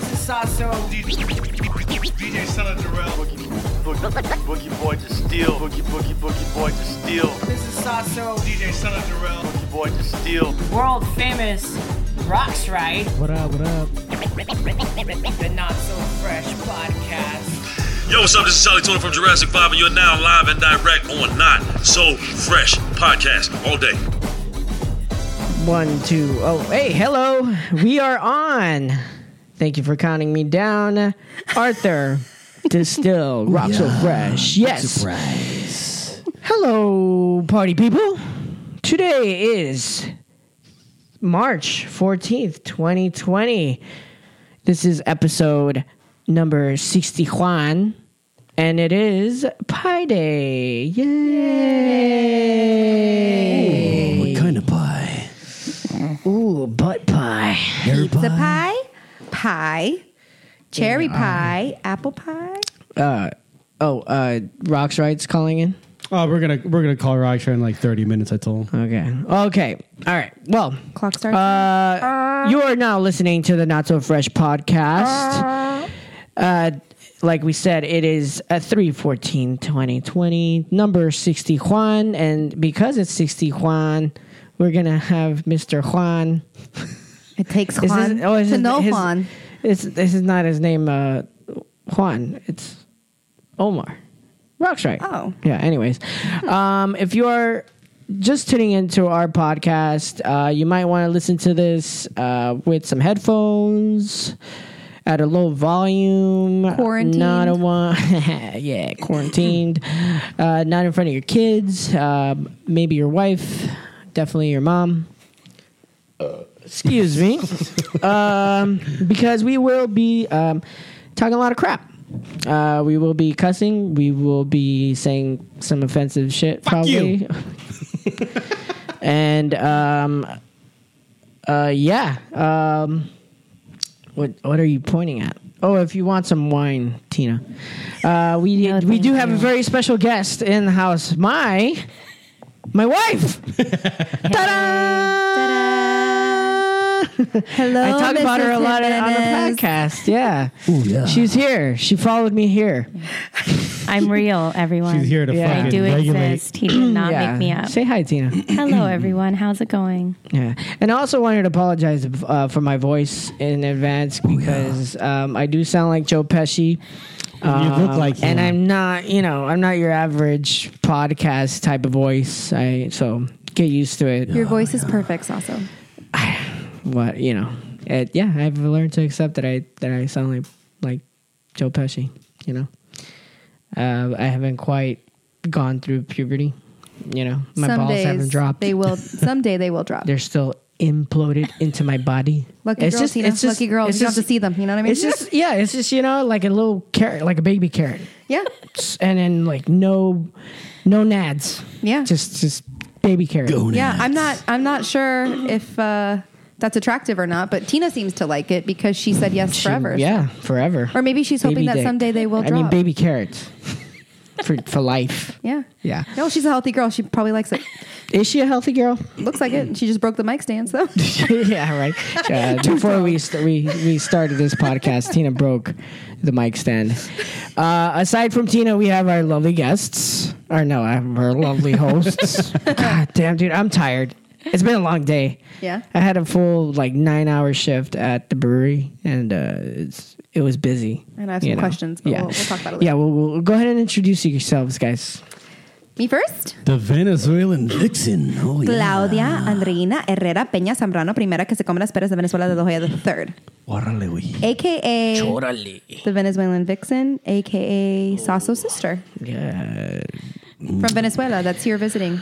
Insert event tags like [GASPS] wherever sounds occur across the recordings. so. DJ, DJ Son of Jarrell. Boogie, boogie, boogie boy to steal. Boogie, boogie, boogie boy to steal. This is also DJ Son of Jarrell. Boogie boy to steal. world famous Rocks Right, What up, what up? the Not So Fresh podcast. Yo, what's up? This is Charlie Tuna from Jurassic 5, and you're now live and direct on Not So Fresh podcast all day. One, two, oh, hey, hello. We are on. Thank you for counting me down. [LAUGHS] Arthur Distill, Rock So Fresh. Yes. Hello, party people. Today is March 14th, 2020. This is episode number 61, and it is Pie Day. Yay! What kind of pie? Ooh, butt pie. Hair pizza pie, pie, cherry pie, apple pie. Oh, uh, Rock's Rights calling in? Oh, we're gonna we're gonna call Rockstar in like thirty minutes. I told him. Okay. Okay. All right. Well, Clock starts. Uh, you are now listening to the Not So Fresh podcast. Uh, like we said, it is a 314 2020, number 60 Juan. And because it's 60 Juan, we're going to have Mr. Juan. it takes Is Juan this- oh, is to this- know his- Juan. It's, this is not his name, uh, Juan. It's Omar. Rock's right. Oh. Hmm. Yeah, anyways. um, if you are just tuning into our podcast, uh, you might want to listen to this uh, with some headphones at a low volume. Quarantined. Not a one. [LAUGHS] yeah, [LAUGHS] quarantined. uh, not in front of your kids. Um, maybe your wife. Definitely your mom. Excuse me. um, because we will be um, talking a lot of crap. Uh, we will be cussing. We will be saying some offensive shit, probably. [LAUGHS] and um, uh, yeah. Um, what what are you pointing at? Oh, if you want some wine, Tina. Uh, we No, we do thank have a you. very special guest in the house. My my wife. Ta-da! [LAUGHS] Hello, I talk about her a Mrs. lot on Jimenez. the podcast. Yeah. yeah. She's here. She followed me here. [LAUGHS] I'm real, everyone. She's here to Yeah. I fucking do regulate. exist. He did not yeah. make me up. Say hi, Tina. Hello, [CLEARS THROAT] everyone. How's it going? Yeah, and I also wanted to apologize uh, for my voice in advance Oh, because um, I do sound like Joe Pesci. You look Um, like him. and I'm not, you know, I'm not your average podcast type of voice. I so get used to it. Your voice is perfect, Sasso. What you know, it, yeah, I've learned to accept that I that I sound like like Joe Pesci. You know, uh, I haven't quite gone through puberty. You know, my some balls days haven't dropped. [LAUGHS] they will. Someday they will drop. they're still imploded into my body. [LAUGHS] Lucky girl, Tina. Lucky girl. You don't have to see them. You know what I mean? It's just yeah, it's just you know like a little carrot, like a baby carrot, [LAUGHS] yeah. and then like no, no nads. Yeah. just just baby carrot. Yeah, I'm not. I'm not sure if uh, that's attractive or not. But Tina seems to like it because she said yes She- forever. yeah, forever. Or maybe she's hoping that someday they will I mean, drop. baby carrots [LAUGHS] for for life. Yeah. Yeah. No, she's a healthy girl. She probably likes it. Is she a healthy girl? Looks like it. She just broke the mic stand, so [LAUGHS] yeah, right. Uh, before we, st- we we started this podcast, Tina broke the mic stand. Uh, aside from Tina, we have our lovely guests. Or no, I have our lovely [LAUGHS] hosts. God damn, dude, I'm tired. It's been a long day. Yeah. I had a full like nine hour shift at the brewery, and uh, it's it was busy. And I have some questions, but we'll- we'll talk about it Yeah, we'll, we'll go ahead and introduce yourselves, guys. me first. The Venezuelan. Vixen. Oh, yeah. Claudia Andreina Herrera Peña Zambrano, primera que se come las peras de Venezuela de la Hoya the third, Órale, güey. aka the Venezuelan vixen, aka Sasso sister Yeah. from Venezuela that's here visiting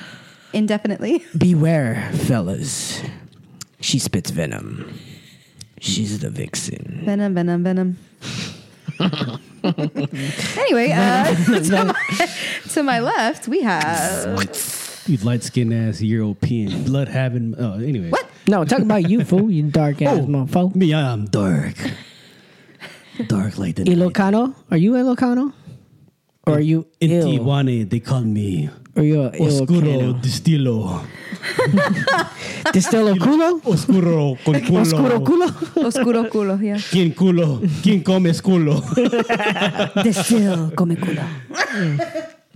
indefinitely. Beware, fellas. She spits venom. She's the vixen. Venom, venom, [LAUGHS] venom. anyway, uh, [LAUGHS] to, my, to my left we have You light skinned ass European blood having. Oh, anyway. What? No, talk about you, fool, you dark ass Oh. mofo. Me, I'm dark. Dark. Dark like the night. Ilocano? Are you Ilocano? Or are you In ill? Tijuana, they call me Or you ill? Oscuro Keno? Distilo. Distilo culo? [LAUGHS] Oscuro [LAUGHS] con culo. Oscuro culo? Oscuro culo, [LAUGHS] yeah. Quien culo? Quien comes culo? [LAUGHS] Distill come culo.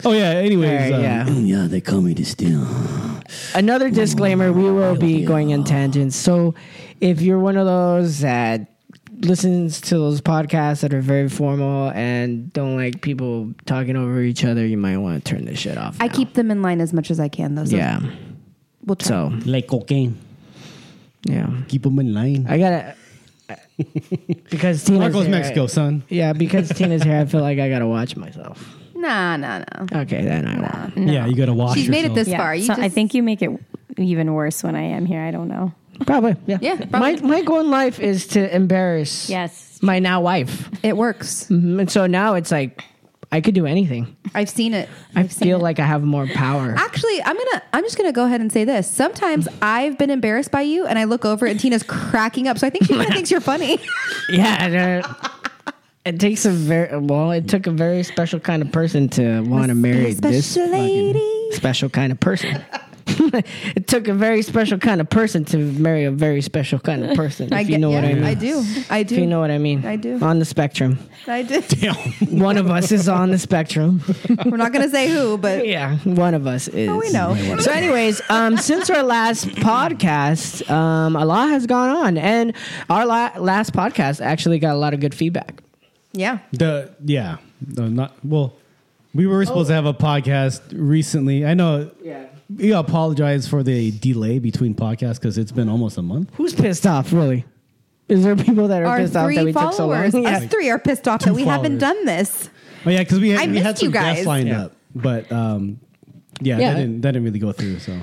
oh, yeah. Anyways. Alright, um, yeah. Yeah, they call me Distill. Another disclaimer: we will be yeah. going in tangents. So, if you're one of those that listens to those podcasts that are very formal and don't like people talking over each other, you might want to turn this shit off. I now. keep them in line as much as I can, though. So yeah. We'll try. So Like cocaine. yeah, Keep them in line. I uh, gotta [LAUGHS] because Tina's Marcos here, Mexico, I- son. yeah, because Tina's here, I feel like I gotta watch myself. Nah, nah, nah. Okay, then I won't. Yeah, you gotta watch. She's made it this Yeah. far. You so I just- think you make it even worse when I am here. I don't know. Probably, yeah. Yeah, probably. My my goal in life is to embarrass Yes. my now wife, it works. Mhm, and so now it's like I could do anything. I've seen it. I feel like I have more power. Actually, I'm gonna. I'm just gonna go ahead and say this. Sometimes I've been embarrassed by you, and I look over and Tina's cracking up. So I think [LAUGHS] she kind of thinks you're funny. [LAUGHS] yeah, and, uh, it takes a very well. It took a very special kind of person to want to marry this [LAUGHS] Special lady. fucking special kind of person. [LAUGHS] it took a very special kind of person to marry a very special kind of person. If you get- know what yeah, I mean. I do. I do. If you know what I mean. I do. On the spectrum, [LAUGHS] I do. one of us is on the spectrum. We're not gonna say who, [LAUGHS] but Yeah, one of us is. we know. So, anyways, um, since our last podcast, um, a lot has gone on, and our la- last podcast actually got a lot of good feedback. Yeah. The yeah, no, not well. We were supposed to have a podcast recently. I know. Oh. Yeah. We apologize for the delay between podcasts because it's been almost a month. Who's pissed off, really? Is there people that are Our pissed off that three we took so long? [LAUGHS] followers, us three are pissed off that we haven't followers. done this. Oh yeah, because we had I we had missed you some guests guys. lined Yeah. up, but um, yeah, Yeah. that didn't that didn't really go through. So No,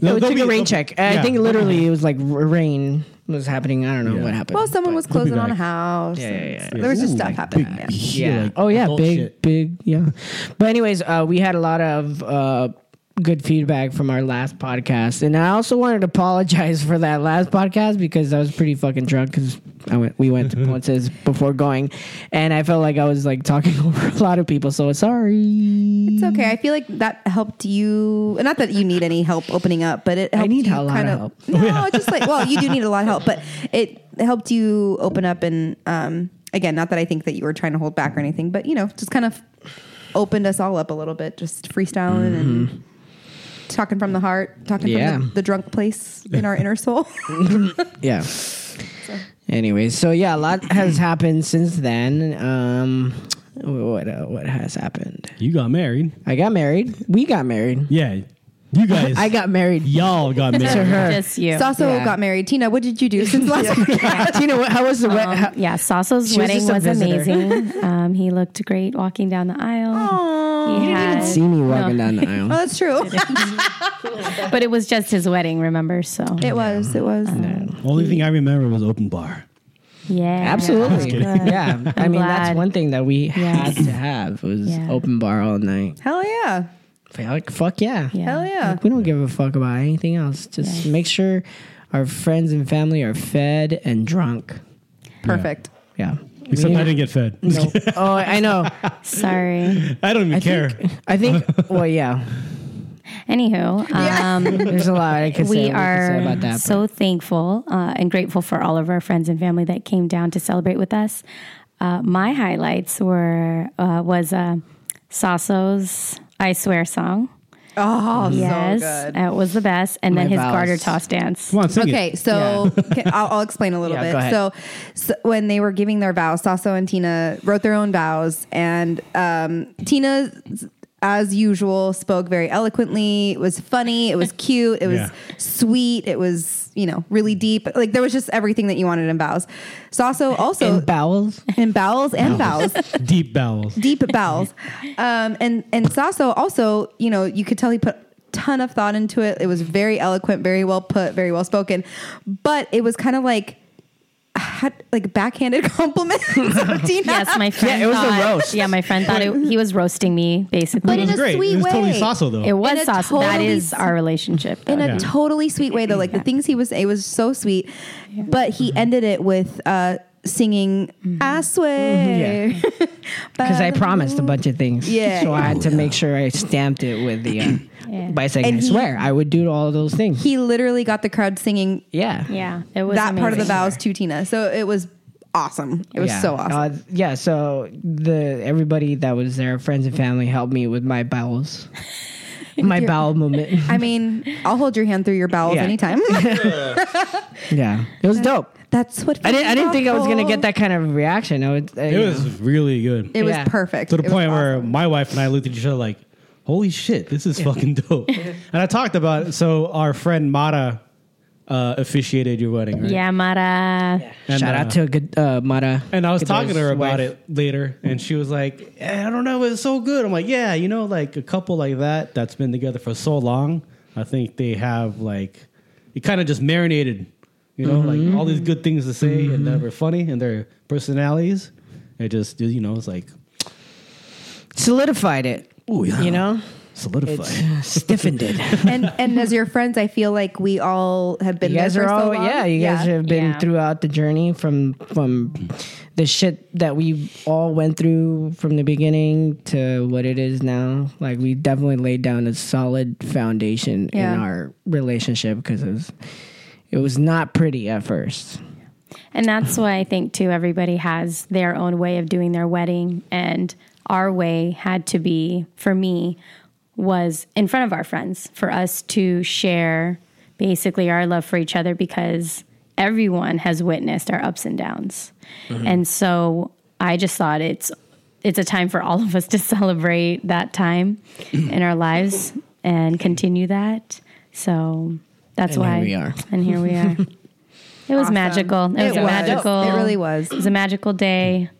They'll- we they'll took be- a rain they'll- check. I yeah. think literally it was like r- rain was happening. I don't know Yeah. what happened. Well, someone was We'll be closing on a back. house. Yeah, yeah, yeah. There was just Ooh, stuff like happening. big yeah. shit, yeah. like oh yeah, adult big, shit. big, yeah. But anyways, uh, we had a lot of uh, good feedback from our last podcast, and I also wanted to apologize [LAUGHS] for that last podcast because I was pretty fucking drunk because I went, we [LAUGHS] went to Ponce's before going, and I felt like I was like talking [LAUGHS] over a lot of people. So sorry. It's okay. I feel like that helped you. Not that you need any help opening up, but it helped need you a lot of kind of. help. [LAUGHS] No, it's just like well, you do need a lot of help, but it helped you open up and um, again, not that I think that you were trying to hold back or anything, but you know, just kind of opened us all up a little bit, just freestyling and talking from the heart, talking Mm-hmm. Yeah. from the, the drunk place in our inner soul. [LAUGHS] Yeah. Anyways, so yeah, a [CLEARS THROAT] lot has happened since then. Um, what uh, what has happened? You got married. I got married. We got married. Yeah, you guys. [LAUGHS] I got married. y'all got married. To her. Just you. Sasso Yeah. got married. Tina, what did you do [LAUGHS] since last? [LAUGHS] podcast? Do you know what- how was the Um, wed- how- yeah, Sasso's She was wedding just a was, visitor. [LAUGHS] amazing. um, he looked great walking down the aisle. He had- see me walking No. down the [LAUGHS] Oh, aisle. that's true. but it was just his wedding, remember? So It was. It was. Only thing I remember was open bar. yeah, Absolutely. Good. Yeah. I I'm mean, that's glad. one thing that we had to have was Yeah. open bar all night. Hell yeah. Fuck, fuck yeah. Yeah. Hell yeah. Like, we don't give a fuck about anything else. Just Yeah. make sure our friends and family are fed and drunk. Perfect. Yeah. Except I didn't get fed. oh, I know. Sorry. [LAUGHS] I don't even care. I think. Well, yeah. [LAUGHS] Anywho, um, There's a lot I could say, we could say are about that. but- so thankful uh, and grateful for all of our friends and family that came down to celebrate with us. Uh, my highlights were uh, was uh, Sasso's "I Swear" song. Oh, yes, so good. that was the best, and then My his vows. garter toss dance. Come on, sing Okay, it. so can- I'll, I'll explain a little Yeah, bit. go ahead. So, so when they were giving their vows, Sasso and Tina wrote their own vows, and um, Tina, as usual, spoke very eloquently. It was funny. [LAUGHS] It was cute. It was Yeah. sweet. It was you know really deep. Like there was just everything that you wanted in vows. Sasso also and bowels. in bowels and [LAUGHS] vows. Deep bowels. [LAUGHS] deep bowels. Um, and and Sasso also, you know, you could tell he put ton of thought into it. It was very eloquent, very well put, very well spoken. But it was kind of like had like backhanded [LAUGHS] compliments. of Tina. [LAUGHS] [LAUGHS] Yes, my friend. it was a thought- roast. Yeah, my friend thought it, he was roasting me basically. But in a sweet it was totally way. Sasso though. It in was a sauce. that totally is s- our relationship. in a Yeah. totally sweet way though. Like the things he was it was so sweet. Mm-hmm. [LAUGHS] Mm-hmm. But he ended it with uh singing I swear. Because I promised a bunch of things. Yeah, So I yeah. had to make sure I stamped it with the. Uh, Yeah. By saying, And I he- swear, I would do all those things. He literally got the crowd singing yeah. Yeah, it was that part of the amazing. vows to Tina. So it was awesome. It was Yeah. so awesome. Uh, yeah, so the everybody that was there, friends and family, helped me with my [LAUGHS] bowels, my bowel moment. I mean, I'll hold your hand through your bowels Yeah. anytime. [LAUGHS] Yeah, it was dope. That's what I didn't. I didn't think I was gonna get thoughtful. that kind of reaction. I would, I, It was really good. It was Yeah. perfect. to the It was point where awesome. my wife and I looked at each other like, "Holy shit, this is fucking [LAUGHS] dope!" and I talked about it. so our friend Mata uh, officiated your wedding, right? Yeah, Mara. And, shout uh, out to good uh, Mara. And I was talking to her Godoy's about wife. it later, and she was like, "Eh, "I don't know, it's so good." I'm like, "Yeah, you know, like a couple like that that's been together for so long, I think they have like it kind of just marinated, you know, Mm-hmm. like all these good things to say and that were funny and their personalities. It just you know, it's like Solidified it. Ooh, yeah. You know, solidified. It's stiffened it. and and as your friends, I feel like we all have been you guys there are for all so long. yeah. You guys have been Yeah. throughout the journey from from the shit that we all went through from the beginning to what it is now. Like we definitely laid down a solid foundation Yeah. in our relationship because it was it was not pretty at first. And that's why I think too everybody has their own way of doing their wedding and our way had to be for me was in front of our friends for us to share basically our love for each other because everyone has witnessed our ups and downs. Mm-hmm. And so I just thought it's it's a time for all of us to [LAUGHS] celebrate [CLEARS THROAT] that time in our lives and continue that. So that's And here why we are. And here [LAUGHS] we are. It was Awesome. magical. It, It was, was. magical. It really was. It was a magical day.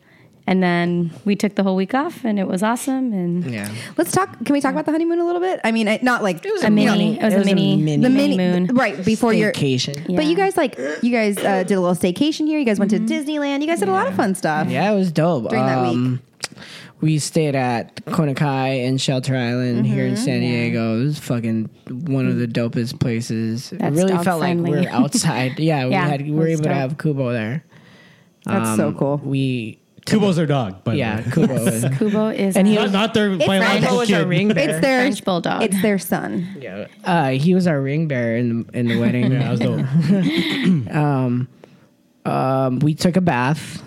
And then we took the whole week off and it was awesome. And Yeah. Let's talk. Can we talk about the honeymoon a little bit? I mean, I, not like it was a mini. It was, a mini. the mini mini moon. right before your. Vacation. Yeah. But you guys like you guys uh, did a little staycation here. You guys went to Disneyland. You guys did a lot of fun stuff. Mm-hmm. Yeah, it was dope. During that week. that week. We stayed at Konakai and Shelter Island here in San Diego. It was fucking one of the dopest places. That's it really dog felt like friendly. we were outside. Yeah, we Yeah, had we it were was able to dope. have Kubo there. Um, That's so cool. We Kubo's their dog, by yeah, the way. Kubo was Kubo is And he a- Not, not their biological Kubo was kid. our ring bearer. It's their French bulldog. It's their son. Yeah, uh, he was our ring bearer in the in the wedding. Yeah, that was dope. [LAUGHS] Um, we took a bath.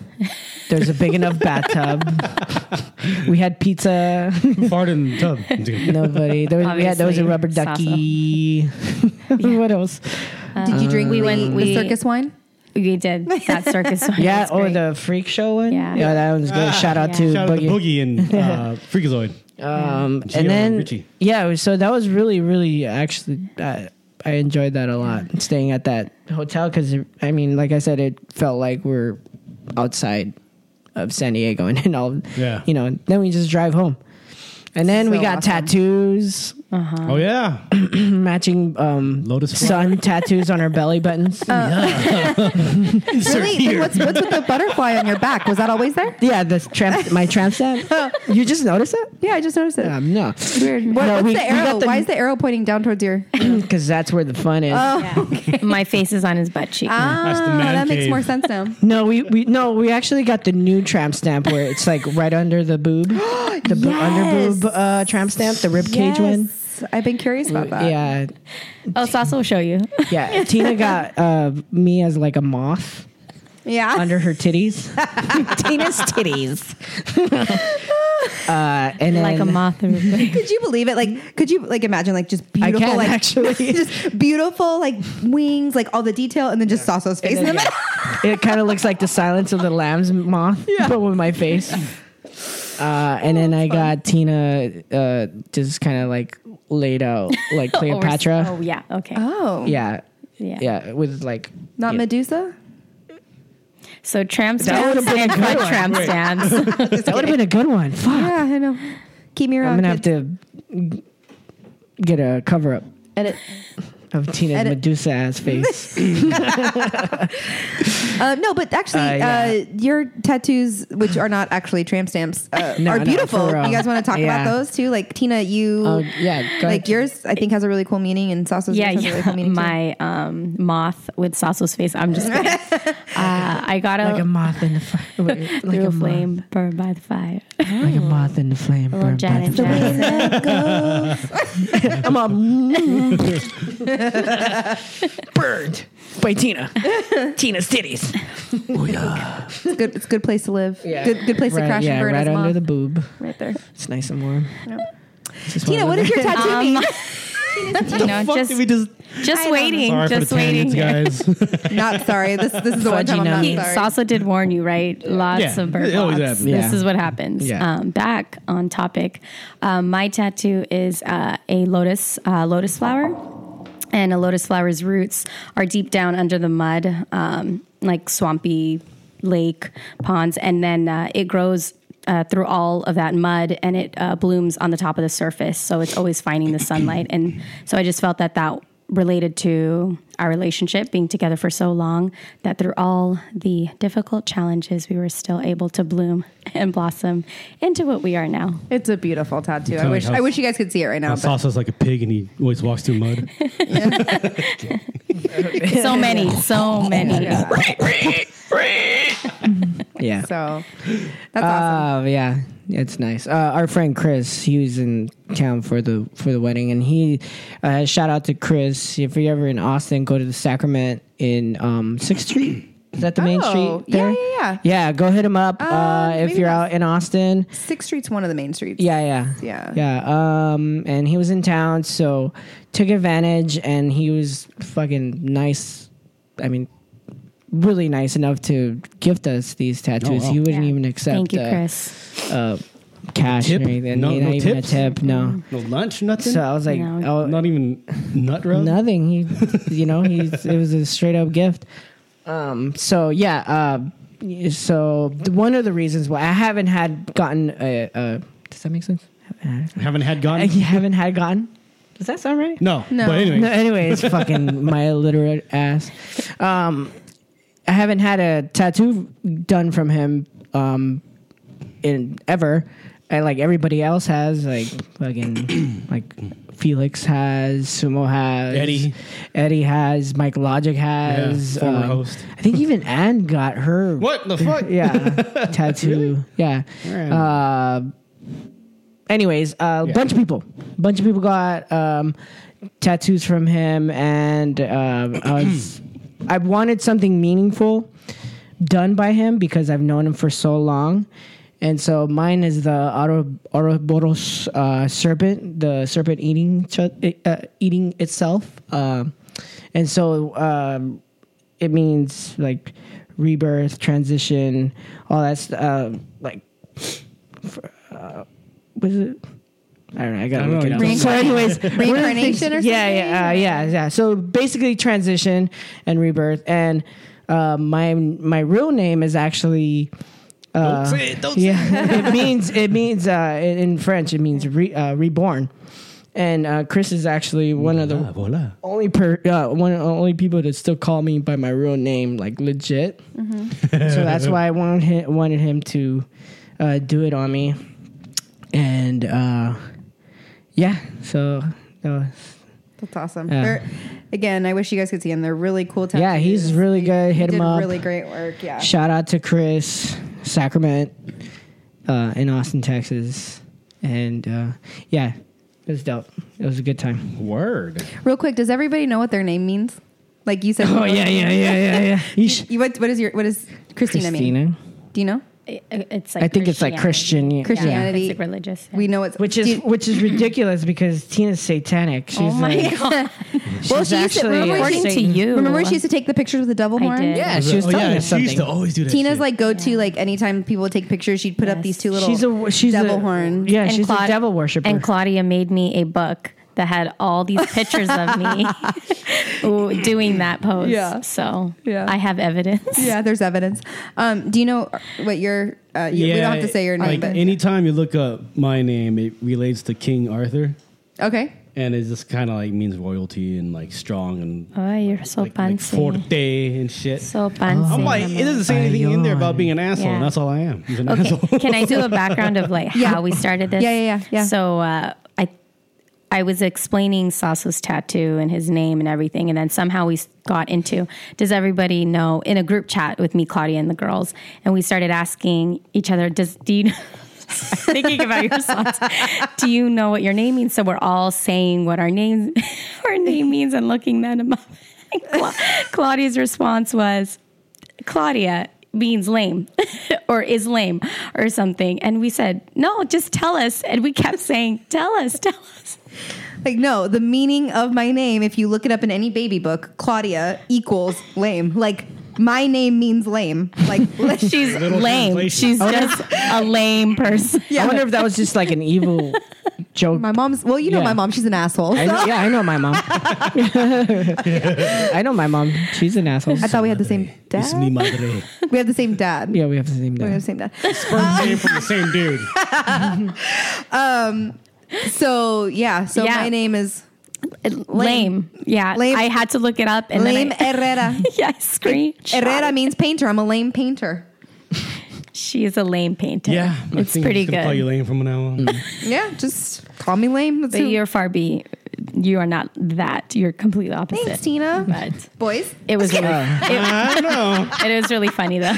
There's a big enough bathtub. we had pizza. Fart in the tub. dude. Nobody. There was, we had, there was a Obviously, rubber Sasso. ducky. [LAUGHS] what else? Did you Um, drink? we the- went- the we- circus wine. [LAUGHS] we did that circus one. Yeah, It was or great. the freak show one. Yeah. yeah, that one's good. Shout out to Shout out to Boogie. Boogie and uh, [LAUGHS] Freakazoid. Um, Gio and then Ricci. yeah, it was- so that was really, really actually, uh, I enjoyed that a lot. Staying at that hotel because I mean, like I said, it felt like we're outside of San Diego, [LAUGHS] and then all Yeah. you know. Then we just drive home, and then we So got awesome. tattoos, Um, Oh yeah, matching [LAUGHS] um, Lotus flower. sun tattoos on our belly buttons. Uh. Really? Then what's [LAUGHS] what's with the butterfly on your back? Was that always there? yeah, the tramp, my tramp [LAUGHS] stamp. you just noticed that? Yeah, I just noticed it. Um, no, Weird. What, No, what's we- we the arrow? got the- Why is the arrow pointing down towards your? because that's where the fun is. [LAUGHS] My face is on his butt cheek. That's the uh, Ah, man that makes cave. more sense [LAUGHS] now. No, we, we no, we actually got the new tramp stamp where it's like right under the boob, the bo- under boob Yes. uh, tramp stamp, the rib cage one. Uh, Yes. I've been curious about that. Yeah, oh, Sasa will show you. yeah. Tina got uh, me as like a moth Yeah. under her titties, Tina's titties, [LAUGHS] uh, and then, like a moth. or [LAUGHS] [LAUGHS] something. could you believe it? Like, could you like imagine like just beautiful can, like actually. [LAUGHS] just beautiful like wings, like all the detail, and then just Sasso's face in the middle. It kind of looks like the Silence of the Lambs moth, but with my face. Uh, and then I got Tina uh, just kind of like laid out like [LAUGHS] Or- Cleopatra. Oh yeah. Okay. [LAUGHS] Oh, Yeah. Yeah. Yeah. With like not yeah. Medusa. So tramp stamps would've been a and good butt one. tramp stamps. That would have been a good one. Fuck. Yeah, I know. Keep me around. I'm gonna have kids. to get a cover up edit. of Tina's Edit. Medusa [LAUGHS] ass face. Uh, no, but actually, Uh, uh, yeah. your tattoos, which are not actually tramp stamps, uh, [LAUGHS] No, are no, beautiful. for real. you guys want to talk Yeah. about those too? Like Tina, you, Oh, yeah, go like ahead. yours, I think has a really cool meaning, and Sasso's yeah, has a really cool yeah. meaning. too. my um, moth with Sasso's face. I'm just kidding. Uh, I got a, Like a moth in the fire. Like a through a moth. flame burned by the fire. Like Oh. a moth in the flame. little burned by Janet the fire. Jackson. I'm [LAUGHS] a burned by Tina. Tina's [LAUGHS] titties. It's good. It's a good place to live. Yeah. Good, good place to crash yeah, and burn right as under mom. the boob. right there. It's nice and [LAUGHS] warm. It's just Tina, one what of does your those- tattoo Um, mean? you know, just we just just I waiting, sorry for just the waiting. tangents, [LAUGHS] guys. Not sorry. This this is the one time I'm Fudgy not nuts. sorry. Salsa did warn you, right? Lots Yeah, of bird it always blocks. happens. This Yeah. is what happens. Yeah. Um, back on topic, um, my tattoo is uh, a lotus uh, lotus flower, and a lotus flower's roots are deep down under the mud, um, like swampy lake ponds, and then uh, it grows. Uh, through all of that mud, and it uh, blooms on the top of the surface, so it's always finding the sunlight. And so I just felt that that related to our relationship being together for so long that through all the difficult challenges we were still able to bloom and blossom into what we are now It's a beautiful tattoo. I Tell me wish how- I wish you guys could see it right now. But Salsa's like a pig, and he always walks [LAUGHS] through mud. so many so many Yeah. so that's Uh, awesome. yeah, it's nice. Uh, our friend Chris, he was in town for the for the wedding, and he uh, shout out to Chris. If you're ever in Austin, go to the Sacrament in um, Sixth Street. Is that the main Oh, street? There? yeah, yeah, yeah. go hit him up Um, uh, if maybe you're that's- out in Austin. Sixth Street's one of the main streets. Yeah, yeah, Yeah. yeah. Um, and he was in town, so took advantage, and he was fucking nice. I mean, really nice enough to gift us these tattoos. wow. He wouldn't even accept. Oh, thank you uh, chris uh, cash Tip? or anything. No- not no even tips? a tip. No. No lunch, nothing. So I was like, No. oh, Not even nut rub. nothing. He, you know, he, it was a straight up gift. Um. So yeah. Uh. y- So th- one of the reasons why I haven't had gotten a. a does that make sense? Haven't had- Haven't had I [LAUGHS] gone. haven't had gotten. Does that sound right? No, No. But anyway, No, anyways, [LAUGHS] fucking my illiterate ass. Um, I haven't had a tattoo done from him um, in ever. I, like everybody else has, like fucking, [CLEARS THROAT] like Felix has, Sumo has, Eddie. Eddie has, Mike Logic has, um, Yeah, former host. I think even Anne got her what the fuck? [LAUGHS] yeah tattoo yeah uh, anyways a bunch of people bunch of people got um, tattoos from him and uh, I, was, [CLEARS THROAT] I wanted something meaningful done by him because i've known him for so long and so mine is the Oro- Ouroboros uh, serpent, the serpent eating ch- uh, eating itself. Um and so um, it means like rebirth, transition, all that's uh, like f- uh, what is it? I don't know. I gotta I don't look know, it you up. So, anyways, [LAUGHS] one of the Reincarnation things- Yeah, or something? yeah, uh, yeah, yeah. So basically, transition and rebirth. And uh, my my real name is actually uh, Don't say it. Don't say yeah, [LAUGHS] it means it means uh, in in French it means re, uh, reborn, and uh, Chris is actually one of it. Ah, the voila. only per, uh, one of the only people that still call me by my real name, like legit. Mm-hmm. so that's why I wanted him, wanted him to uh, do it on me, and uh, yeah, so that was, That's awesome. Yeah. They're, again, I wish you guys could see him. They're really cool tattoos. Yeah, he's really He- good. he Hit him did up. Really great work. Yeah. shout out to Chris Sacrament uh, in Austin, Texas, and uh, yeah, it was dope. It was a good time. Word. Real quick, does everybody know what their name means? Like you said. Oh yeah, yeah, yeah, yeah, yeah. You sh- You, what, what is your what is Christina, mean? Christina. Do you know? It- it's like I think it's like Christian. yeah. Christian. yeah, Christianity. it's like religious We know it's Which is do you- which is ridiculous because Tina's satanic. She's oh my like, god well, she used to, actually remember when she- according to you Remember when she used to take the pictures with the devil I horn? did. yeah, she was oh, telling yeah, us she used something. to always do that. Tina's shit. like go to like anytime people would take pictures, she'd put up Yes. these two little. She's a she's devil a, horn. Yeah, And she's Claud- a devil worshiper. And Claudia made me a book that had all these pictures [LAUGHS] of me [LAUGHS] ooh, doing that pose. Yeah. So Yeah. I have evidence. yeah, there's evidence. Um, do you know what your? Uh, you, we don't have to say your name, Like but anytime you look up my name, it relates to King Arthur, okay. and it just kind of like means royalty and like strong and Oh, you're so like, like fancy. forte and shit. so fancy. I'm like, it doesn't say anything in there about being an asshole. Yeah. And that's all I am. He's [LAUGHS] an [LAUGHS] Okay. asshole. Can I do a background of like Yeah. how we started this? Yeah, yeah, yeah, yeah. So uh, I I was explaining Saso's tattoo and his name and everything, and then somehow we s- got into does everybody know in a group chat with me, Claudia, and the girls, and we started asking each other, does do you [LAUGHS] thinking about your songs? Do you know what your name means? So we're all saying what our names [LAUGHS] our name means and looking them up. [LAUGHS] And Cla- Claudia's response was, Claudia means lame [LAUGHS] or is lame or something. And we said, no, just tell us. And we kept saying, tell us, tell us. [LAUGHS] Like, no, the meaning of my name, if you look it up in any baby book, Claudia equals lame. Like, my name means lame. Like, She's lame. She's just a [LAUGHS] lame person. I wonder if that was just like an [LAUGHS] evil joke. my mom's, well, you know Yeah. my mom, she's an asshole. I so- know, yeah, I know my [LAUGHS] mom. I know my mom. She's an asshole. I thought we had the same It's me dad. madre. We have the same [LAUGHS] dad. Yeah, we have the same We have dad. the same dad. [LAUGHS] First name from the same dude. So, yeah. So, Yeah. my name is [LAUGHS] Lame. Yeah. Lame. I had to look it up and Lame then I, Herrera. [LAUGHS] yeah, I screamed. Herrera means painter. I'm a lame painter. She is a lame painter. Yeah, I It's think pretty I'm just gonna Call good. Mm. you lame from now on. Yeah, just call me lame. That's but who- you're far be. You are not that. You're completely opposite. Thanks, Tina. But Boys. [LAUGHS] it was really, [LAUGHS] it, I know. it was really funny though.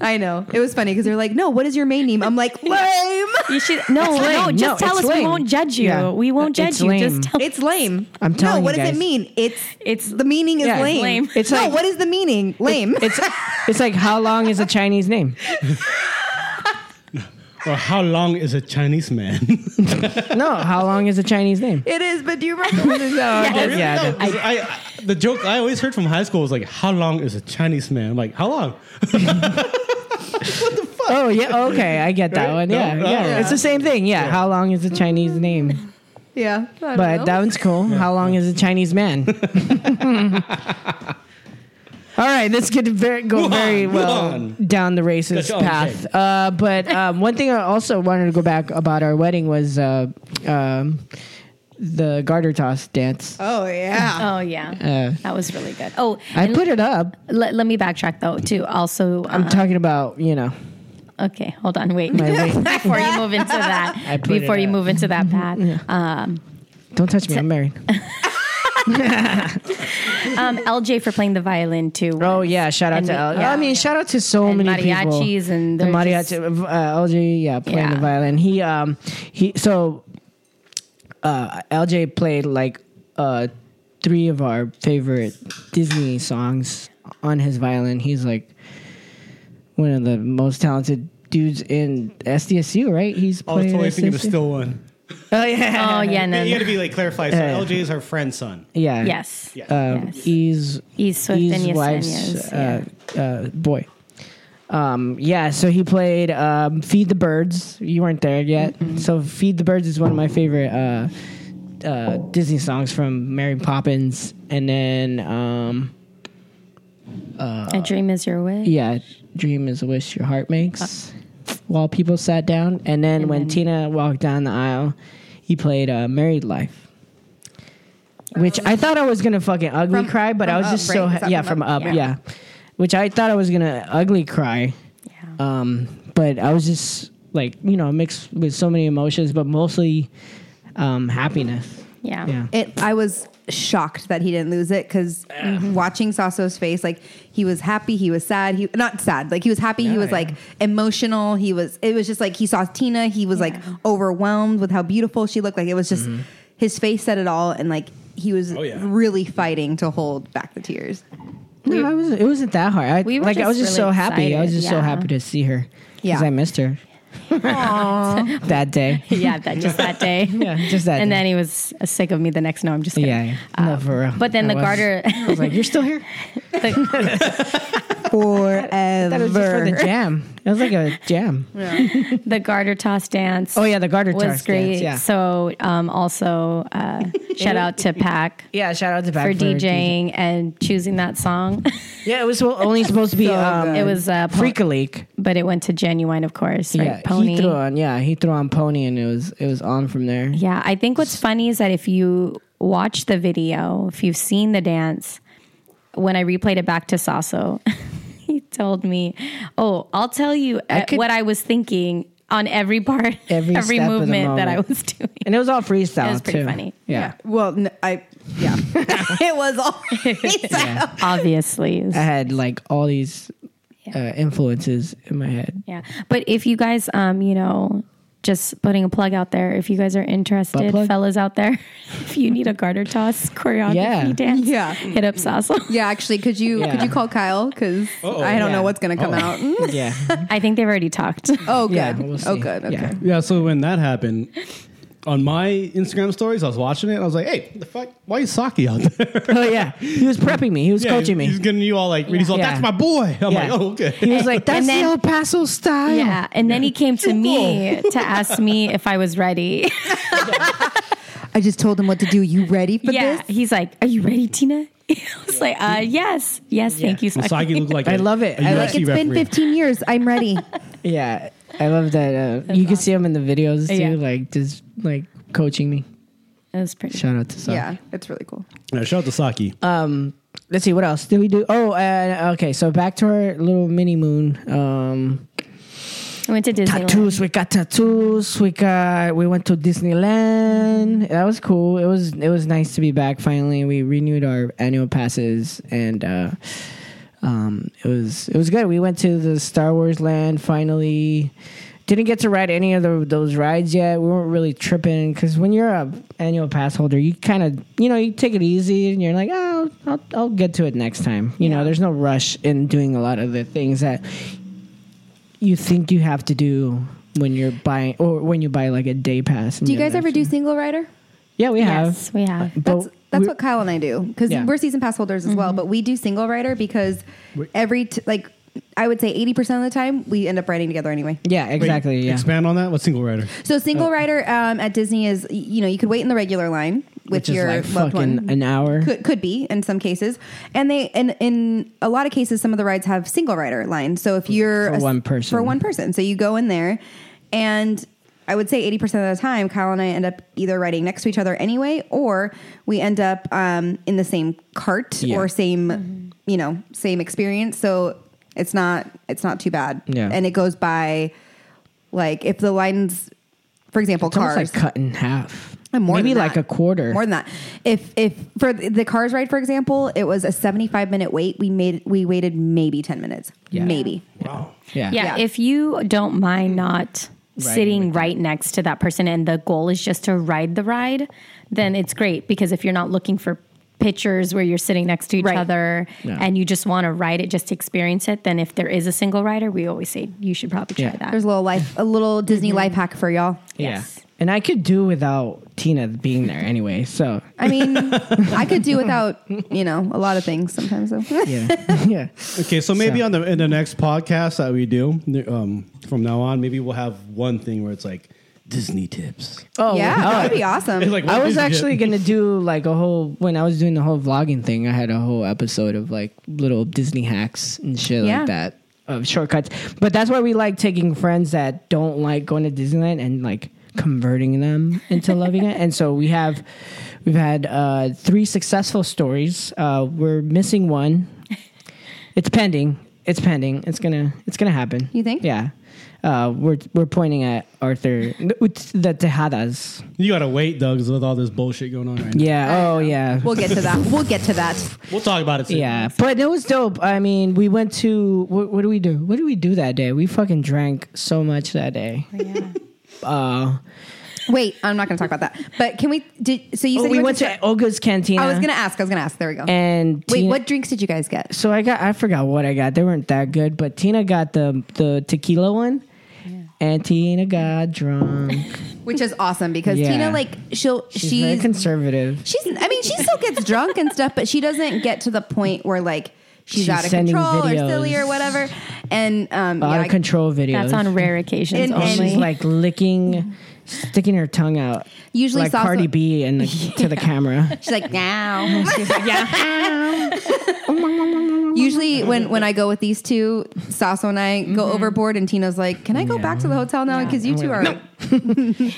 I know. It was funny because they're like, no, what is your main name? I'm like, lame. You should no, It's no. lame. Just No, tell it's us. We lame. won't judge you. Yeah. We won't judge It's you. lame. Just tell. It's lame. I'm telling No, what you does it guys. mean? It's It's- the meaning is Yeah, it's lame. lame. It's no, like- what is the meaning? Lame. It's it's like how long is a Chinese name? Or how long is a Chinese man? [LAUGHS] No, how long is a Chinese [LAUGHS] name? [LAUGHS] It uh, is, but do you [LAUGHS] remember? Oh, Yeah, No, 'cause I, I- the joke I always heard from high school was like, "How long is a Chinese man?" I'm like, how long? Oh yeah. Okay, I get that Right? one. No, Yeah, no, yeah. no. It's the same thing. Yeah. How long is a Chinese name? yeah. I don't But know. that one's cool. How long is a Chinese [LAUGHS] man? All right, this could very, go Wuhan, very well Wuhan. down the racist Got your own path. Uh, but um, one thing I also wanted to go back about our wedding was uh, um, the garter toss dance. oh [LAUGHS] yeah. Oh yeah, Uh, that was really good. Oh, I put it up. let, let me backtrack though too. Also, I'm uh, talking about you know. okay. Hold on, wait My weight. [LAUGHS] before you move into Uh, I that. put it Before you up. move into [LAUGHS] that path, Uh, Don't touch me. I'm married. um, LJ for playing the violin too. Oh was- yeah, shout out And to we- L. yeah. I mean, shout out to so And many people. mariachis and the they're mariachi just- uh, LJ, yeah, playing Yeah. the violin. He um he so uh LJ played like uh three of our favorite Disney songs on his violin. He's like one of the most talented dudes in SDSU, right? He's Oh, I was playing totally thinking of SDSU. still one. Oh yeah. Oh yeah, Yeah, no, you got no. to be like clarified. [LAUGHS] So Yeah. LJ is her friend's son. Yeah. yes, Yeah. Um, Yes. Ease Ease Swift and Yesenia's, wife's yeah. uh, uh, boy. Um, yeah, so he played um, "Feed the Birds." You weren't there yet, Mm-hmm. so "Feed the Birds" is one of my favorite uh, uh, Disney songs from Mary Poppins, and then um, a dream is your wish. yeah, "Dream Is a Wish Your Heart Makes." While people sat down, and then when then- Tina walked down the aisle, he played uh, "Married Life." Which I thought I was gonna fucking ugly From- cry, but I from was Up, just right? so Is ha- that yeah from from Up? up, yeah. Which I thought I was gonna ugly cry, um, but I was just like you know mixed with so many emotions, but mostly um, happiness. yeah. Yeah, It. I was shocked that he didn't lose it because watching Sasso's face, like he was happy, he was sad, he not sad, like he was happy, he was yeah. like emotional, he was. It was just like he saw Tina, he was like overwhelmed with how beautiful she looked. Like it was just his face said it all, and like he was yeah. really fighting to hold back the tears. no, I was. It wasn't that hard. I, we were like I just was just really so happy. I was excited, just so yeah. happy to see her because Yeah. I missed her [LAUGHS] that day. [LAUGHS] yeah, that just that day. [LAUGHS] Yeah, just that. And day. then he was sick of me the next. No, I'm just kidding. yeah, yeah. no, for real. Um, But then I the was- garter, [LAUGHS] I was like, "You're still here." the, That was just for the jam. It was like a jam. the garter toss dance. Oh yeah, the garter was toss great. dance, yeah. So um, also [LAUGHS] uh, shout out to Pac yeah, shout out to for Back DJing and choosing that song, [LAUGHS] Yeah, it was only supposed to be. um, It was, uh, pon- freak a leak. but it went to genuine, of course. Right? Yeah, Pony. he threw on. Yeah, he threw on pony, and it was it was on from there. Yeah, I think what's funny is that if you watch the video, if you've seen the dance, when I replayed it back to [LAUGHS] Sasso, he told me, "Oh, I'll tell you uh could- what I was thinking on every part, [LAUGHS] Every every, step of the movement that I moment. was [LAUGHS] doing. and it was all freestyle. It was pretty too. funny. Yeah. Well, n- I yeah, [LAUGHS] it was [LAUGHS] always yeah. Obviously. I had like all these uh, influences in my [LAUGHS] head. Yeah. But if you guys, um, you know, just putting a plug out there, if you guys are interested, plug? fellas out there, [LAUGHS] if you need a garter toss [LAUGHS] choreography Yeah. dance, Yeah. hit up Sassel. yeah. Actually, could you Yeah. could you call Kyle because I don't Yeah. know what's gonna [LAUGHS] come out. Mm. Yeah. I think they've already talked. Oh good. Yeah, we'll see. oh good. Okay. Yeah. Yeah, so when that happened, on my Instagram stories, I was watching it. and I was like, "Hey, the fuck? Why is Saki out there?" [LAUGHS] oh yeah. He was prepping me. He was coaching me. He's getting you all like, "He's all, Yeah. that's my boy." I'm Yeah. like, "Oh, He okay." [LAUGHS] was like, "That's then- the El Paso style." Yeah. And then he came to me [LAUGHS] to ask me if I was [LAUGHS] ready. I just told him what to do. You ready for yeah. this? He's like, Are you ready, Tina? [LAUGHS] I was like, uh, Yes. Yes. Thank you. Saki. Saki looked like I I love it. I like It's been 15 years. [LAUGHS] I'm ready. Yeah. I love that. Uh, you can see him in the videos too, Yeah. like just like coaching me. It was pretty. Shout out to Saki. yeah, it's really cool. Yeah, shout out to Saki. Oh, let's see what else did we do oh uh, okay so back to our little mini moon um I went to Disneyland. tattoos we got tattoos we got we went to disneyland that was cool it was it was nice to be back finally we renewed our annual passes and uh um it was it was good we went to the star wars land finally didn't get to ride any of the, those rides yet. We weren't really tripping because when you're a annual pass holder, you kind of you know you take it easy and you're like, oh, I'll, I'll get to it next time. You know, there's no rush in doing a lot of the things that you think you have to do when you're buying or when you buy like a day pass. and Do you you're guys like- ever do single rider? Yeah, we Yes, have. we have. But That's, that's we- what Kyle and I do because Yeah. Mm-hmm. we're season pass holders as well, but we do single rider because every t- like I would say eighty percent of the time we end up riding together anyway. Yeah, exactly. yeah. Expand on that. What single rider? So single rider um, at Disney is y- you know you could wait in the regular line with Which is your like loved fucking one. an hour. could, could be in some cases, and they and in a lot of cases some of the rides have single rider lines. So if you're For s- one person. for one person, so you go in there, and I would say eighty percent of the time, Kyle and I end up either riding next to each other anyway, or we end up um, in the same cart Yeah. or same you know same experience. So it's not it's not too bad, Yeah. and it goes by like if the lines. For example, It's almost cars like cut in half. and more Maybe than like that. a quarter. More than that. If if for the the cars ride, for example, it was a seventy five minute wait. We made we waited maybe ten minutes. Yeah. Maybe. yeah. Mm-hmm. Yeah, Yeah. if you don't mind not sitting right next to that person and the goal is just to ride the ride, then it's great because if you're not looking for pictures where you're sitting next to each Right. other Yeah. and you just want to ride it just to experience it, then if there is a single rider, we always say you should probably try Yeah. that. There's a little life a little Disney life hack for y'all. Yes. Mm-hmm. Yeah. And I could do without Tina being there anyway. So I [LAUGHS] mean, I could do without, you know, a lot of things sometimes though. yeah, [LAUGHS] yeah. Okay, so maybe So- on the in the next podcast that we do um, from now on, maybe we'll have one thing where it's like Disney [LAUGHS] tips. Oh yeah, wow. that would be awesome. It's like Um, I one was Disney actually tip. gonna do like a whole when I was doing the whole vlogging thing. I had a whole episode of like little Disney hacks and shit Yeah. like that of shortcuts. But that's why we like taking friends that don't like going to Disneyland and like converting them [LAUGHS] into loving it. And so we have we've had uh, three successful stories. Uh, we're missing one. It's pending. It's pending. It's gonna. It's gonna happen. You think? Yeah. Uh, we're we're pointing at Arthur with the Tejadas. You gotta wait, Doug, 'cause with all this bullshit going on right now. Yeah. Oh, yeah. We'll get to that. We'll get to that. We'll talk about it soon. yeah. But it was dope. I mean, we went to what, what do we do? What do we do that day? We fucking drank so much that day. Uh, Wait, I'm not gonna talk about that. But can we did so you oh, said we you went to, Olga's Cantina. I was gonna ask, I was gonna ask. There we go. and Wait, Tina- what drinks did you [LAUGHS] guys get? So I got I forgot what I got. They weren't that good, but Tina got the the tequila one, and Tina got drunk. Which is awesome because Yeah. Tina like she'll She's, very conservative. She's, I mean, she still gets drunk and stuff, but she doesn't get to the point where like she's, She's out of sending control or videos. silly or whatever. And um, Out yeah, of control videos. That's on rare occasions And- and- only. She's like licking, sticking her tongue out. Usually like salsa- Cardi B and like, [LAUGHS] to the camera. she's like now. [LAUGHS] Usually, when when I go with these two, Sasso and I go overboard, and Tina's like, "Can I go back to the hotel now? Because you two are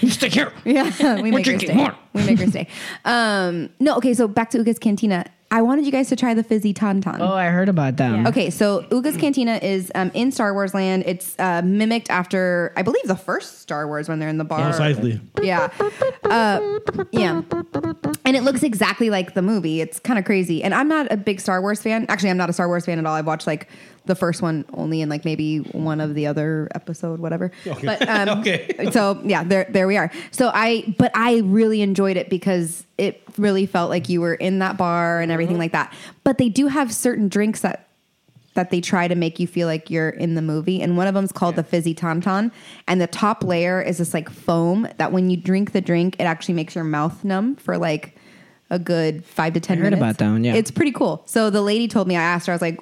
Stick here. [LAUGHS] yeah, we make her drinking stay. more. We make her stay. Um, no, okay, so back to Uga's Cantina. I wanted you guys to try the fizzy tauntaun. Oh, I heard about them. Okay, so Uga's Cantina is um, in Star Wars land. It's uh, mimicked after, I believe, the first Star Wars when they're in the bar. Precisely. Yeah. Uh, yeah. And it looks exactly like the movie. It's kind of crazy. And I'm not a big Star Wars fan. Actually, I'm not a Star Wars fan at all. I've watched like the first one only and like maybe one of the other episode, whatever. But um, Okay. so yeah, there there we are. So I but I really enjoyed it because it really felt like you were in that bar and everything like that. But they do have certain drinks that that they try to make you feel like you're in the movie. And one of them's called the fizzy tauntaun. And the top layer is this like foam that when you drink the drink, it actually makes your mouth numb for like a good five to ten heard minutes. about that one, yeah. It's pretty cool. So the lady told me, I asked her, I was like,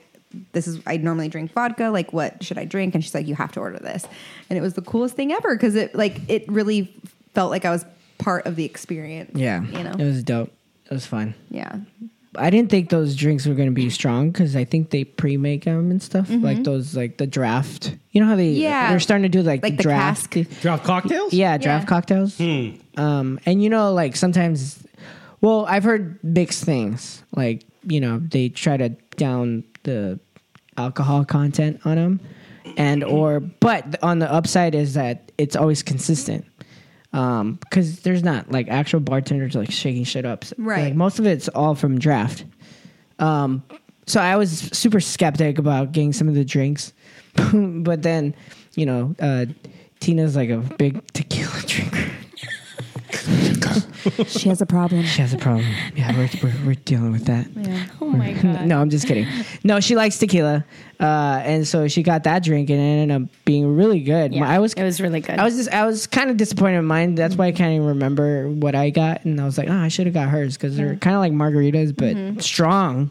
this is I normally drink vodka. Like, what should I drink? And she's like, you have to order this. And it was the coolest thing ever because it like it really felt like I was part of the experience. Yeah. You know? It was dope. It was fun. yeah. I didn't think those drinks were going to be strong because I think they pre-make them and stuff like those, like the draft. You know how they, Mm-hmm. Yeah. they're starting to do like, Like the the draft, cask. Drop cocktails? yeah, draft Yeah. cocktails. Um, and you know, like sometimes, well, I've heard mixed things. Like you know, they try to down the alcohol content on them, and or but on the upside is that it's always consistent. Um, because there's not like actual bartenders like shaking shit up. So, Right. Like, most of it's all from draft. Um, so I was super skeptic about getting some of the drinks, [LAUGHS] but then, you know, uh, Tina's like a big tequila [LAUGHS] drinker. She has a problem. She has a problem. Yeah, we're, we're, we're dealing with that. [LAUGHS] Oh my god. No, I'm just kidding. No, she likes tequila, uh, and so she got that drink, and it ended up being really good. Yeah, My- I was it was really good. I was just I was kind of disappointed in mine. That's why I can't even remember what I got, and I was like, oh, I should have got hers because they're kind of like margaritas, but Mm-hmm. strong.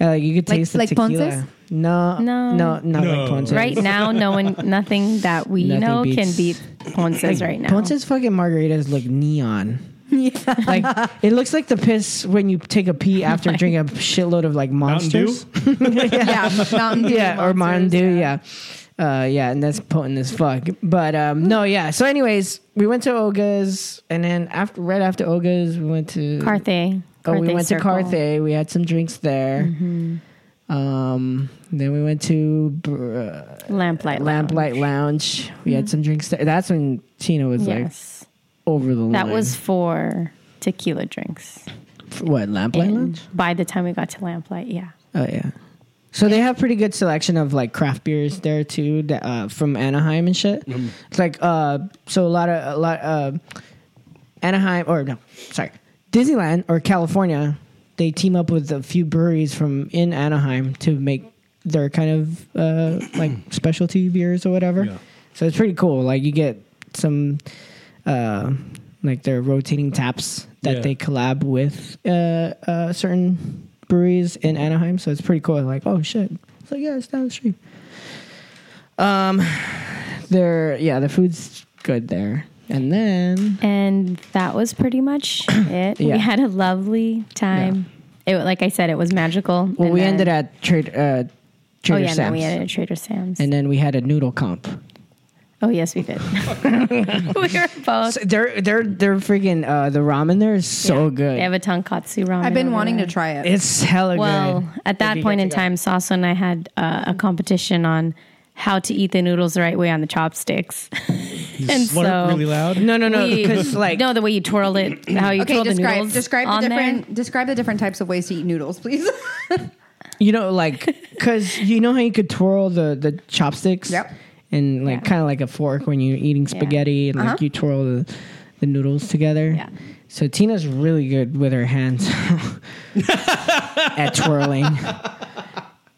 Uh, like you could Like- taste like the tequila. Ponces? No, No. no, not No. like Ponces. Right now, no [LAUGHS] one, nothing that we Nothing know beats- can beat Ponce's right now. Ponce's fucking margaritas look [LAUGHS] neon. Yeah. Like it looks like the piss when you take a [LAUGHS] Oh pee after drinking a shitload of like Mountain Dew? monsters. yeah. Mountain Dew. yeah, or Mountain Monsters, Dew, yeah. Uh, yeah, and that's potent as fuck. But um, no, yeah. So, anyways, we went to Oga's, and then after, right after Oga's, we went to Carthay. Oh, we Carthay went Circle. to Carthay. We had some drinks there. Um, then we went to Br- uh, Lamplight. Lamplight Lounge. We had some drinks there. That's when Tina was Yes. like over the line. That was for tequila drinks. F- what Lamplight And Lounge. by the time we got to Lamplight, yeah. Oh yeah. So they have pretty good selection of like craft beers there too, that, uh, from Anaheim and shit. It's like uh, so a lot of a lot uh, Anaheim or no, sorry, Disneyland or California. They team up with a few breweries from in Anaheim to make their kind of uh, like specialty beers or whatever. Yeah. So it's pretty cool. Like you get some uh, like their rotating taps that Yeah. they collab with uh, uh, certain breweries in Anaheim. So it's pretty cool. Like, oh shit. It's like, yeah, it's down the street. Um, they're, yeah, the food's good there. And then, And that was [COUGHS] pretty much it. Yeah. We had a lovely time. It, like I said, it was magical. well, And we then- ended at Trader, uh, Oh Trader yeah, and then Sam's. we ended at Trader Sam's. and then we had a noodle comp. oh yes, we did. [LAUGHS] we were both. So they're, they're, they're freaking, uh, the ramen there is so good. They have a tonkatsu ramen. I've been over wanting there. to try it. it's hella Well, good. at that point in time, Sasso and I had uh, a competition on how to eat the noodles the right way on the chopsticks. and Slurp so really loud? No, no, no. we- Because like, no, the way you twirl it, how you Okay, twirl the describe noodles describe on the there. different describe the different types of ways to eat noodles, please. [LAUGHS] You know, like because you know how you could twirl the the chopsticks. Yep. And like Yeah. Uh-huh. kind of like a fork when you're eating spaghetti, and like you twirl the, the noodles together. Yeah. So Tina's really good with her [LAUGHS] hands at twirling,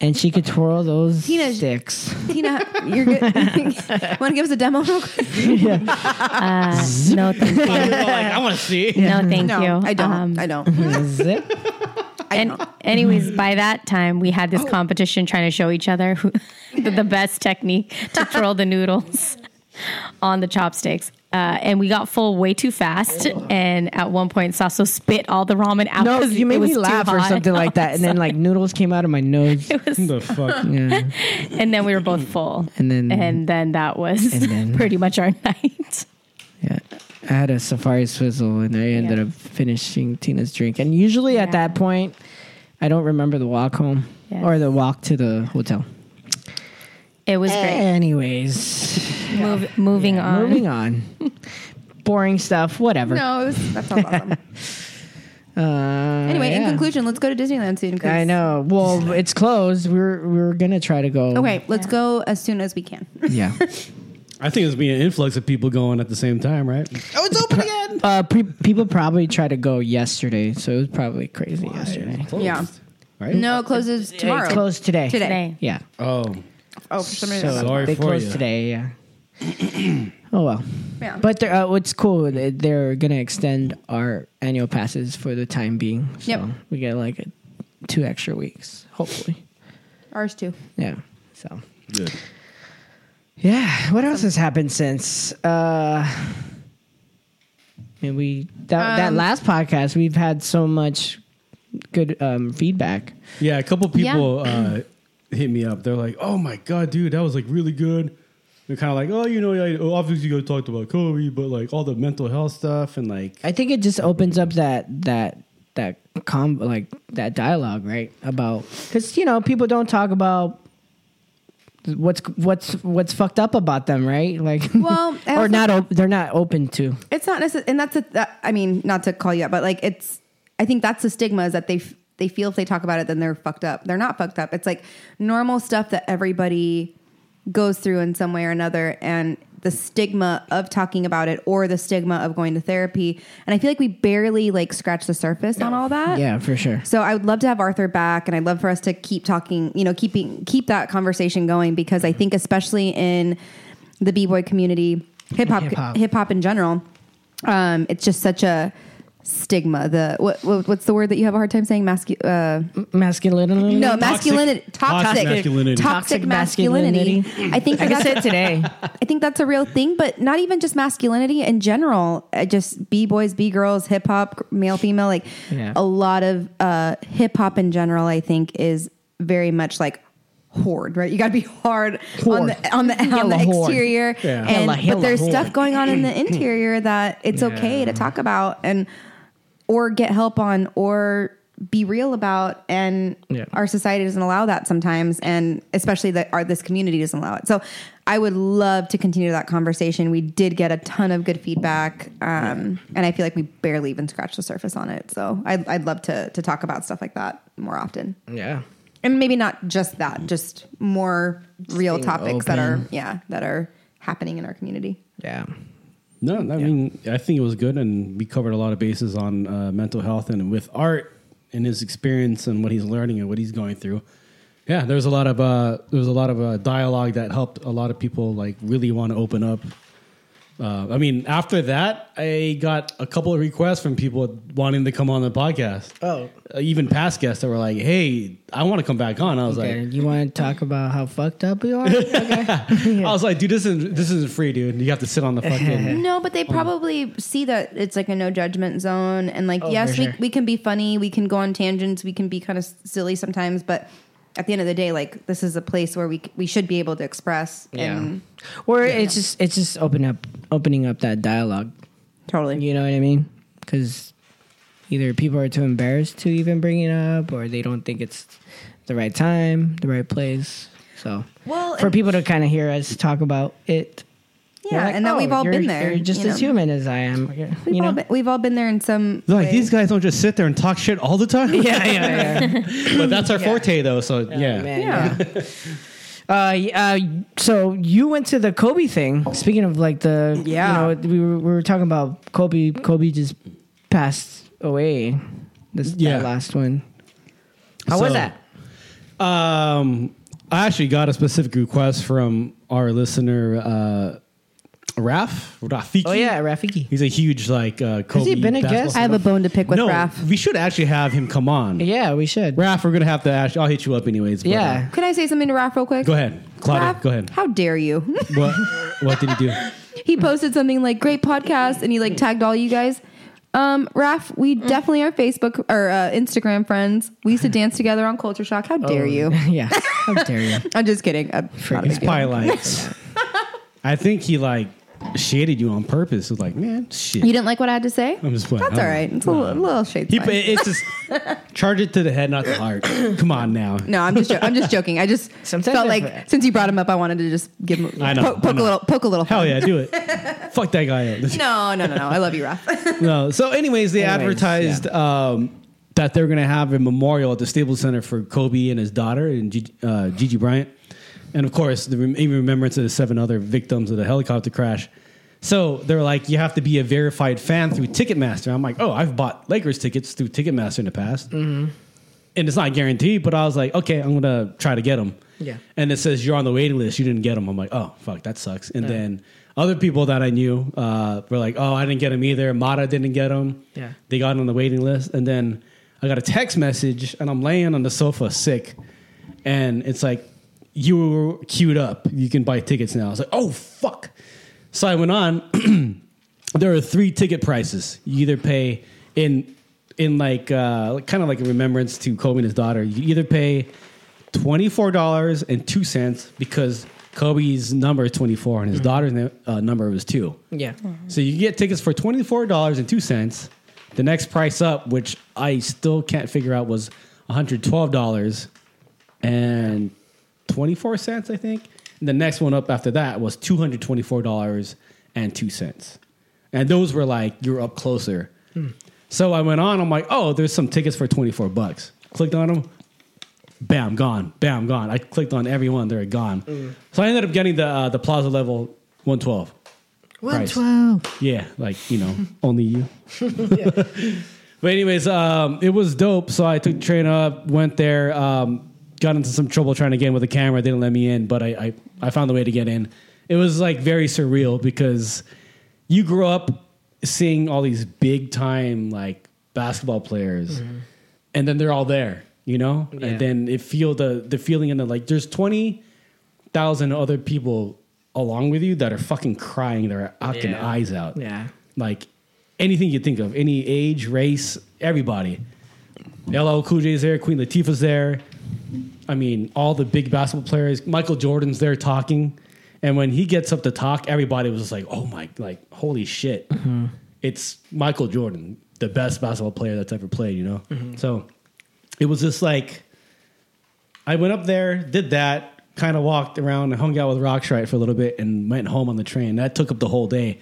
and she could twirl those Tina's- [LAUGHS] sticks. Tina, you're [LAUGHS] good. Want to give us a demo real quick? [LAUGHS] No, thank you. Like, I want to see. [LAUGHS] No, thank No, you. I don't. Um, I don't. Zip. and anyways, by that time, we had this Oh. competition trying to show each other who, [LAUGHS] the, the best technique [LAUGHS] to twirl the noodles on the chopsticks. Uh, and we got full way too fast. And at one point, Sasso spit all the ramen out. Oh. No, 'cause you it made was me too laugh or hot. something like that, [LAUGHS] and then like noodles came out of my nose. the fuck? Yeah. and then we were both full. [LAUGHS] And then- and then that was And then- [LAUGHS] pretty much our night. Yeah. I had a safari swizzle and I ended Yeah. up finishing Tina's drink. And usually at Yeah. that point, I don't remember the walk home Yes. or the walk to the hotel. It was great. Um, Anyways, Move, moving on. moving [LAUGHS] on. Boring stuff, whatever. No, it was, that's all awesome. Uh, Anyway, in yeah. conclusion, let's go to Disneyland soon. 'cause- I know. [LAUGHS] Well, it's closed. We're we're gonna try to go. Okay, let's go as soon as we can. [LAUGHS] Yeah. I think there's be an influx of people going at the same time, right? oh, it's open again. Uh, pre- people probably tried to go yesterday, so it was probably crazy yesterday. Yeah. Right? No, it closes tomorrow. It's closed today. Today. Today. Yeah. Oh, Oh, for some reason. So Sorry they for closed ya. today. Yeah. [CLEARS THROAT] oh well. Yeah. But they're, uh, what's cool, they- they're gonna extend our annual passes for the time being. So Yep. We get like two extra weeks, hopefully. Ours too. Yeah. So. good. Yeah. What else has happened since? Uh, and we that that Um, last podcast we've had so much good um, feedback. Yeah, a couple people uh, hit me up. They're like, "Oh my god, dude, that was like really good." They're kind of like, "Oh, you know, I, oh, obviously you guys talked about Kobe, but like all the mental health stuff and like I think it just opens up that that that com like that dialogue right about because you know people don't talk about what's what's what's fucked up about them right [LAUGHS] like Well, I or also- not op- they're not open to It's not necessarily, and that's a, that, I mean, not to call you out, but like it's, I think that's the stigma is that they, f- they feel if they talk about it, then they're fucked up. They're not fucked up. It's like normal stuff that everybody goes through in some way or another. And the stigma of talking about it or the stigma of going to therapy. And I feel like we barely like scratch the surface on all that. yeah for sure So I would love to have Arthur back, and I'd love for us to keep talking, you know, keeping keep that conversation going because I think especially in the b boy community, hip hop, Hip-hop. hip hop in general, um, it's just such a stigma. The what, what what's the word that you have a hard time saying? Mascu- uh, masculinity no, masculinity, toxic, toxic masculinity. toxic masculinity. I think like I that's said today [LAUGHS] I think that's a real thing, but not even just masculinity in general. Uh, Just b boys, b girls, hip hop, male, female. Like Yeah. a lot of uh, hip hop in general, I think is very much like hard, right? You got to be hard on Hard. the on the, on the Hella hard. exterior, Yeah. and Hella, hella but there's hard. stuff going on [CLEARS THROAT] in the interior that it's okay to talk about and or get help on or be real about and Yeah. our society doesn't allow that sometimes and especially that our this community doesn't allow it so i would love to continue that conversation we did get a ton of good feedback um, and i feel like we barely even scratched the surface on it so i'd, I'd love to, to talk about stuff like that more often yeah and maybe not just that just more real being topics that are open. yeah that are happening in our community yeah No, I mean, I think it was good, and we covered a lot of bases on uh, mental health and with art and his experience and what he's learning and what he's going through. Yeah, there was a lot of uh, there was a lot of uh, dialogue that helped a lot of people like really want to open up. Uh, I mean, after that, I got a couple of requests from people wanting to come on the podcast. Oh. Uh, even past guests that were like, "Hey, I want to come back on." I was okay like, you want to talk about how fucked up you [LAUGHS] are "I was like, dude, this isn't this isn't free, dude. You have to sit on [LAUGHS] the fucking." No, but they Oh. probably see that it's like a no judgment zone. And like, Oh, yes, for sure. we, we can be funny, we can go on tangents, we can be kind of silly sometimes, but at the end of the day, like, this is a place where we, c- we should be able to express. And or it's just it's just open up opening up that dialogue totally. You know what I mean? Because either people are too embarrassed to even bring it up, or they don't think it's the right time, the right place. So, Well, for and- people to kind of hear us talk about it, Yeah. they're like, and that "Oh, we've all you're- been there. You're just you as know? human as I am. We've, you know? all been, we've all been there in some. They're way. like these guys don't just sit there and talk shit all the time. [LAUGHS] yeah, yeah, yeah. Oh, but that's our forte though so yeah, Man, Yeah. [LAUGHS] Uh, y- uh, so you went to the Kobe thing. Speaking of like the Yeah. you know, we were we were talking about Kobe. Kobe just passed away. This that Yeah. last one. How was So- that? um i actually got a specific request from our listener uh Raf Rafiki. Oh yeah, Rafiki. he's a huge like uh Kobe he been a basketball guest? I have a bone to pick with no, Raph. we should actually have him come on Yeah, we should. Raf we're gonna have to actually I'll hit you up anyways but, uh, Yeah. Can I say something to Raph real quick? go ahead Claudia Raph, go ahead How dare you? [LAUGHS] [LAUGHS] what what did he do he posted something like great podcast and he like tagged all you guys um raf we definitely are facebook or uh, instagram friends we used to dance together on culture shock how Oh, dare you [LAUGHS] [LAUGHS] yeah. How dare you? i'm just kidding I'm not a he's big deal. probably like I think he like shaded you on purpose. It's like, man, shit. You didn't like what I had to say? I'm just playing. That's all I'm- right. It's a little, little shade. He, it's just [LAUGHS] charge it to the head, not the heart. Come on now. No, I'm just jo- I'm just joking. I [LAUGHS] just Sometimes felt I like forget. since you brought him up, I wanted to just give him I know, poke, I poke know. a little poke a little. Hell fun. yeah, [LAUGHS] do it. Fuck that guy up. No, no, no, no. I love you, Raph. [LAUGHS] [LAUGHS] no. So, anyways, they Anyways, advertised um, that they're going to have a memorial at the Staples Center for Kobe and his daughter and Gigi, uh, Gigi Bryant, and of course, the rem- in remembrance of the seven other victims of the helicopter crash. So they're like, you have to be a verified fan through Ticketmaster. I'm like, oh, I've bought Lakers tickets through Ticketmaster in the past, Mm-hmm. and it's not guaranteed. But I was like, okay, I'm gonna try to get them. Yeah. And it says you're on the waiting list. You didn't get them. I'm like, oh fuck, that sucks. And then other people that I knew uh, were like, oh, I didn't get them either. Mata didn't get them. Yeah. They got on the waiting list. And then I got a text message, and I'm laying on the sofa sick, and it's like, you were queued up. You can buy tickets now. I was like, oh fuck. So I went on there are three ticket prices. You either pay in in like uh, kind of like a remembrance to Kobe and his daughter. You either pay twenty four dollars and two cents because Kobe's number is twenty four and his daughter's na- uh, number was two. Yeah. So you get tickets for twenty four dollars and two cents. The next price up, which I still can't figure out, was one hundred twelve dollars and twenty four cents, I think. And the next one up after that was two hundred twenty four dollars and two cents, and those were like you're up closer. So I went on. I'm like, oh, there's some tickets for twenty four bucks. Clicked on them. Bam, gone. Bam, gone. I clicked on every one. They're gone. So I ended up getting the uh, the Plaza level one twelve. One twelve. Yeah, like you know, [LAUGHS] only you. but anyways, um, it was dope. So I took the train up, went there, um, got into some trouble trying to get in with the camera. They didn't let me in, but I, I I found the way to get in. It was like very surreal because you grow up seeing all these big time like basketball players, and then they're all there, you know, Mm-hmm. Yeah. and then it feel the the feeling in the like there's twenty thousand other people along with you that are fucking crying their fucking Yeah. eyes out. Yeah. Like anything you think of, any age, race, everybody. LL Cool J's there, Queen Latifah's there. I mean, all the big basketball players. Michael Jordan's there talking, and when he gets up to talk, everybody was just like, "Oh my, like holy shit!" It's Michael Jordan, the best basketball player that's ever played. You know, so it was just like I went up there, did that, kind of walked around, and hung out with Rockstrite for a little bit, and went home on the train. That took up the whole day,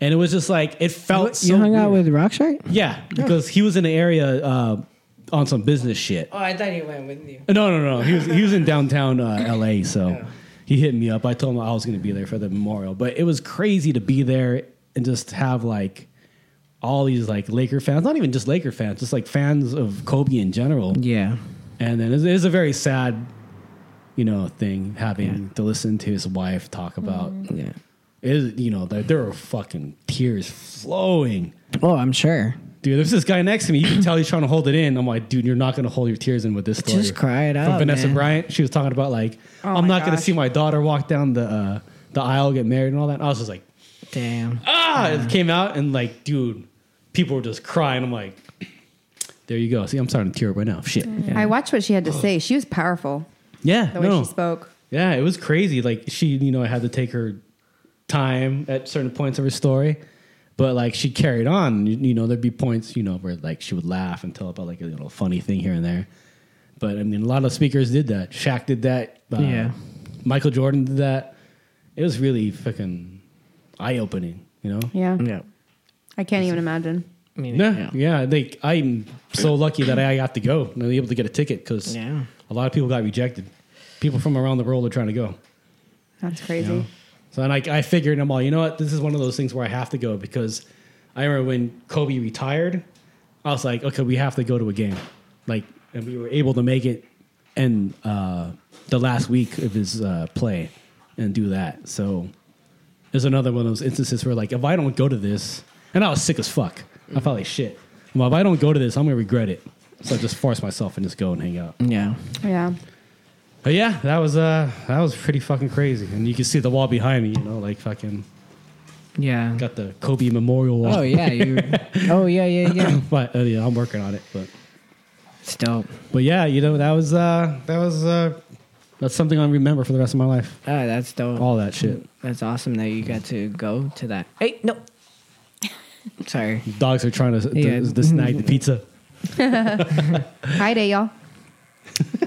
and it was just like it felt. You Oh, so hung out weird. with Rockshite? yeah, because he was in the area uh, on some business shit. Oh, I thought he went with you. No, no, no. He was he was in downtown uh, L.A. So he hit me up. I told him I was going to be there for the memorial, but it was crazy to be there and just have like all these like Laker fans. Not even just Laker fans, just like fans of Kobe in general. Yeah. And then it is a very sad, you know, thing having to listen to his wife talk about. Yeah. It, you know, there, there were fucking tears flowing Oh, I'm sure. dude, there's this guy next to me. You can tell he's trying to hold it in. I'm like, dude, you're not going to hold your tears in with this story. Just cry it From out, Vanessa man. Bryant, she was talking about like, I'm my not going to gosh. see my daughter walk down the uh, the aisle, get married, and all that. And I was just like, Damn. ah, it came out, and like, dude, people were just crying. I'm like, [CLEARS THROAT] there you go. See, I'm starting to tear up right now. Shit. I watched what she had to say. She was powerful Yeah, the way Oh. no. she spoke. Yeah, it was crazy. Like she, you know, had to take her time at certain points of her story, but like she carried on. You, you know, there'd be points, you know, where like she would laugh and tell about like a little funny thing here and there. But I mean, a lot of speakers did that. Shaq did that. Uh, Yeah. Michael Jordan did that. It was really fucking eye opening. You know. Yeah, Yeah. I can't even imagine. I mean, Yeah, yeah. Like I'm so lucky that I got to go and able to get a ticket because Yeah. a lot of people got rejected. People from around the world are trying to go. That's crazy. So and I, I figured I'm all, you know what? This is one of those things where I have to go because I remember when Kobe retired, I was like, okay, we have to go to a game, like, and we were able to make it and uh, the last week of his uh, play and do that. So there's another one of those instances where like, if I don't go to this, and I was sick as fuck, I felt like shit. Well, if I don't go to this, I'm gonna regret it. So I just forced myself and just go and hang out. Yeah. Yeah, But yeah, that was uh that was pretty fucking crazy. And you can see the wall behind me, you know, like fucking Yeah. got the Kobe Memorial Wall. Oh [LAUGHS] yeah, you. [LAUGHS] oh yeah, yeah, yeah. but uh, yeah, I'm working on it. But It's dope. but yeah, you know that was uh that was uh That's something I'll remember for the rest of my life. Oh, that's dope. All that shit. That's awesome that you got to go to that. Hey, [LAUGHS] no. Sorry. Dogs are trying to Yeah. to, to snag [LAUGHS] the pizza. Hi day, y'all.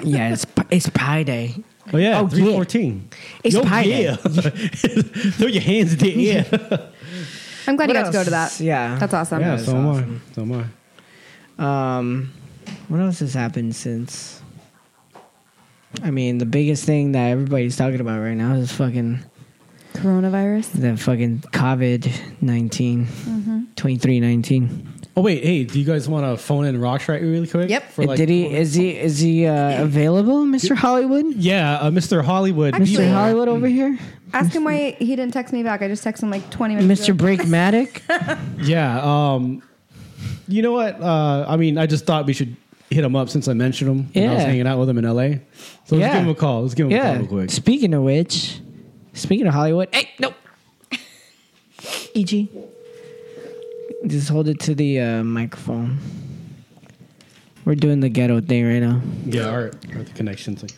Yeah, it's it's Pi Day. Oh yeah, Oh, three fourteen. It's Pi yeah. [LAUGHS] Day. Throw your [LAUGHS] hands in the air. I'm glad What you got to go else? to that. Yeah. That's awesome. yeah, that's so am awesome. I. So am I. Um, what else has happened since? I mean, the biggest thing that everybody's talking about right now is fucking Coronavirus. the fucking COVID 19, Mm-hmm. 2319. Oh wait, hey, do you guys want to phone in Rock's right really quick? Yep. For, like, Did he, is he, is he uh, available, Mr. Hollywood? Yeah, uh, Mr. Hollywood. Actually- Mr. Bieber. Hollywood over here? Ask him why he didn't text me back. I just texted him like 20 minutes Mr. ago. [LAUGHS] Breakmatic? yeah. Um, you know what? Uh, I mean, I just thought we should hit him up since I mentioned him. and I was Yeah. hanging out with him in L.A. So let's Yeah. give him a call. Let's give him a call yeah. real quick. Speaking of which, speaking of Hollywood, hey, no. EG. Just hold it to the uh, microphone. We're doing the ghetto thing right now. Yeah, all right. Or the connections. Like,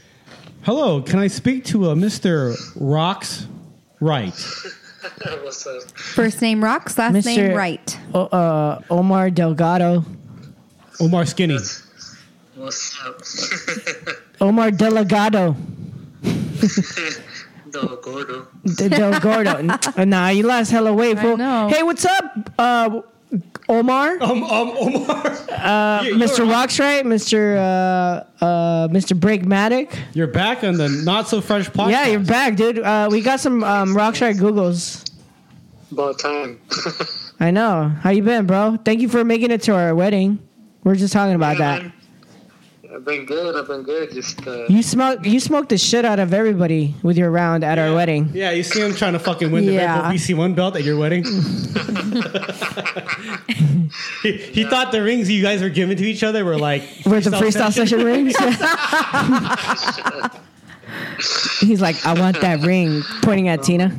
Hello, can I speak to uh, Mr. Rocks Right? What's up? First name Rocks, last Mr. name Wright. O- uh, Omar Delgado. Omar Skinny. What's up? [LAUGHS] Omar Delgado. no, Gordo. D- Del [LAUGHS] Gordo. N- nah, you lost hella weight, fool. know. Hey, what's up, uh, Omar? [LAUGHS] Um, um, Omar. Uh, Mr. Rockstrite, Mr. Uh, uh, Mr. Breakmatic. You're back on the Not So Fresh podcast. Yeah, you're back, dude. Uh, we got some um, Rockstrite Googles. About time. I know. How you been, bro? Thank you for making it to our wedding. We're just talking about that. I've been good. I've been good. Just uh, You smoke. You smoked the shit out of everybody with your round at our wedding. Yeah, you see him trying to fucking win the Yeah. Red Bull BC1 belt at [LAUGHS] your wedding. [LAUGHS] he he thought the rings you guys were giving to each other were like With the freestyle session [LAUGHS] rings. He's like, I want that ring, pointing at Tina.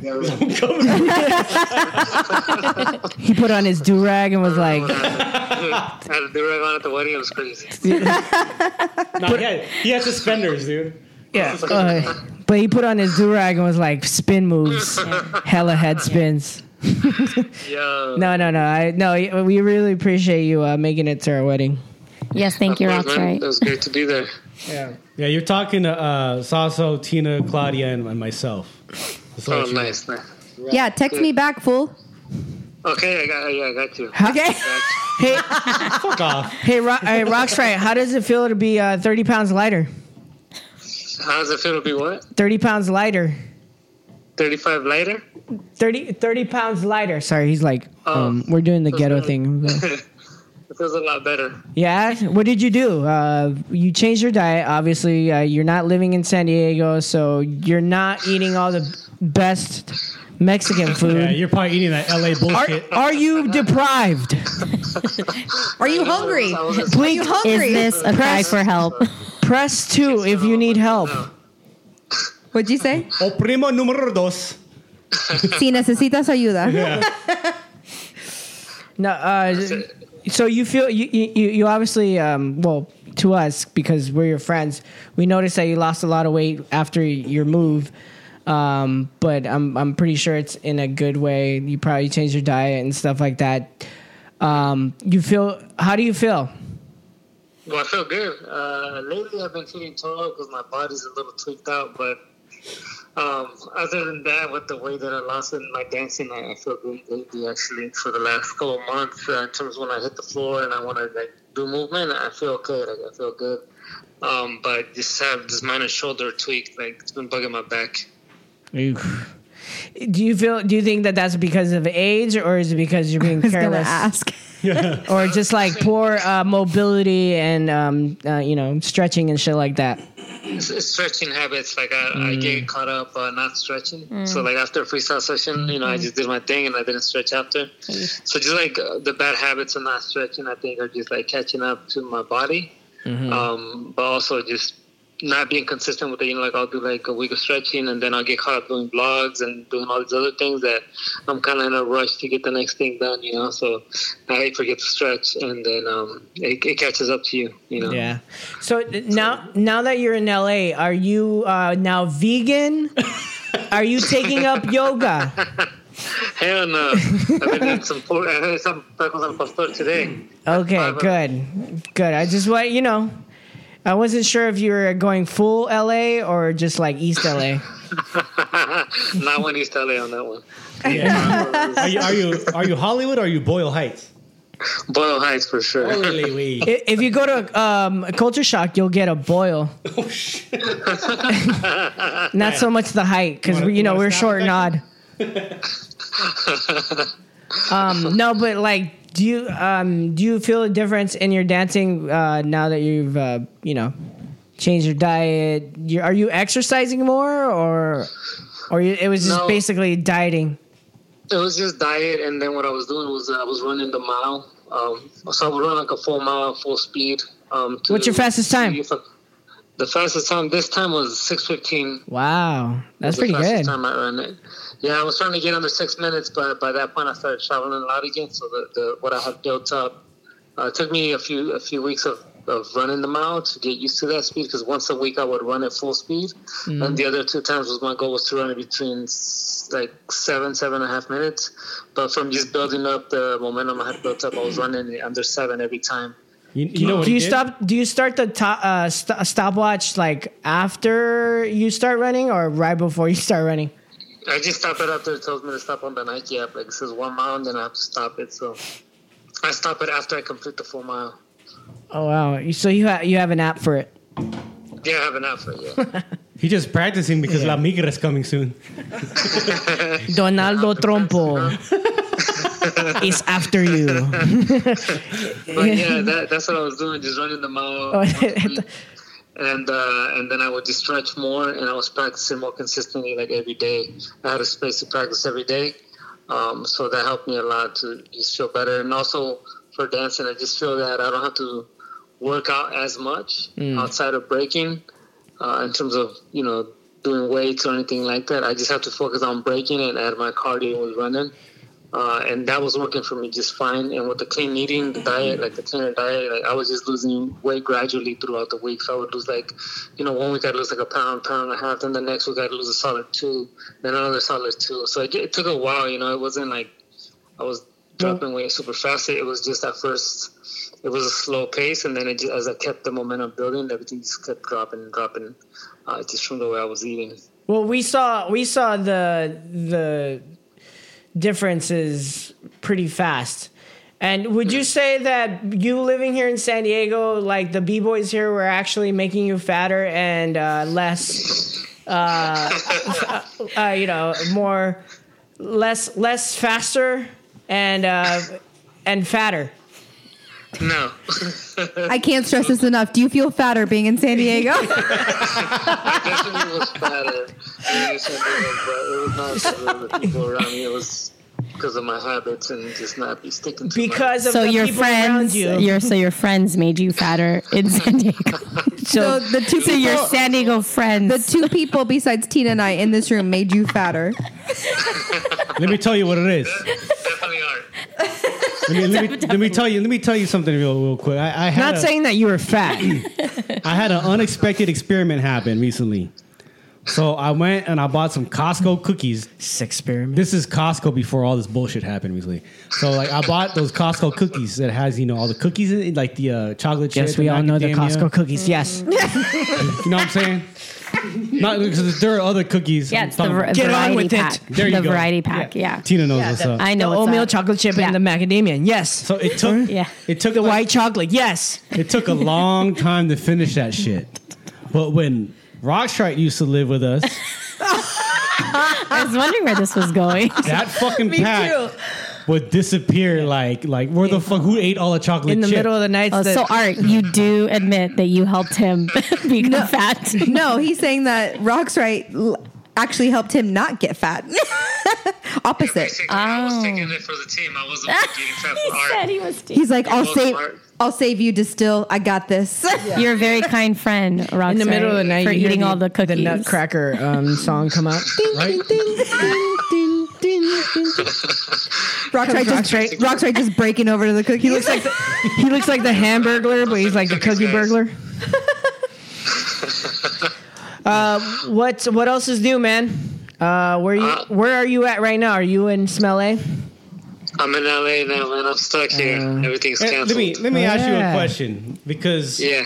he put on his do rag and was like, [LAUGHS] [LAUGHS] I had to do right on at the wedding. It was crazy. Nah, he, had, he had suspenders, dude. yeah. uh, but he put on his do rag and was like, spin moves, hella head spins. [LAUGHS] Yo. No, no, no. I no. We really appreciate you uh, making it to our wedding. Yes, thank you, It was- Rock's right. It was great to be there. Yeah, you're talking to uh, Sasso, Tina, Claudia, and, and myself. That's what Oh, you- nice, nice. Yeah, text me back, fool. Okay, I got. Yeah, I got you. Okay. [LAUGHS] hey, Fuck off. hey, Ro- hey, Rock's right. How does it feel to be uh, thirty pounds lighter? How does it feel to be what? Thirty pounds lighter. Thirty-five later. 30, 30 pounds lighter. Sorry, he's like, um, we're doing the ghetto thing. [LAUGHS] It feels a lot better. Yeah. What did you do? Uh, you changed your diet. Obviously, uh, you're not living in San Diego, so you're not eating all the best Mexican Yeah, food. you're probably eating that LA Are, bullshit. are you deprived? Are you hungry? I wasn't- Are you Is hungry? this a cry for help? Press two if you need help. What'd you say? O primo número dos. si necesitas ayuda. No, uh, so you feel you you, you obviously um, well to us because we're your friends. We noticed that you lost a lot of weight after your move, um, but I'm I'm pretty sure it's in a good way. You probably changed your diet and stuff like that. Um, you feel? How do you feel? Well, I feel good. Uh, lately, I've been feeling tall because my body's a little tweaked out. But um, other than that, with the weight that I lost in my dancing, I, I feel good lately. Actually, for the last couple of months, uh, in terms of when I hit the floor and I want to like do movement, I feel good. Like, I feel good. Um, but just have this minor shoulder tweak. Like it's been bugging my back. Do you feel? Do you think that that's because of age, or is it because you're being [LAUGHS] I was gonna careless, ask. or just like poor uh, mobility and um, uh, you know stretching and shit like that? S- stretching habits. Like I, I get caught up uh, not stretching. So like after a freestyle session, you know, I just did my thing and I didn't stretch after. So just like uh, the bad habits of not stretching, I think are just like catching up to my body. Um, but also just not being consistent with it. You know, like I'll do like a week of stretching, and then I'll get caught up doing blogs and doing all these other things that I'm kind of in a rush to get the next thing done. You know, so I forget to stretch, and then um, it, it catches up to you. You know, Yeah. So th- now, now that you're in LA, are you uh, now vegan? are you taking up yoga? Hell [LAUGHS] no. I've been eating some por- I had some tacos al pastor today. Okay, good, good. I just want you know, I wasn't sure if you were going full LA or just like East LA. Not when he's telling on that one. Yeah. are, you, are you are you Hollywood or are you Boyle Heights? Boyle Heights for sure. Holy wee. I- if you go to um, Culture Shock, you'll get a boil. [LAUGHS] Oh, [LAUGHS] Not so much the height because Wanna- you know wanna we're stop short it and odd. Um, no, but like, do you um, do you feel a difference in your dancing uh, now that you've uh, you know changed your diet? you are you exercising more or or you, it was just No. basically dieting? It was just diet, and then what I was doing was uh, I was running the mile. Um, so I would run like a full mile at full speed. Um, to- What's your fastest time? see if I- the fastest time this time was six fifteen. Wow, that's was pretty the fastest good. Time I ran it. Yeah, I was trying to get under six minutes, but by that point I started traveling a lot again. So the, the what I had built up uh, it took me a few a few weeks of, of running the mile to get used to that speed. Because once a week I would run at full speed, Mm-hmm. Mm. and the other two times was my goal was to run it between s- like seven seven and a half minutes. But from just building up the momentum I had built up, I was running it under seven every time. You, Do know what do he you did? stop? Do you start the to, uh, st- stopwatch like after you start running or right before you start running? I just stop it after it tells me to stop on the Nike app. Like it says one mile, and then I have to stop it. So I stop it after I complete the four mile. Oh wow! You- So you ha- you have an app for it? Yeah, I have an app for it. Yeah. He's just practicing because La Migra is coming soon. Donaldo Trompo is after you. but yeah, that, that's what I was doing, just running the mile. Oh, and uh, and then I would just stretch more, and I was practicing more consistently, like every day. I had a space to practice every day, um, so that helped me a lot to just feel better. And also for dancing, I just feel that I don't have to work out as much Mm. outside of breaking, uh, in terms of you know doing weights or anything like that. I just have to focus on breaking and add my cardio with running. Uh, and that was working for me just fine. And with the clean eating, the diet, like the cleaner diet, like I was just losing weight gradually throughout the week. So I would lose like, you know, one week I'd lose like a pound, pound and a half. Then the next week I'd lose a solid two, then another solid two. So it, it took a while, you know, it wasn't like I was dropping weight super fast. It was just at first, it was a slow pace. And then it just, as I kept the momentum building, everything just kept dropping and dropping uh, just from the way I was eating. Well, we saw we saw the the differences pretty fast. And would you say that you living here in San Diego, like the b boys here, were actually making you fatter and uh, less, uh, uh, [LAUGHS] you know, more less less faster and uh, and fatter? No. I can't stress this enough. Do you feel fatter being in San [LAUGHS] Diego? definitely was fatter. It was something, but it was not because of the people around me. It was because of my habits and just not be sticking to Because my, so your friends, your so your friends made you fatter [LAUGHS] in San Diego. So the two so your people- San Diego friends. the two people besides Tina and I in this room made you fatter. Let me tell you what it is. Let me, let me, let me tell you. Let me tell you something real, real quick. I, I [LAUGHS] had Not a- saying that you were fat. I had an unexpected experiment happen recently. So I went and I bought some Costco cookies. Experiment. This is Costco before all this bullshit happened recently. So like I bought those Costco cookies that has you know all the cookies in it, like the uh, chocolate. Yes, chip we and all know the macadamia. [LAUGHS] Costco cookies. Yes. You know what I'm saying? Not because there are other cookies. yeah, I'm it's the talking var- about. variety pack. There you the go. variety pack. Yeah. Tina knows what's up. I know The what's oatmeal up. chocolate chip and the macadamia. Yes. So it took. [LAUGHS] Yeah. It took the white chocolate. Yes. [LAUGHS] It took a long time to finish that shit. But when Rockstrike used to live with us, I was wondering where this was [LAUGHS] going. [LAUGHS] that fucking pack would disappear. Like, like where the fuck? Who ate all the chocolate chip? Oh, so Art, you do admit that you helped him [LAUGHS] [LAUGHS] become fat. no, he's saying that Rock's right l- actually helped him not get fat. [LAUGHS] opposite. he said he was. He's like, You're I'll both save, smart. I'll save you. Distill, I got this. [LAUGHS] You're a very kind friend, Roxanne. In the middle of the night, for you hear eating the, all the cookies. The Nutcracker um, song come [LAUGHS] out. Ding, ding, ding, ding, ding, ding, ding. Rock's right, just, Rock's right, just breaking over to the cookies. He looks like the, he looks like the Hamburglar, but he's like the Cookie [LAUGHS] Burglar. Uh, what what else is new, man? Uh, where you where are you at right now? Are you in Smell I'm in LA now, man. I'm stuck here. Everything's Eh, canceled. Let me let me ask you a Yeah. question because yeah.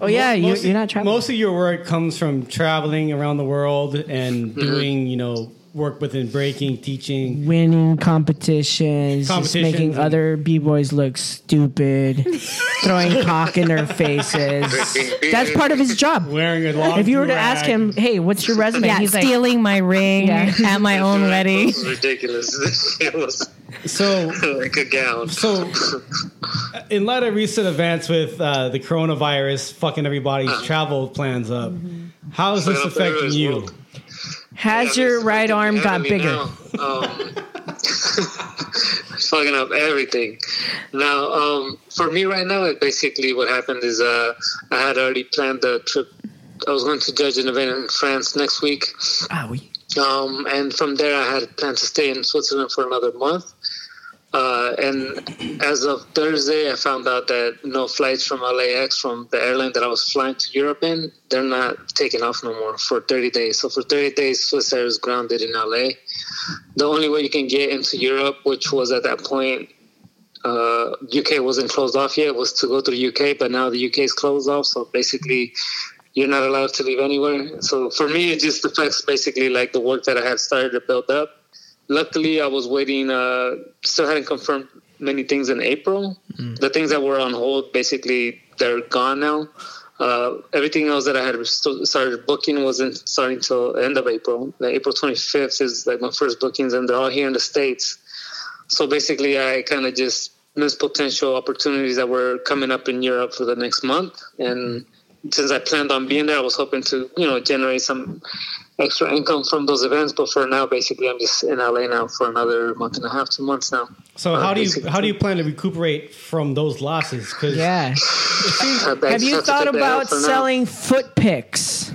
Oh, yeah, you- you're not traveling. Most of your work comes from traveling around the world and Mm-hmm. doing you know work within breaking, teaching. Winning competitions, just Competitions making and- other b boys look [LAUGHS] stupid, throwing cock in their faces. That's part of his job. Wearing a long If you were to ask rag. him, hey, what's your resume? Yeah, He's like, stealing my ring Yeah. [LAUGHS] at my [LAUGHS] own wedding. This is ridiculous. [LAUGHS] This shit was So like a gown. So, in light of recent events with uh, the coronavirus fucking everybody's travel plans up, Mm-hmm. how is this Fucking Uh-huh. up affecting everybody's you? world. has your right arm got bigger? Now, um, [LAUGHS] fucking up everything. Now, um, for me right now, it basically what happened is uh, I had already planned the trip. I was going to judge an event in France next week. Ah, we. Um, and from there, I had planned to stay in Switzerland for another month. Uh, and as of Thursday, I found out that no flights from LAX, from the airline that I was flying to Europe in, they're not taking off no more for 30 days. So for 30 days, Swiss Air is grounded in LA. The only way you can get into Europe, which was at that point, uh, UK wasn't closed off yet, was to go to the UK, but now the UK is closed off. So basically, you're not allowed to leave anywhere. So for me, it just affects basically like the work that I had started to build up. Luckily, I was waiting. Uh, still hadn't confirmed many things in April. The things that were on hold, basically, they're gone now. Uh, everything else that I had st- started booking wasn't starting till end of April. Like April 25th is like my first bookings, and they're all here in the states. So basically, I kind of just missed potential opportunities that were coming up in Europe for the next month. And since I planned on being there, I was hoping to, you know, generate some extra income from those events. But for now, basically, I'm just in LA now for another month and a half, two months now. So Uh, how do you basically. how do you plan to recuperate from those losses? Because yeah, Have you thought about selling foot picks?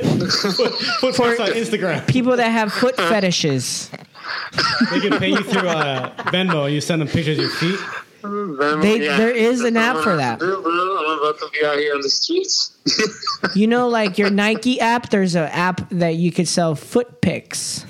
put posts on Instagram. People that have foot fetishes. They can pay you through uh, Venmo. and You send them pictures of your feet. They- there is an app for that. I'm about to be out here on the streets. [LAUGHS] You know, like your Nike app, there's an app that you could sell foot picks.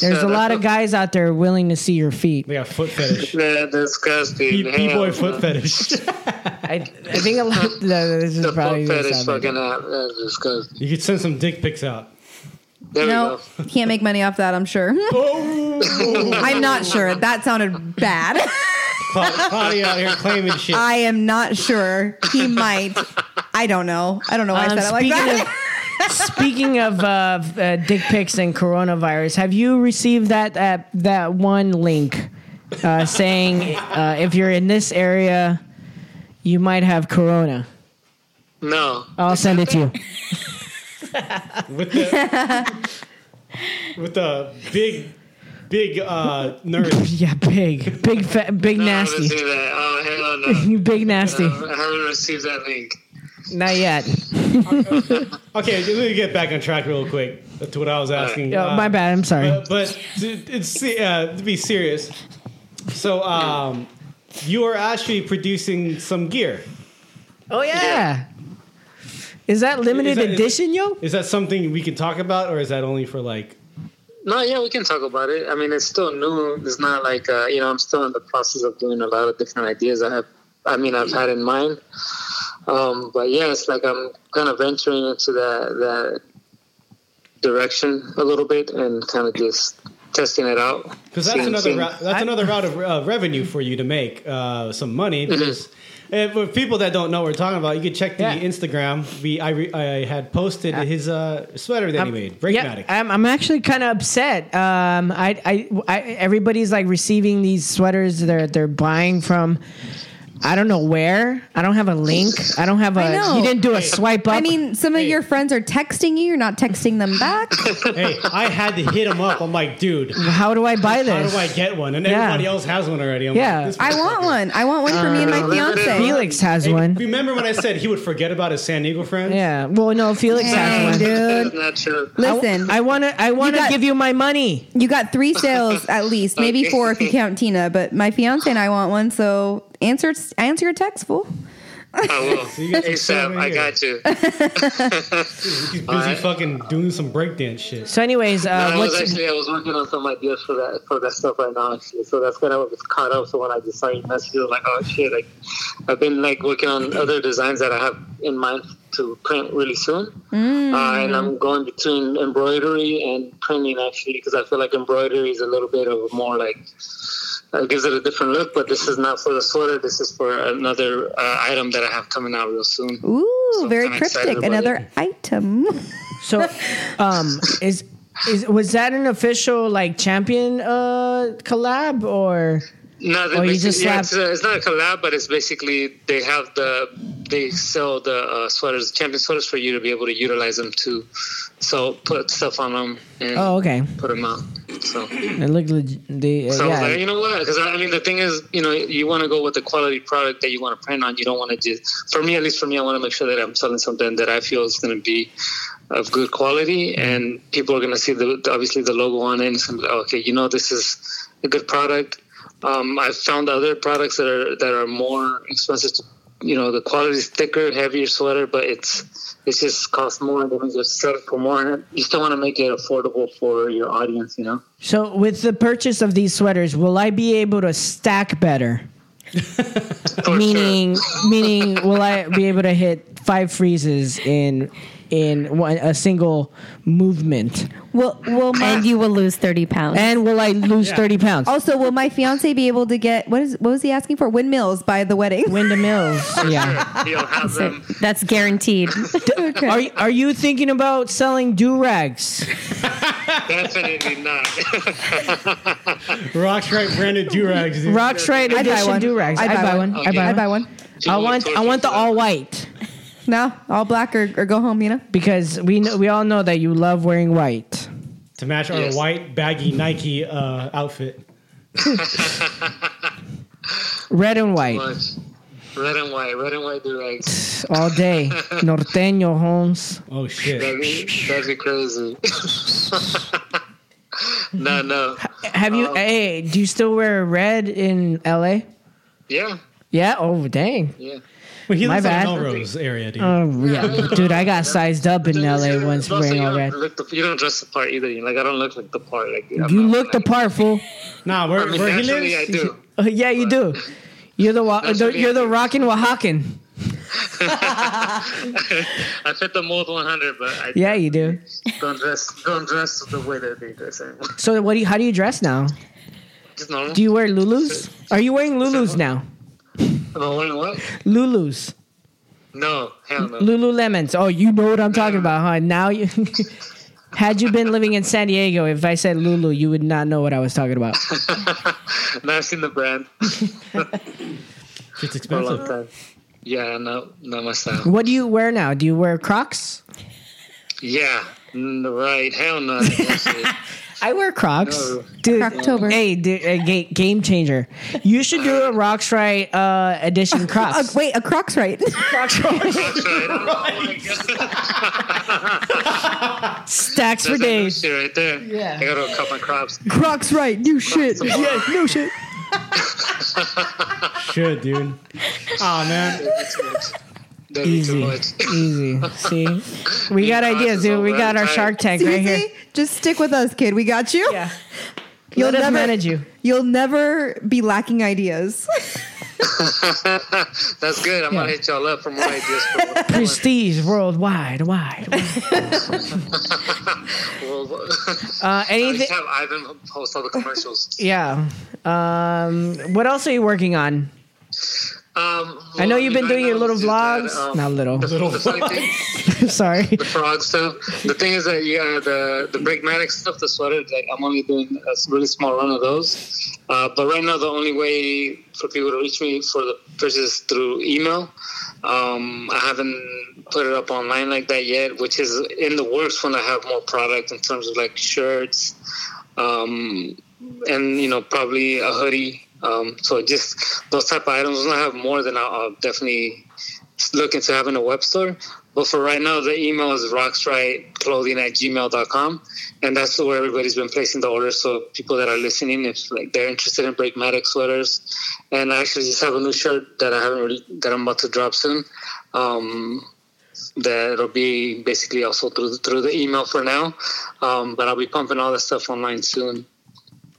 There's a lot of guys out there willing to see your feet. They got foot fetish. Yeah, disgusting. B-boy foot fetish. I, I think a lot. no, this is The probably fuck gonna fetish sound fucking app. That's disgusting. You could send some dick pics out. There we no, go. can't make money off that. I'm sure. [LAUGHS] Oh! I'm not sure. That sounded bad. Cla- Claudia out here claiming [LAUGHS] shit. I am not sure. He might. I don't know. I don't know why [LAUGHS] I Um, said it like speaking that. Of, speaking of uh, uh, dick pics and coronavirus, have you received that that, that one link uh, saying uh, if you're in this area, you might have corona? No. I'll send it to you. [LAUGHS] with the with the big big uh nerd. Yeah, big, big, fa- big, I haven't nasty, seen that. Oh, hell no. big, [LAUGHS] nasty. I haven't received that link. Not yet. Okay, let me get back on track real quick to what I was asking. Oh, Uh, my bad. I'm sorry. But, but to, it's uh, to be serious. So um you are actually producing some gear. oh yeah. Is that limited Is that- is- edition, yo? Is that something we can talk about or is that only for like No, yeah, we can talk about it. I mean, it's still new. It's not like uh, you know, I'm still in the process of doing a lot of different ideas. I have, I mean, I've had in mind. Um, but yeah, it's like I'm kind of venturing into that that direction a little bit and kind of just testing it out. Because that's Seeing- another seeing- route, that's another route of uh, revenue for you to make uh, some money. Mm-hmm. Because uh, for people that don't know what we're talking about, you can check the Yeah. Instagram. We I, re, I had posted his uh, sweater Um, that he [LAUGHS] made, Breakmatic. I'm, I'm actually kind of upset. Um, I, I, I, everybody's like receiving these sweaters that they're, they're buying from I don't know where. I don't have a link. I don't have I a. know. You didn't do a swipe up. I mean, some of your friends are texting you. You're not texting them back. hey, I had to hit him up. I'm like, dude, how do I buy How this? do I get one? And Yeah. everybody else has one already. I'm like, Yeah. this I want one. I want one for me and my fiance. Felix has one. Remember when I said he would forget about his San Diego friends? Yeah. Well, no, Felix Dang, has one. dude. Not true. Listen, I want to. I want to got- give you my money. you got [LAUGHS] three sales at least, maybe Okay. four if you count Tina. But my fiance and I want one. So answer answer your text, fool. I will. you got some shit ASAP, I right got you. He's busy Alright. fucking doing some breakdance shit. So, anyways, uh, I was what's actually I was working on some ideas for that for that stuff right now actually. So that's kind of what was caught up. So when I decided to message, you, I was like, oh shit, like I've been like working on other designs that I have in mind to print really soon. Mm. Uh, and I'm going between embroidery and printing actually because I feel like embroidery is a little bit of a more like uh, gives it a different look. But this is not for the sweater. This is for another uh, item that I have coming out real soon. Ooh, So very I'm cryptic. excited about Another it. item. so? Um, is is was that an official like champion uh collab or? No, they Oh, you basically- just yeah, slapped- it's, uh, it's not a collab, but it's basically they have the they sell the uh, sweaters, champion sweaters for you to be able to utilize them too. So put stuff on them and Oh, okay. put them out. So, It looked legit. They, uh, so I was yeah. like, you know what? Because I mean, the thing is, you know, you want to go with the quality product that you want to print on. You don't want to just, for me at least, for me, I want to make sure that I'm selling something that I feel is going to be of good quality, and people are going to see the obviously the logo on it. And it's gonna be like, okay, you know, this is a good product. Um, I've found other products that are that are more expensive. To, you know, the quality is thicker, heavier sweater, but it's it's just costs more. They don't just sell it for more. And You still want to make it affordable for your audience, you know. So, with the purchase of these sweaters, will I be able to stack better? For meaning, [LAUGHS] meaning, will I be able to hit five freezes in in one, a single movement? Will will my and you will lose 30 pounds. And will I lose thirty pounds? also will my fiance be able to get what is what was he asking for? Windmills by the wedding. Windmills, yeah. sure, you'll have So them. that's [LAUGHS] guaranteed. Are you- are you thinking about selling do [LAUGHS] rags? Definitely not. Rocks right, Brandon Durags. dude. Rocks right [LAUGHS] I'd buy edition one. do rags. I'd buy one. I'd buy I'd buy one. I want I want the all white No, all black or, or go home. You know. because we know, we all know that you love wearing white. To match our Yes. white baggy Nike uh, outfit. Red and white Red and white, red and white durags. all day. Norteño Holmes. Oh shit! That'd be, that'd be crazy. [LAUGHS] no, no. Have you? hey, do you still wear red in L.A.? Yeah, Yeah. Oh, dang. yeah. Well, he My lives in bad. Melrose area, dude. Oh, yeah, dude. I got sized up in L.A. once Also, wearing you all don't red. Look the, you don't dress the part either. You're like, I don't look like the part. Like I'm You not- look the like- part, fool. [LAUGHS] nah, where, I mean, where he naturally, I lives? do. Uh, yeah, you do. You're the, wa- That's the what he- you're the rockin' Oaxacan. I fit the mold 100, but I Yeah, you do. don't dress. Don't dress the way that they dress. [LAUGHS] anymore. So what do you, how do you dress now? Just normal. Do you wear Lulus? Are you wearing Lulus now? Am I wearing what? Lulus, No, hell no. Lululemons. Oh, you know what I'm talking about, huh? Now you. [LAUGHS] Had you been living in San Diego, if I said Lulu, you would not know what I was talking about. [LAUGHS] No, I've seen the brand It's for a long expensive. time. Yeah, no, not my style. What do you wear now? Do you wear Crocs? Yeah, mm, right. Hell no. I wear Crocs, No. dude. Croctober. Hey, dude, a ga- game changer. You should do a Rocks Right uh, edition Uh, Crocs. wait, [LAUGHS] a Crocs right? [LAUGHS] That's right. Oh my god. [LAUGHS] Stacks for That's that new days. shit right there. Yeah. I gotta cut [LAUGHS] my crops. Crocs right. New shit. Yeah, new shit. Should, [LAUGHS] dude. Ah, man. That'd be too Easy, much. easy. See, we got Crocs ideas, is dude. all We got our right. Shark Tank right here. See? Just stick with us, kid. We got you. Yeah, You'll let us manage [LAUGHS] you. You'll never be lacking ideas. [LAUGHS] That's good. I'm gonna hit y'all up for more ideas [LAUGHS] for Prestige worldwide, wide. wide. [LAUGHS] Well, Uh, I anything? just have Ivan post all the commercials. Yeah. Um, what else are you working on? Um, I know well, you've been I doing your little noticed that, vlogs. um, Not little. [LAUGHS] [LAUGHS] the- the funny thing- Sorry. [LAUGHS] the frog stuff. The thing is that yeah, the the Brigmatic stuff, the sweater, like I'm only doing a really small run of those. Uh, but right now, the only way for people to reach me for the purchase is through email. Um, I haven't put it up online like that yet, which is in the works when I have more product in terms of like shirts, um, and you know probably a hoodie. Um, so just those type of items. When I have more, then I'll, I'll definitely look into having a web store. But for right now, the email is rocksrightclothing at gmail.com. And that's where everybody's been placing the orders. So people that are listening, if like they're interested in Breakmatic sweaters, and I actually just have a new shirt that I haven't really, that I'm about to drop soon. Um, that'll be basically also through, through the email for now. Um, but I'll be pumping all that stuff online soon.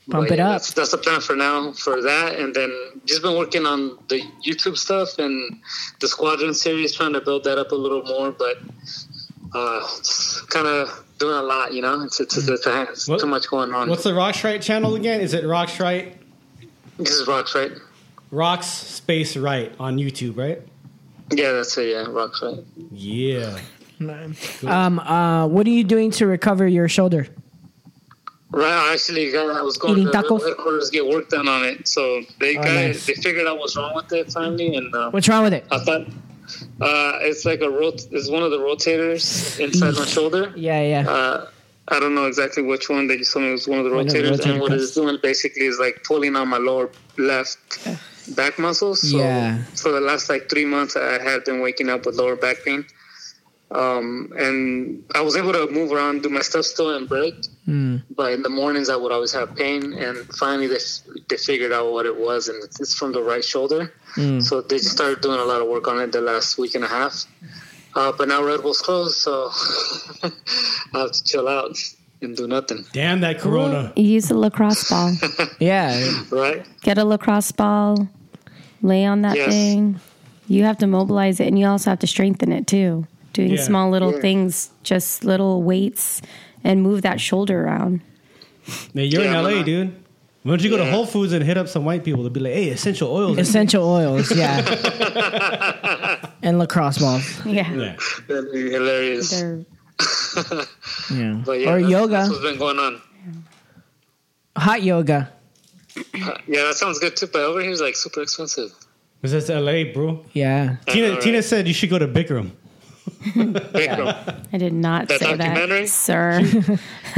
Pump But it yeah, up. That's, that's the plan for now for that, and then just been working on the YouTube stuff and the Squadron series, trying to build that up a little more. But uh, just kind of doing a lot, you know. It's it's, it's, it's, it's What- too much going on. What's the Rockstrite channel again? Is it Rockstrite? This is Rocks Right. Rocks Space Right on YouTube, right? Yeah, that's it. Yeah, Rocks Right. Yeah. Um, uh, what are you doing to recover your shoulder? Right, I actually, got, I was going Eating to the tacos? headquarters to get work done on it. So they Oh, got it- nice. they figured out what's wrong with it finally, and uh, What's wrong with it? I thought uh, it's like a rot- it's one of the rotators inside my shoulder. Yeah, yeah. Uh, I don't know exactly which one. They just told me it was one of the One of the rotators, rotator and what cuffs. it's doing basically is like pulling on my lower left back muscles. So Yeah. for the last like three months, I have been waking up with lower back pain. Um, and I was able to move around, do my stuff still, and break. Mm. But in the mornings, I would always have pain. And finally, they, they figured out what it was, and it's it's from the right shoulder. Mm. So they just started doing a lot of work on it the last week and a half. Uh, but now Red Bull's closed, so [LAUGHS] I have to chill out and do nothing. Damn that Corona. Use a lacrosse ball. Yeah. Right? Get a lacrosse ball. Lay on that Yes. thing. You have to mobilize it, and you also have to strengthen it too. Doing Yeah. small little Yeah. things, just little weights, and move that shoulder around. Man, you're Yeah, in LA, uh-huh. man. dude. Why don't you go to Yeah. Whole Foods and hit up some white people to be like, hey, essential oils. Essential oils, yeah. and lacrosse balls. Yeah. That'd be hilarious. They're- Yeah. But yeah, or that's- yoga. That's what's been going on. Hot yoga. Yeah, that sounds good too. But over here is like [LAUGHS] super expensive. Is this LA, bro? Yeah. Tina, All right. Tina said you should go to Bikram. I did not That say documentary? that, sir.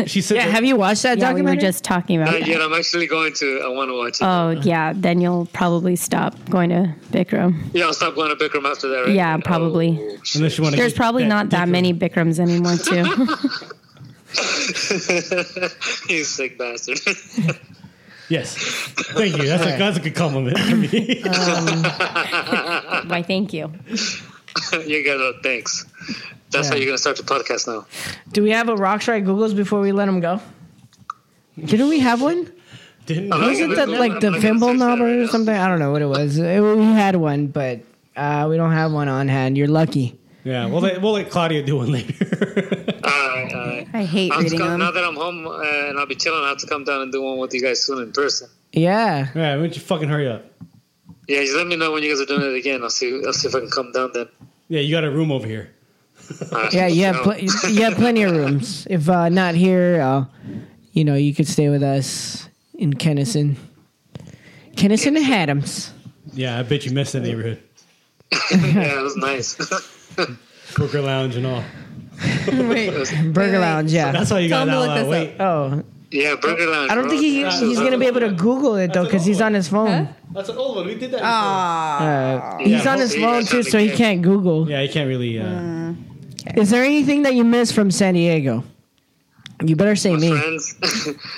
She [LAUGHS] said, Yeah, have you watched that yeah, we were documentary? just talking about Not that. yet. Uh, I'm actually going to. I want to watch it. Oh yeah, then you'll probably stop going to Bikram. yeah, I'll stop going to Bikram after that, right? Oh, Yeah, probably. [LAUGHS] Unless you want There's probably not that many Bikrams anymore [LAUGHS] too. you sick bastard. [LAUGHS] Yes. Thank you. That's, a, that's a good compliment for me. Uh, Why? Thank you. you guys are thanks. That's how you're going to start the podcast now. Do we have a rock strike Googles before we let them go? Didn't we have one? [LAUGHS] Didn't I'm Was not it gonna the, Google like it. the I'm not gonna thimble search that right number or now. something? I don't know what it was. It- we had one, but uh, we don't have one on hand. You're lucky. yeah, we'll let, we'll let Claudia do one [LAUGHS] later. All right, all right. I hate I'm just reading come, now them. that I'm home uh, and I'll be chilling, I have to come down and do one with you guys soon in person. Yeah. All right, why don't you fucking hurry up? Yeah, just let me know when you guys are doing it again. I'll see. I'll see if I can come down then. Yeah, you got a room over here. All right. Yeah, you have, No. pl- you have plenty of rooms. If uh, not here, uh, you know, you could stay with us in Kennison. Kennison and Adams. Yeah, I bet you missed the neighborhood. yeah, it was nice. [LAUGHS] Booker Lounge and all. Burger Lounge, yeah. That's how you got Tell him to out look loud. this Wait, Oh, yeah, Burger Lounge. I don't bro. think he, he's going to be able to Google it, though, because he's on his phone. that's an old one. We did that. Uh, he's Yeah, on his hopefully you phone, guys too, have the so he game. can't Google. Yeah, you can't really. Uh, Mm. Is there anything that you missed from San Diego? You better say me. Oh. friends. [LAUGHS]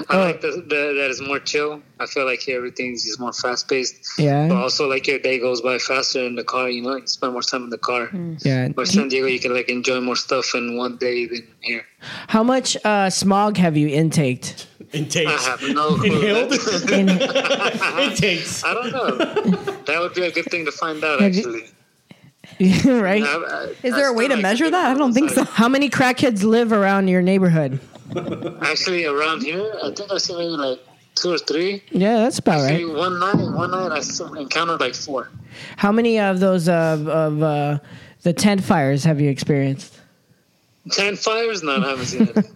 I like the, the, that is more chill. I feel like here everything's just more fast paced. Yeah. But also, like your day goes by faster in the car. You know, you spend more time in the car. Mm. Yeah. But San Diego, you can like enjoy more stuff in one day than here. How much uh, smog have you intaked? [LAUGHS] I intakes. have [LAUGHS] no clue. Inhaled? In- intakes. [LAUGHS] I [LAUGHS] don't know. that would be a good thing to find out, Have you- actually. right? Is there a way to measure that? I don't think [LAUGHS] so. How many crackheads live around your neighborhood? Actually, around here, I think I see maybe like two or three. Yeah, that's about Actually, right. One night, one night I still encountered like four. [LAUGHS] How many of those uh, of uh, the tent fires have you experienced? Ten fires? No, I haven't seen it.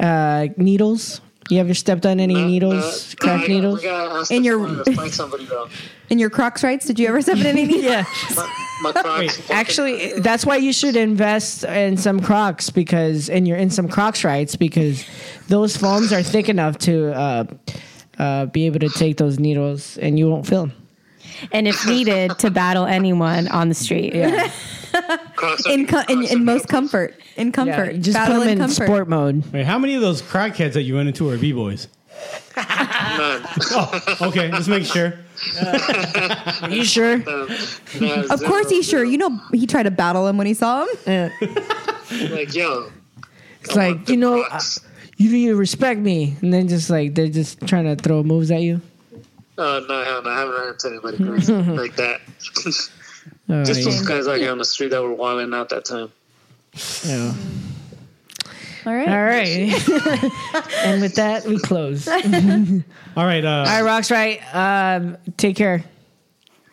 Uh, needles? You ever stepped on any needles? Uh, I Crack got- needles? We gotta ask In in your- your to find somebody though. In your Crocs rights, did you ever step in [LAUGHS] any needles? yeah. My Crocs. Actually, that's why you should invest in some Crocs because, and you're in some Crocs rights because those foams are thick enough to uh, uh, be able to take those needles and you won't feel them. and if needed to battle anyone on the street. Yeah. Crocs are- In, co- in, in most comfort. In comfort. you just put Battle 'em in comfort. sport mode. Wait, how many of those crackheads that you run into are b boys? none. Oh, okay. Let's make sure. Are you sure? No, Of zero. course, he sure. You know, he tried to battle him when he saw him. Yeah. Like yo, It's like, you know, uh, you, you respect me. And then just like, they're just trying to throw moves at you. uh, oh no, hell no, I haven't run into [LAUGHS] anybody crazy like that. Oh, Just yeah. those guys out here on the street that were wilding out [LAUGHS] that time. Yeah. All right. All right. [LAUGHS] and with that, we close. All All right. Uh, right, Rock's right. Um, take care.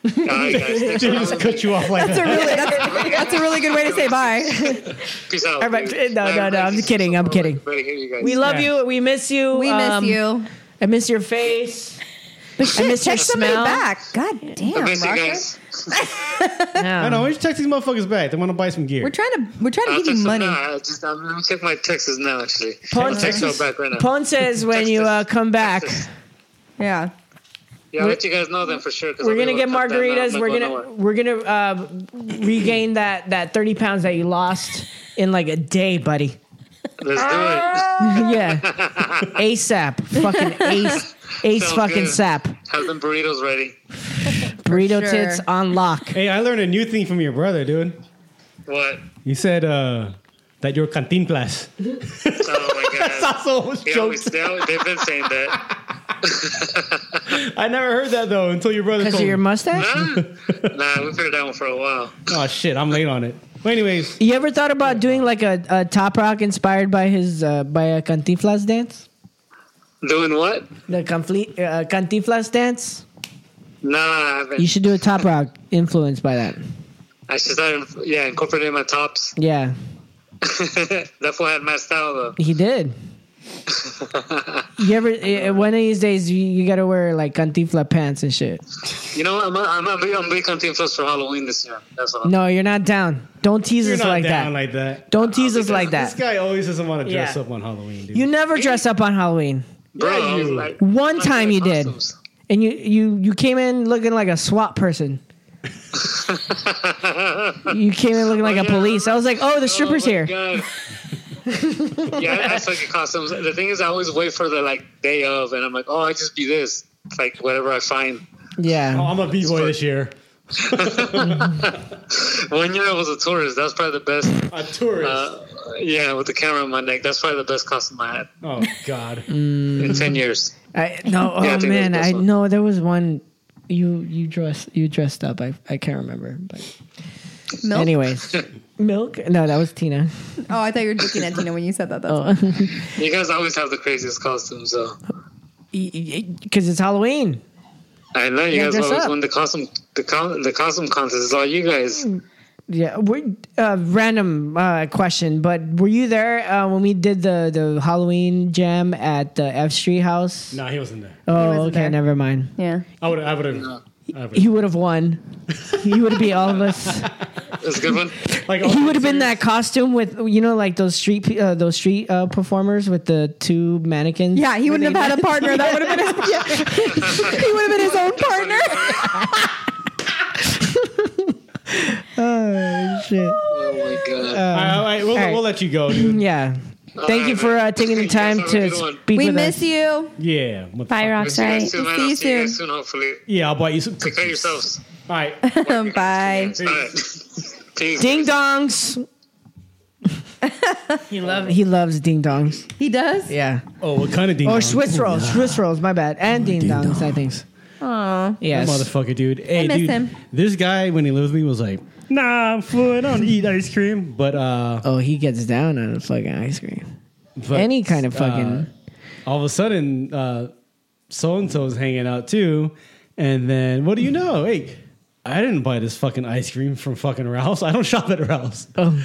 All right, guys, [LAUGHS] thanks they for just having me. cut you off like That's a that. really, that's, that's a really good way to say bye. Peace out. Everybody- dudes. uh, no, no, no, I'm Everybody's kidding, I'm so kidding. everybody hear you guys. We love Yeah. you. We miss you. We Um, miss you. I miss your face. But shit, miss your text somebody smell. back. God damn, I miss you Rocker. guys. I know. Why don't you text these motherfuckers back? They want to buy some gear. We're trying to we're trying to I'll give you text them money. now. I just, I'm, let me check my texts now, actually. Pawn I'll text says, them back right now. Pawn says when you uh, come back, Text us. Yeah. Yeah, I'll let you guys know then for sure. we're gonna get margaritas. We're "Oh, gonna we're gonna uh, regain that that thirty pounds that you lost in like a day, buddy. Let's do [LAUGHS] yeah, ASAP. Fucking ace ace Sounds fucking good. sap. [LAUGHS] it. Have them burritos ready. Burrito sure. tits on lock. hey, I learned a new thing from your brother, dude. What? You said uh, that you're cantinflas. Oh [LAUGHS] my god. That's always They always, jokes. they always, they've been saying that. I never heard that though until your brother Because told of your me. mustache? Huh? nah, we've heard that one for a while. [LAUGHS] Oh shit, I'm late on it. But anyways, You ever thought about doing like a, a Top Rock inspired by his uh, by a Cantinflas dance? Doing what? The complete uh, Cantinflas dance? Nah, I haven't. You should do a Top Rock influenced by that. I should start, yeah, incorporating my tops. [LAUGHS] Yeah, that fool had my style though. he did. you ever eh, one of these days you, you gotta wear like Cantinflas pants and shit. You know, I'm a, I'm a big, I'm a big hunting for Halloween this year. That's what I'm. No, you're not down. Don't tease you're us not like down that. like that. Don't tease us like This that. guy always doesn't want to dress Yeah. up on Halloween, dude. You never dress up on Halloween, Bro, Yeah, I was you- like- One I'm time you like did. costumes. and you you you came in looking like a SWAT [LAUGHS] person. you came in looking like a yeah. police. I was like, oh, the stripper's Oh my here. God. [LAUGHS] yeah, I, I suck at costumes. The thing is, I always wait for the like day of, and I'm like, oh, I just be this, like whatever I find. Yeah. Oh, I'm a b boy this year. One year I was a tourist. That's probably the best. A tourist. Uh, yeah, with the camera on my neck, that's probably the best costume I had oh god. [LAUGHS] Mm-hmm. in ten years. I no. Oh [LAUGHS] Yeah, I think it was man, this I one. know there was one. You you dress you dressed up. I I can't remember. But Milk? [LAUGHS] anyways, milk. No, that was Tina. [LAUGHS] Oh, I thought you were looking at Tina when you said that. That's Oh, You guys always have the craziest costumes, though. because it's Halloween. I know you Yeah, guys dress always up. win the costume, the, co- the costume contest. It's all you guys. Yeah. we uh, random uh, question, but were you there uh, when we did the the Halloween jam at the F Street House? No, he wasn't there. Oh, wasn't okay. there. Never mind. yeah. I would I would have He would have won. he would have beat all of us. It's a good [LAUGHS] one. like he would have been that costume with you know like those street pe- uh, those street uh, performers with the two mannequins. Yeah, he wouldn't have had a partner. That would have been [LAUGHS] his, he would have been his own partner. Shit. Oh my god. Uh, All right, all right, we'll, All right. we'll let you go, [LAUGHS] dude. Yeah. Thank you for uh, taking the You guys time have a to good one. speak We with miss us. you. Yeah. motherfucker. Bye, Rock's See you guys right. soon, man. See you I'll see you guys soon. soon, hopefully. Yeah, I'll buy you some. Take care of yourselves. All right. Bye. All right. Peace. Ding dongs. he loves he loves ding dongs. He does. Yeah. Oh, what [LAUGHS] kind of ding? Or dong? Swiss rolls. Swiss rolls. My bad. And ding dongs. I think. Aw. That Yes. motherfucker, dude. Hey, miss dude, him. This guy, when he lived with me, was like, "Nah, I'm full. I don't eat ice cream." But uh, oh, he gets down on a fucking ice cream. but, Any kind of uh, fucking. all of a sudden, uh, so and so's hanging out too. And then what do you know? Hey, I didn't buy this fucking ice cream from fucking Ralph's. I don't [LAUGHS] shop at Ralph's. Oh, [LAUGHS]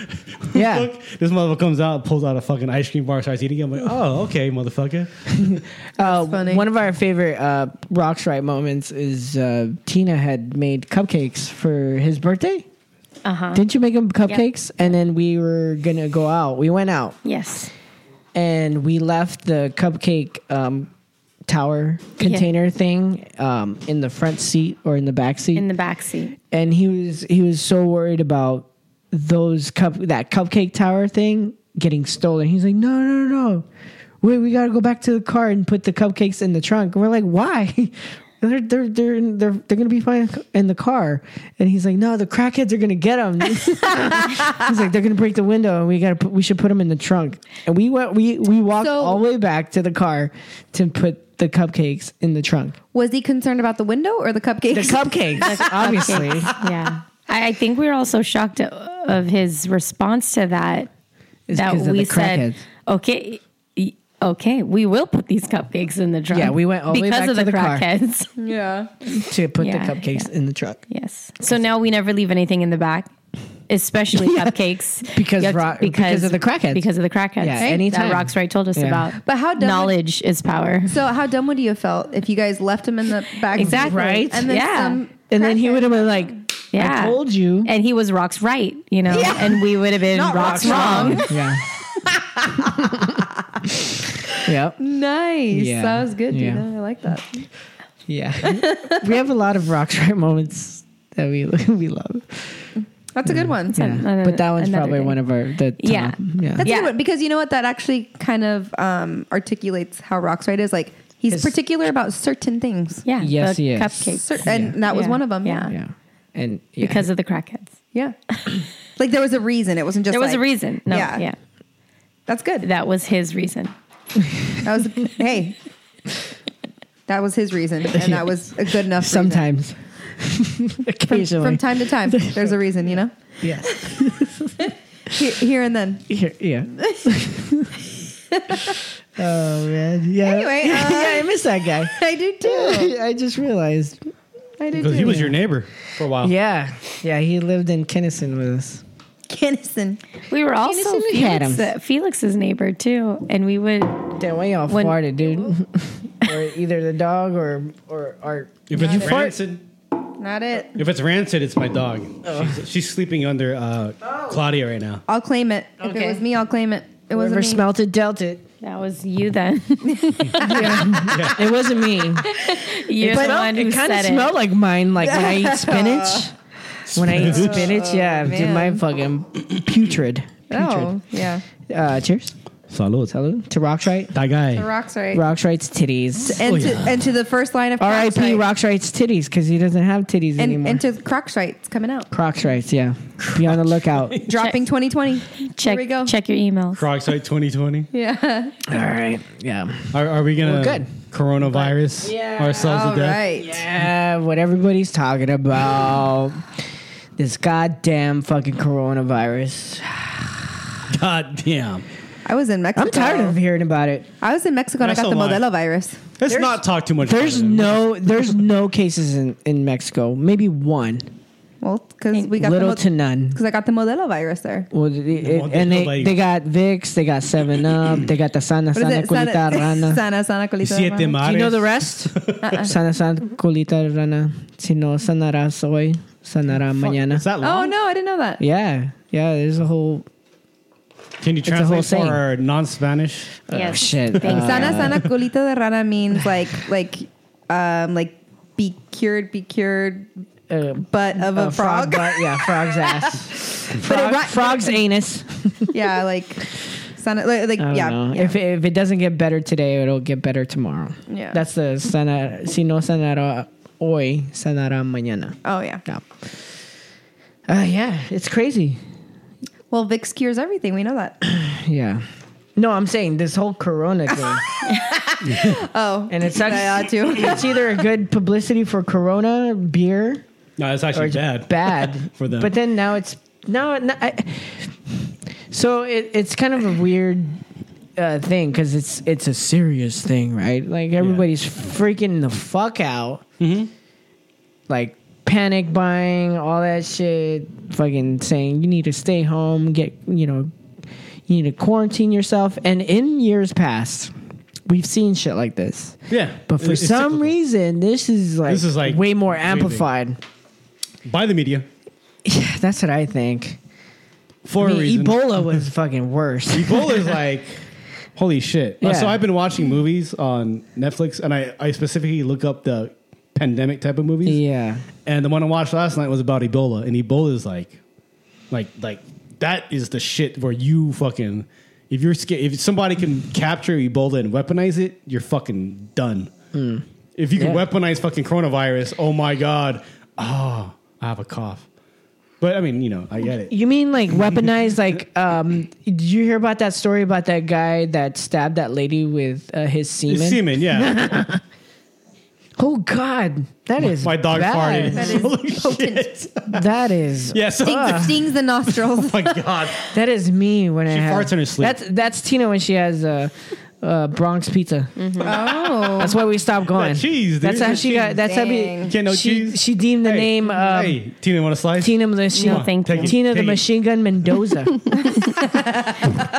yeah. this motherfucker comes out, pulls out a fucking ice cream bar, starts eating. it. I'm like, oh, [LAUGHS] okay, motherfucker. Uh, Oh, One of our favorite uh, Rock's Right moments is uh, Tina had made cupcakes for his birthday. Uh huh. Didn't you make him Yep. cupcakes? And then we were going to go out. We went out. Yes. And we left the cupcake um, tower container thing um, in the front seat or in the back seat. In the back seat. and he was he was so worried about those cup that cupcake tower thing getting stolen. He's like, no, no, no, no. Wait, we gotta go back to the car and put the cupcakes in the trunk. And we're like, why? [LAUGHS] They're they're they're in- they're they're gonna be fine in the car. And he's like, no, the crackheads are gonna get them. [LAUGHS] he's like, they're gonna break the window, and we gotta put, we should put them in the trunk. And we went we we walked So- all the way back to the car to put the cupcakes in the trunk. Was he concerned about the window or the cupcakes? The cupcakes, [LAUGHS] Cupcakes, yeah. I, I think we were also shocked o- of his response to that. It's that 'cause of the we said, crackheads. okay, y- okay, we will put these cupcakes in the trunk. Yeah, we went all the way because back of to the the car. [LAUGHS] crackheads. [LAUGHS] Yeah. to put Yeah, the cupcakes in the truck. Yes. So now we never leave anything in the back, especially cupcakes [LAUGHS] Because You have to- ro- because of the crackheads. Because of the crackheads. Yeah, Right. anytime. That Rock's right told us Yeah. about. But how dumb would- knowledge is power. So how dumb would you have felt if you guys left him in the back? Exactly. Right? And then Yeah. some And then he would have been like, Yeah. I told you. And he was Rock's right, you know, and we would have been Not Rock's, Rock's wrong. wrong. [LAUGHS] [LAUGHS] Yeah. yep. nice. Yeah. That was good, dude. Yeah. I like that. Yeah. we have a lot of rock [LAUGHS] right moments that we [LAUGHS] we love. That's a good one. Yeah. but that one's another probably day. one of our the top. Yeah. Yeah. That's a Yeah. good one because you know what? That actually kind of um, articulates how Rock's right is. Like he's His- particular about certain things. Yeah. Yes, the he is. Cupcakes. Cer- and that was Yeah. one of them. Yeah. Yeah. And yeah. Because of the crackheads. Yeah. [COUGHS] like there was a reason. It wasn't just There was like- a reason. No, Yeah. yeah. That's good. That was his reason. That was hey. That was his reason, and that was a good enough. reason. sometimes [LAUGHS] occasionally from time to [LAUGHS] time, there's a reason, you know, yeah. here, here and then. Here, [LAUGHS] yeah. oh man. Yeah. Anyway, uh, yeah, I miss that [LAUGHS] guy. [LAUGHS] I do too. I just realized. I do too. Because he was your neighbor for a while. Yeah. Yeah, he lived in Kennison with us. Kinnison. We were also Innocent Felix, Adams. Felix's neighbor too, and we would Damn, we all When- farted, dude. or either the dog or or Art. If it's You fart- rancid, Not it. if it's rancid, it's my dog. Oh. She's, she's sleeping under uh, Claudia right now. I'll claim it. If it Okay. was me, I'll claim it. It wasn't Whoever me. smelt it, dealt it. That was you then. [LAUGHS] It wasn't [LAUGHS] me. You're the one who it kind of said smelled it. like mine, like when I eat [LAUGHS] spinach. when I eat spinach, Oh, yeah, dude, man. mine fucking putrid. Oh, Putrid. yeah. Uh, cheers. Salud. Salud. To Rockshite. That The guy. rocks right. Rockshite's titties. And, to, and to the first line of R.I.P. Crocsite. Rockshite's titties because he doesn't have titties And, anymore. and to Crocsite, it's coming out. Rockshite's, yeah. Be on the lookout. [LAUGHS] Dropping 2020. check, we go. check your emails. Crocsite 2020. Yeah. All right. Yeah. Are, are we gonna Well, good. coronavirus ourselves All to death? right. Yeah, what everybody's talking about. This goddamn fucking coronavirus. God damn. I was in Mexico. I'm tired of hearing about it. I was in Mexico and I Yeah, got so the am I. Modelo virus. Let's not talk too much. There's about it. no there's no cases in, in Mexico. Maybe one. Well, because we got Little the to none. Because I got the Modelo virus there. Well, it- it- Well, there's and they, nobody- they got Vicks, they got Seven Up, they got the Sana What is Sana it? Sana, Colita Rana. [LAUGHS] sana, sana colita Siete rana. Do you know mares. the rest? [LAUGHS] sana Sana Colita Rana. Si no sanarás hoy, sanará mañana. Is that Oh, long? no, I didn't know that. Yeah, yeah. There's a whole Can you a whole translate for saying. our non-Spanish? yes. oh, shit. Thanks. Uh, Sana, sana colita de rana means like, like, um, like be cured, be cured, uh, butt of a uh, frog. butt, yeah, frog's ass. [LAUGHS] Frog, ri- frog's anus. [LAUGHS] yeah, like, sana, like, like I don't yeah, know. yeah. If, if it doesn't get better today, it'll get better tomorrow. Yeah. That's the sana, si no sanara hoy, sanara mañana. Oh yeah. Yeah. Uh, yeah, it's crazy. Well, Vicks cures everything. We know that. Yeah. No, I'm saying this whole corona [LAUGHS] thing. [LAUGHS] Oh, And it sucks. I ought to. it's either a good publicity for corona, beer, No, it's actually it's bad. bad [LAUGHS] For them. But then now it's now. it- I, so it, it's kind of a weird. uh, thing because it's it's a serious thing, right? Like everybody's freaking the fuck out, mm-hmm. like panic buying, all that shit. Fucking saying you need to stay home, get you know, you need to quarantine yourself. And in years past, we've seen shit like this. Yeah, But for It's some reason, this is like This is, like, way more way big. amplified. [LAUGHS] by the media. Yeah, that's what I think. For I a mean, reason. Ebola was [LAUGHS] fucking worse. Ebola is like, [LAUGHS] holy shit. Uh, Yeah. so I've been watching movies on Netflix, and I, I specifically look up the pandemic type of movies. Yeah. And the one I watched last night was about Ebola, and Ebola is like, like, like that is the shit where you fucking, if you're scared, if somebody can capture Ebola and weaponize it, you're fucking done. If you can Hmm. Yeah. weaponize fucking coronavirus, oh my god, ah, I have a cough. But I mean, you know, I get it. You mean like weaponized? [LAUGHS] like, um, did you hear about that story about that guy that stabbed that lady with uh, his semen? It's [LAUGHS] semen, yeah. Oh God, that is My dog bad. farted. That is [LAUGHS] Holy shit. [LAUGHS] That is Yeah, so- [LAUGHS] oh Stings, stings [LAUGHS] the nostrils. [LAUGHS] my god. that is me when She I have, farts in her sleep. That's that's Tina when she has a. Uh, Bronx pizza. [LAUGHS] oh. That's why we stopped going. cheese, dude. That's how That she got. cheese. That's how Dang. we, You can't know she, cheese? she deemed the name um, hey, Tina, want a slice? Tina the machine. No, thank Take you. it. Tina the Take it. machine gun [LAUGHS] Mendoza.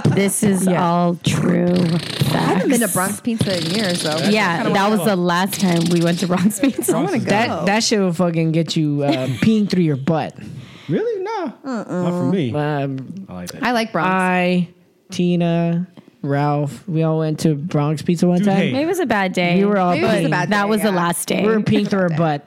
This is Yeah. all true. I haven't been to facts. Bronx Pizza in years, though. Yeah, that was the last time we went to Bronx [LAUGHS] Pizza. I want to go. that that shit will fucking get you uh, peeing through your butt. Really? No. Uh-uh. Not for me. Um, I like that. I like Bronx. I, Tina, Ralph, we all went to Bronx Pizza one Dude, time. hey. [LAUGHS] Maybe it was a bad day. We were all Maybe it was a peeing. bad that day, was the yeah. last day. We were peeing through our [LAUGHS] butt.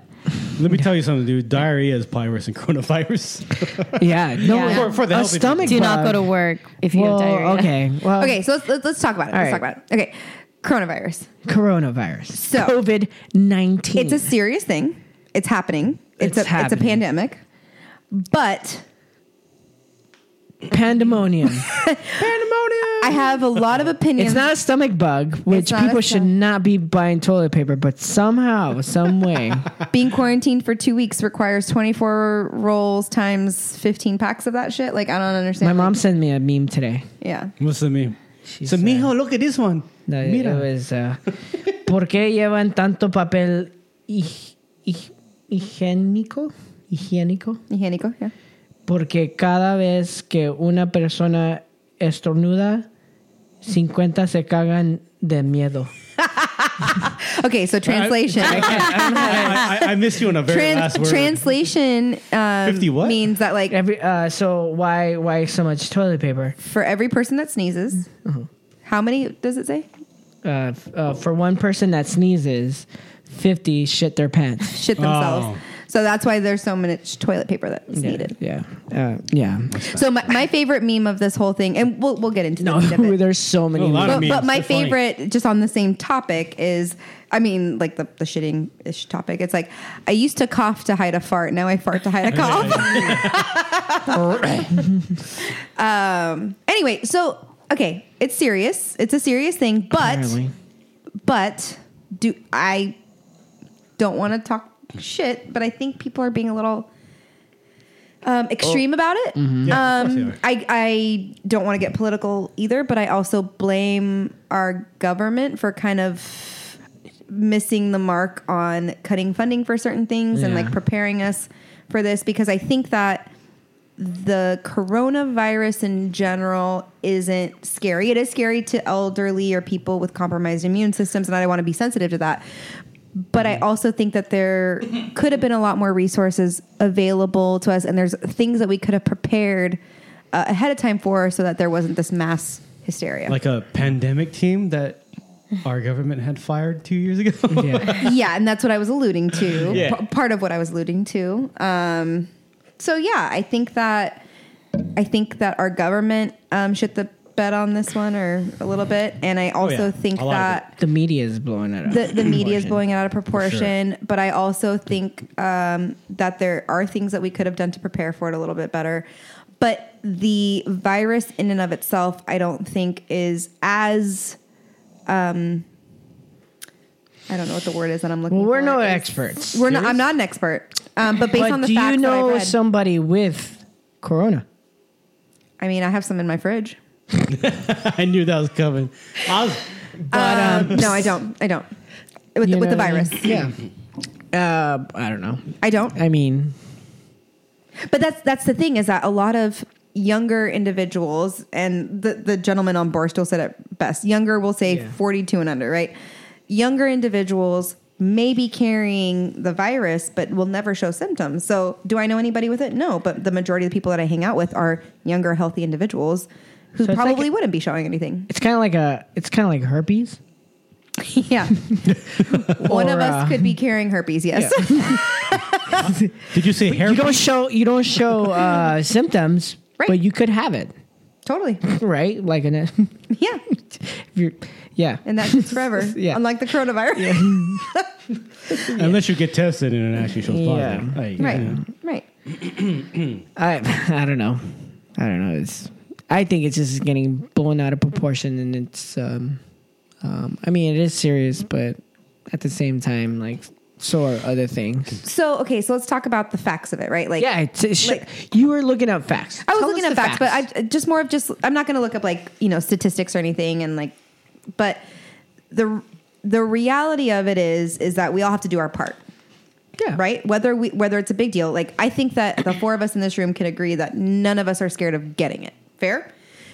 Let me tell you something, dude. Diarrhea is probably worse than coronavirus. [LAUGHS] Yeah, no, Yeah. For- for the a healthy stomach. Do not bug. go to work if you Well, have diarrhea. okay, well, okay, so let's, let's, let's talk about it. Uh, All Let's right. talk about it. Okay, coronavirus. Coronavirus, So- COVID nineteen. It's a serious thing. It's happening. It's, Mm. It's a it's a happening. pandemic. But [LAUGHS] pandemonium. I have a lot of opinions. it's not a stomach bug, which not a people should stom- not be buying toilet paper. But somehow, some [LAUGHS] way, being quarantined for two weeks requires 24 rolls times 15 packs of that shit. Like, I don't understand. my mom sent me a meme today. Yeah. What's the meme? She so, said- mijo, look at this one. No, it- Mira. it was, uh, ¿Por qué llevan tanto papel hij- hij- higiénico? Higiénico. Higiénico, yeah. Porque cada vez que una persona estornuda, 50 se cagan de miedo. Okay, so translation. [LAUGHS] I, I, I missed you on a very Trans- last word. translation um, 50 what? means that, like, Every, uh, so why why so much toilet paper? for every person that sneezes, Uh-huh. how many does it say? Uh, f- uh, for one person that sneezes, 50 shit their pants. Shit themselves. Oh. So that's why there's so much toilet paper that's [LAUGHS] needed. Yeah. Uh, yeah. So my, my favorite meme of this whole thing, and we'll, we'll get into No, the meat of it. [LAUGHS] there's so many. [LAUGHS] A lot of but, memes. but my They're funny. favorite, just on the same topic, is I mean, like the, the shitting ish topic. It's like, I used to cough to hide a fart. Now I fart to hide a cough. [LAUGHS] um, [LAUGHS] anyway, so, okay, it's serious. It's a serious thing, but, Apparently. but do I don't want to talk shit, but I think people are being a little um, extreme about it. Yeah, of course they Um, are. I, I don't want to get political either, but I also blame our government for kind of missing the mark on cutting funding for certain things and Yeah. like preparing us for this because I think that the coronavirus in general isn't scary. It is scary to elderly or people with compromised immune systems, and I want to be sensitive to that. But I also think that there could have been a lot more resources available to us, and there's things that we could have prepared uh, ahead of time for so that there wasn't this mass hysteria. Like a pandemic team that our government had fired two years ago. [LAUGHS] Yeah. yeah, and that's what I was alluding to. Yeah. P- part of what I was alluding to. Um, so yeah, I think that I think that our government um, should the bet on this one or a little bit, and I also Oh, yeah. think A lot of that The media is blowing it up. the, the media is Proportion. blowing it out of proportion. But I also think um, that there are things that we could have done to prepare for it a little bit better. But the virus, in and of itself, I don't think is as. Um, I don't know what the word is that I'm looking Well, for. we're no It's- experts. We're not. I'm not an expert. Um, but based but on the do facts you that I've know read, somebody with corona? I mean, I have some in my fridge. I knew that was coming. I was, Um, no, I don't. [LAUGHS] I don't. With, the, You with the know what I mean? virus. Yeah. [CLEARS THROAT] Uh, I don't know. I don't. I mean, But that's that's the thing is that a lot of younger individuals and the the gentleman on Barstool said it best. Younger, we'll say Yeah. 42 and under, right? Younger individuals may be carrying the virus but will never show symptoms. So, do I know anybody with it? No, but the majority of the people that I hang out with are younger healthy individuals who So it's like- probably wouldn't be [LAUGHS] showing anything. it's kind of like a. It's kind of like herpes. [LAUGHS] yeah. One of Or, us uh, could be carrying herpes, yes. did you say You don't show. You don't show [LAUGHS] uh, symptoms, Right. but you could have it, [LAUGHS] totally. [LAUGHS] right? Like [LAUGHS] in a. Yeah. if you're, yeah. And that's just forever. [LAUGHS] Yeah. Unlike the coronavirus. unless you get tested and it actually shows Yeah. positive. Like, [LAUGHS] Right. Right. yeah. I I don't know. I don't know. It's I think it's just getting blown out of proportion, and it's um, um I mean it is serious, but at the same time, like so are other things. So okay, so let's talk about the facts of it, right? Like Yeah, it's, it's Like- you were looking up facts. I was Tell looking us at the facts, but I just more of just I'm not going to look up like you know statistics or anything, and like, but the the reality of it is is that we all have to do our part, yeah, right? Whether we whether it's a big deal, like I think that the four of us in this room can agree that none of us are scared of getting it. Fair,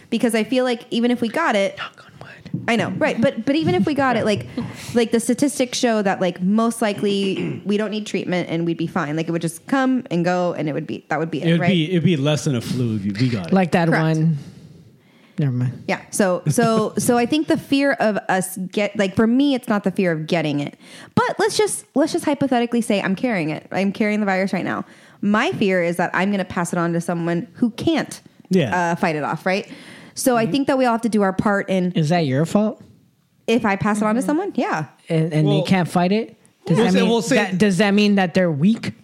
because I feel like even if we got it, Knock on wood. I know, right? But but even if we got it, like [LAUGHS] like the statistics show that like most likely we don't need treatment and we'd be fine. Like it would just come and go, and it would be that would be it, It would right? be it'd be less than a flu if you, we got it. [LAUGHS] Like that Correct. one. Never mind. Yeah. So so so I think the fear of us get like for me it's not the fear of getting it. But let's just let's just hypothetically say I'm carrying it. I'm carrying the virus right now. My fear is that I'm going to pass it on to someone who can't Yeah. Mm-hmm. uh, fight it off, right? So I think that we all have to do our part in Is that your fault? if I pass it Mm-hmm. on to someone, yeah. And, and Well- they can't fight it. Does We'll that say- mean we'll say- that, does that mean that they're weak?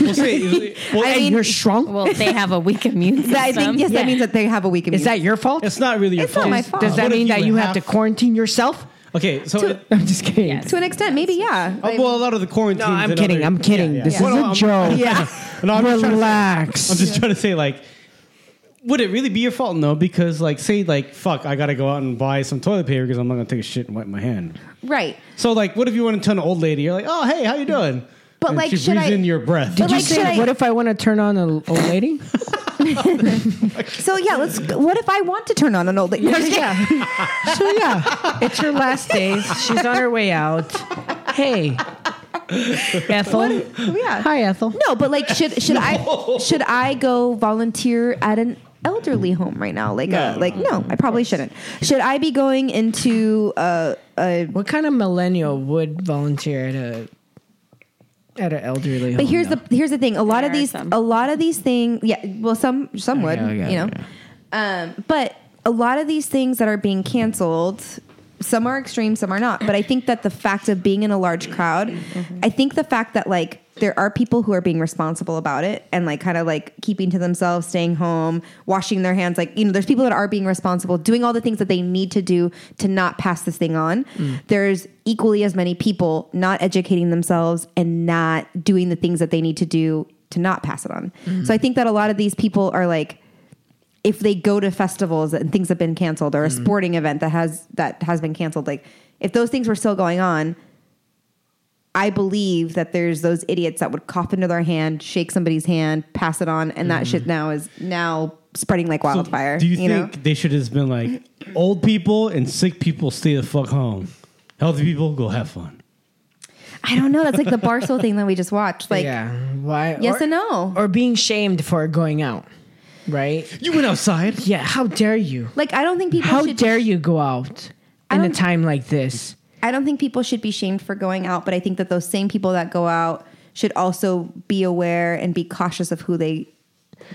We'll say- well, I and mean- you're shrunk. [LAUGHS] Well, they have a weak immune system. That, [LAUGHS] I think yes, Yeah. that means that they have a weak immune. is that your fault? it's not really your It's not fault. my fault. Does that What if mean that you have to quarantine yourself? [LAUGHS] Okay, so it, I'm just kidding. Yes. to an extent, maybe yeah. uh, well, a lot of the quarantines. No, I'm and kidding. other- I'm kidding. Yeah, yeah. This Well, is no, a [LAUGHS] I'm- joke. [LAUGHS] No, I'm just trying to say- Relax. I'm just trying to say, like, would it really be your fault? No, because, like, say, like, fuck, I gotta go out and buy some toilet paper because I'm not gonna take a shit and wipe my hand. right. So, like, what if you want to turn an old lady? You're like, oh, hey, how you doing? But, And like, she should breathes I- in your breath. Did Did you like, should say, I- what if I want to turn on an old lady? So yeah, let's what if I want to turn on an old lady? No, I'm just [LAUGHS] kidding. so yeah, it's her last days. She's on her way out. Hey, Ethel. Oh, yeah. Hi, Ethel. No, but like, should should I should I go volunteer at an elderly home right now? Like, uh like no, I probably shouldn't. Should I be going into uh, a? What kind of millennial would volunteer at a at an elderly? But here's the here's the thing. A lot There of are these some. a lot of these things. Yeah, well, some some would, yeah, yeah, you know. Um, but a lot of these things that are being canceled. Some are extreme, some are not. But I think that the fact of being in a large crowd, I think the fact that like there are people who are being responsible about it and like kind of like keeping to themselves, staying home, washing their hands. Like, you know, there's people that are being responsible, doing all the things that they need to do to not pass this thing on. There's equally as many people not educating themselves and not doing the things that they need to do to not pass it on. So I think that a lot of these people are like, if they go to festivals and things have been canceled or a Mm. sporting event that has that has been canceled like if those things were still going on i believe that there's those idiots that would cough into their hand shake somebody's hand pass it on and Mm. that shit now is now spreading like So wildfire Do you, know? think they should have been like, old people and sick people stay the fuck home? Healthy people go have fun. i don't know that's like the barstool thing that we just watched like yeah. Why? yes or, and no Or being shamed for going out, right? You went outside. Yeah. How dare you? like i don't think people How should dare you go out I in a don't- time like this? I don't think people should be shamed for going out, but I think that those same people that go out should also be aware and be cautious of who they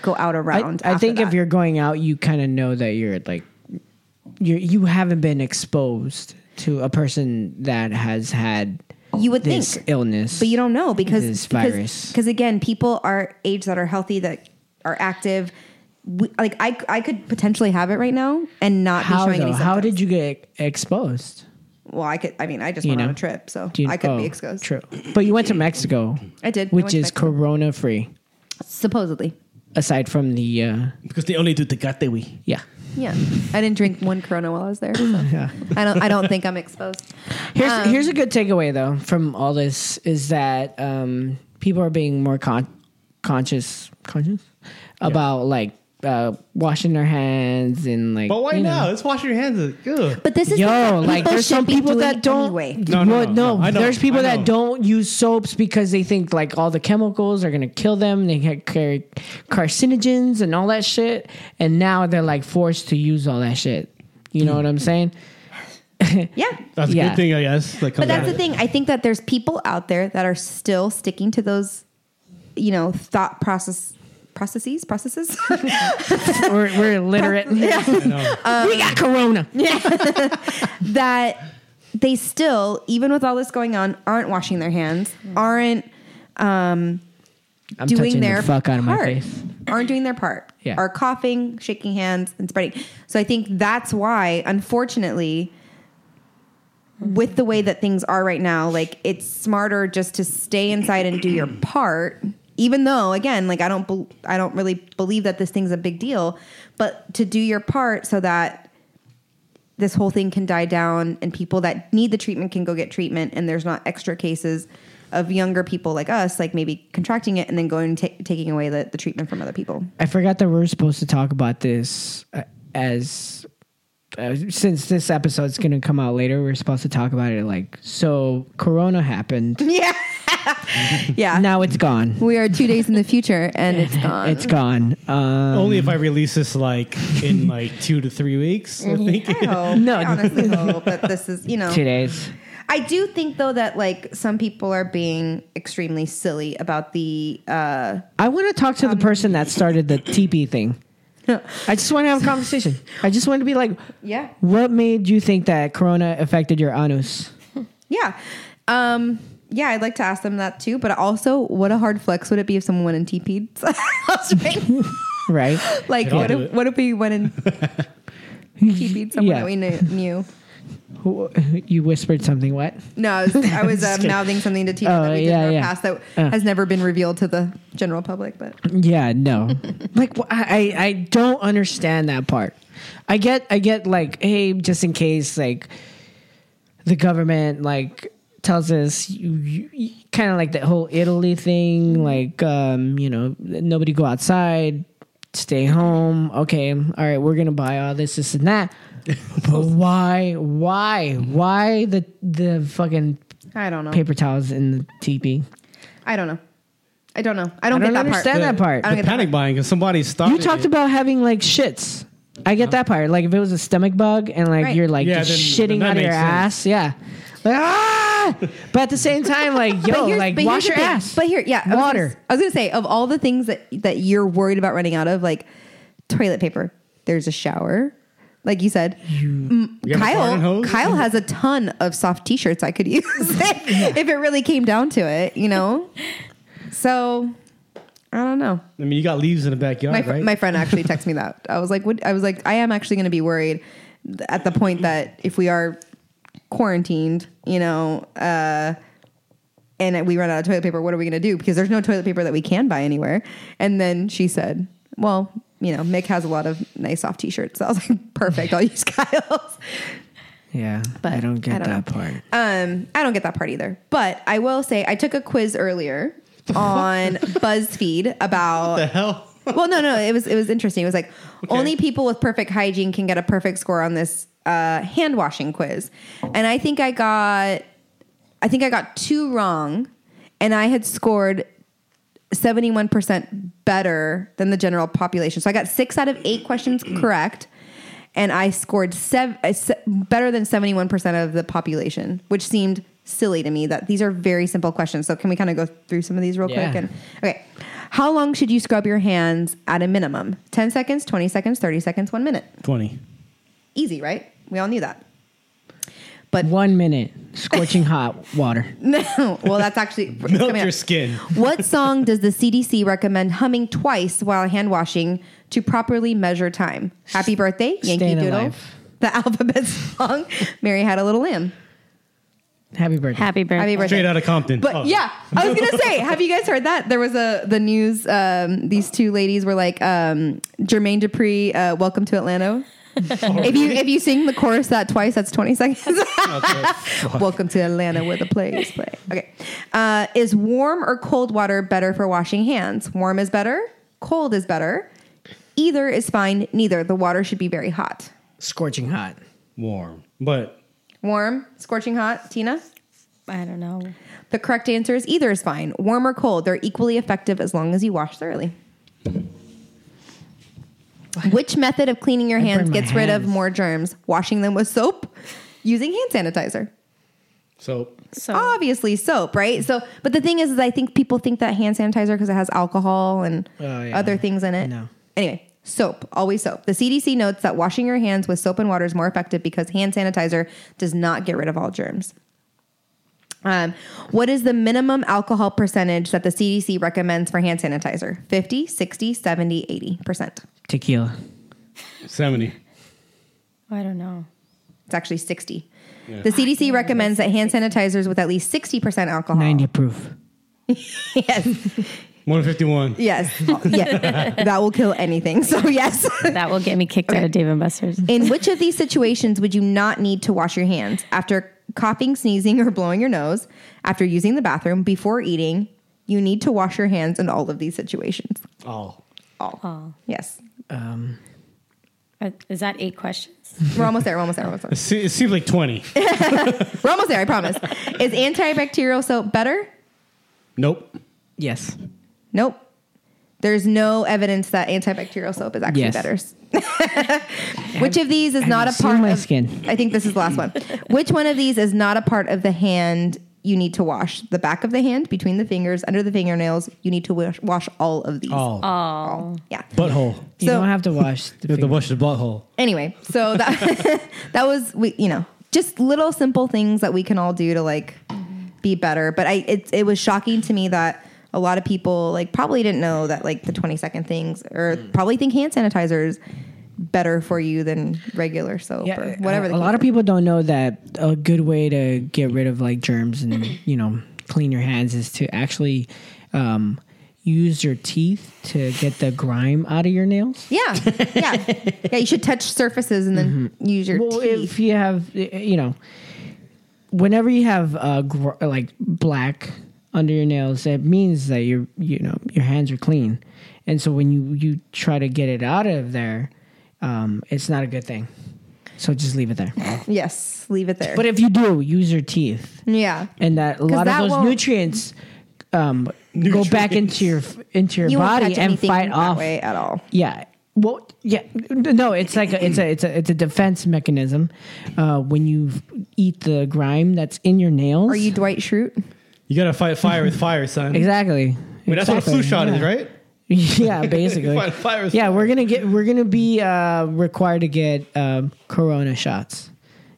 go out I, around. I after think if that. you're going out, you kind of know that you're like you you haven't been exposed to a person that has had you would this think, illness, but you don't know because This virus. Because again, people are age that are healthy that are active. We, like I, I could potentially have it right now and not how be showing though? any. How symptoms. did you get exposed? Well, I could. I mean, I just You went on know? a trip, so Do you- I could oh, be exposed. [LAUGHS] True, but you went to Mexico, I did. I which went to is Mexico. corona free. supposedly. aside from the uh, because they only do Tecate. We yeah. Yeah, I didn't drink one Corona while I was [LAUGHS] there. so I don't. I don't think I'm exposed. Here's Um, here's a good takeaway though from all this is that um, people are being more con- conscious conscious about like uh, washing their hands and like. But why you now? know. Let's wash your hands. Good. But this is Yo, like there's some people that don't. No, no, Well, no, no, I know, there's people I that know. don't use soaps because they think like all the chemicals are gonna kill them. They ca- carry carcinogens and all that shit, and now they're like forced to use all that shit. You know what I'm saying? Yeah, That's a Yeah. good thing, I guess. That But comes out that's of the it. thing. I think that there's people out there that are still sticking to those, you know, thought process processes processes. [LAUGHS] we're, we're illiterate. [LAUGHS] we got corona. that they still, even with all this going on, aren't washing their hands, aren't um, I'm doing touching their the fuck out of my part, face. aren't doing their part, Yeah. are coughing, shaking hands, and spreading. So I think that's why, unfortunately, with the way that things are right now, like it's smarter just to stay inside and do your part. Even though, again, like I don't, bel I don't really believe that this thing's a big deal, but to do your part so that this whole thing can die down and people that need the treatment can go get treatment and there's not extra cases of younger people like us like maybe contracting it and then going and ta- taking away the, the treatment from [LAUGHS] other people I forgot that we are supposed to talk about this uh, as uh, since this episode's going to come out later. We're supposed to talk about it like so. Corona happened. yeah yeah Now it's gone. we are two days in the future and [LAUGHS] it's gone It's gone. Um, Only if I release this like in like two to three weeks. Mm-hmm. I think. I hope. [LAUGHS] No. I honestly hope that this is, you know. two days. I do think though that like some people are being extremely silly about the uh I want to talk to the person that started the TB thing. uh, I just want to have a conversation. I just want to be like, yeah. what made you think that Corona affected your anus? [LAUGHS] Yeah. Um, yeah, I'd like to ask them that too. But also, what a hard flex would it be if someone went and [LAUGHS] TP'd us right [GASPS] Right? [LAUGHS] Like, I'll what if, do it. what if we went and [LAUGHS] TP'd someone Yeah. that we knew? knew? Who- You whispered something. What? [LAUGHS] No, I was, I was uh, mouthing something to Tina Oh, that we did yeah, in our yeah. past that Uh. has never been revealed to the general public. But Yeah, no. [LAUGHS] like wh- I, I I don't understand that part. I get I get like hey, just in case like the government like tells us you, you kind of like that whole Italy Mm-hmm. thing like um you know nobody go outside stay home okay all right we're gonna buy all this this and [LAUGHS] that but why why why the the fucking I don't know. paper towels in the teepee I don't know. I don't know. I don't, I don't get that understand part. that part. I don't The get that panic part. buying because somebody stopped. You talked about having like shits. I get that part. Like if it was a stomach bug and like Right. you're like Yeah, just then- then shitting that out of your makes ass, yeah. Like ah! but at the same time, like [LAUGHS] But yo, here's- like but here's wash the your thing. ass. But here, yeah, I was gonna water. s- I was gonna say of all the things that that you're worried about running out of, like toilet paper. There's a shower, like you said. Mm, have a garden Kyle, hose? [LAUGHS] Kyle has a ton of soft t-shirts I could [LAUGHS] use if it really came down to it, you know. So I don't know. I mean, you got leaves in the My backyard, fr- right? my friend actually texted me that. I was like, what? I was like, I am actually going to be worried th- at the point that if we are quarantined, you know, uh, and we run out of toilet paper, what are we going to do? Because there's no toilet paper that we can buy anywhere. And then she said, well, you know, Mick has a lot of nice soft t-shirts. So I was like, perfect. I'll use [LAUGHS] Kyle's. yeah, But I don't get I don't that know. part. Um, I don't get that part either. But I will say, I took a quiz [LAUGHS] earlier on BuzzFeed about the hell. well, no, no, it was it was interesting. It was like only people with perfect hygiene can get a perfect score on this uh, hand washing quiz, and I think I got I think I got two wrong, and I had scored seventy one percent better than the general population. So I got six out of eight questions [CLEARS THROAT] correct. And I scored sev- uh, se- better than 71% of the population, which seemed silly to me that these are very simple questions. So, can we kind of go through some of these real Yeah. quick? And Okay. How long should you scrub your hands at a minimum? 10 seconds, 20 seconds, 30 seconds, one minute. Twenty. Easy, right? We all knew that. [LAUGHS] One minute, scorching hot water. No. Well, that's actually. [LAUGHS] it's Melt coming your up. skin. What song does the CDC recommend humming twice while hand washing to properly measure time? Happy birthday, Yankee Stayin' [LAUGHS] Doodle. Alive. The alphabet song, Mary Had a Little Lamb. Happy birthday. Happy birthday. Happy birthday. Straight out of Compton. But Oh. yeah, I was gonna say, have you guys heard that? There was a the news. Um, these two ladies were like, um, Jermaine Dupri, uh, welcome to Atlanta. if you if you sing the chorus that twice, that's twenty seconds. welcome to Atlanta, where the plays play. Okay, uh, is warm or cold water better for washing hands? Warm is better. Cold is better. Either is fine. Neither. The water should be very hot. Scorching hot. Warm. But Warm, scorching hot. Tina. I don't know. The correct answer is either is fine. Warm or cold, they're equally effective as long as you wash thoroughly. Which method of cleaning your hands burn my gets rid of hands. more germs? Washing them with soap, using hand sanitizer. so So Obviously, soap, right? So, but the thing is, is I think people think that hand sanitizer because it has alcohol and Oh, yeah. other things in it. No. Anyway, soap, always soap. The CDC notes that washing your hands with soap and water is more effective because hand sanitizer does not get rid of all germs. Um, what is the minimum alcohol percentage that the CDC recommends for hand sanitizer? 50, 60, 70, 80%. Tequila. 70. I don't know. It's actually 60. The CDC recommends that hand sanitizers with at least 60% alcohol. 90 proof. [LAUGHS] Yes. 151. Yes. [LAUGHS] yeah. That will kill anything. So, yes. That will get me kicked out of Dave and Buster's. In which of these situations would you not need to wash your hands? After coughing, sneezing, or blowing your nose, after using the bathroom, before eating, you need to wash your hands in all of these situations. Oh. All. Yes. Uh, Is that eight questions? We're almost there. We're almost there. We're almost there. It se- it seems like 20. We're almost there. I promise. Is antibacterial soap better? [LAUGHS] nope. Yes. Nope. There's no evidence that antibacterial soap is actually Yes. [LAUGHS] better. Which of these is not a you seen part my of skin? I think this is the last one. Which one of these is not a part of the hand you need to wash? The back of the hand, between the fingers, under the fingernails. You need to wash, wash all of these. Oh. All. Yeah. Butthole. You So- don't have to wash the, [LAUGHS] The finger. bush is butthole. Anyway, so that [LAUGHS] that was we you know just little simple things that we can all do to like be better. But I it it was shocking to me that a lot of people like probably didn't know that like the twenty second things or Mm. probably think hand sanitizers better for you than regular soap or whatever. A, the uh, a case lot of is. people don't know that a good way to get rid of like germs and you know clean your hands is to actually um, use your teeth to get the grime out of your nails. Yeah, [LAUGHS] yeah, yeah. You should touch surfaces and then Mm-hmm. use your Well, teeth. if you have, uh, you know, whenever you have uh, gr- like black under your nails, that means that your you know your hands are clean, and so when you you try to get it out of there, um, it's not a good thing. So just leave it there. yes, leave it there. But if you do, use your teeth, yeah, and that a lot that of those won't- nutrients um, go back into your into your you won't body catch and anything fight that off. way at all. Yeah. Well, yeah. No, it's like a, it's a it's a it's a defense mechanism uh, when you eat the grime that's in your nails. Are you Dwight Schrute? You got to fight fire with fire, son. exactly? I mean, that's what a flu Exactly. shot is, Yeah. right? [LAUGHS] yeah, basically. [LAUGHS] Fight fire with yeah, fire. we're gonna get we're gonna be uh, required to get um, corona shots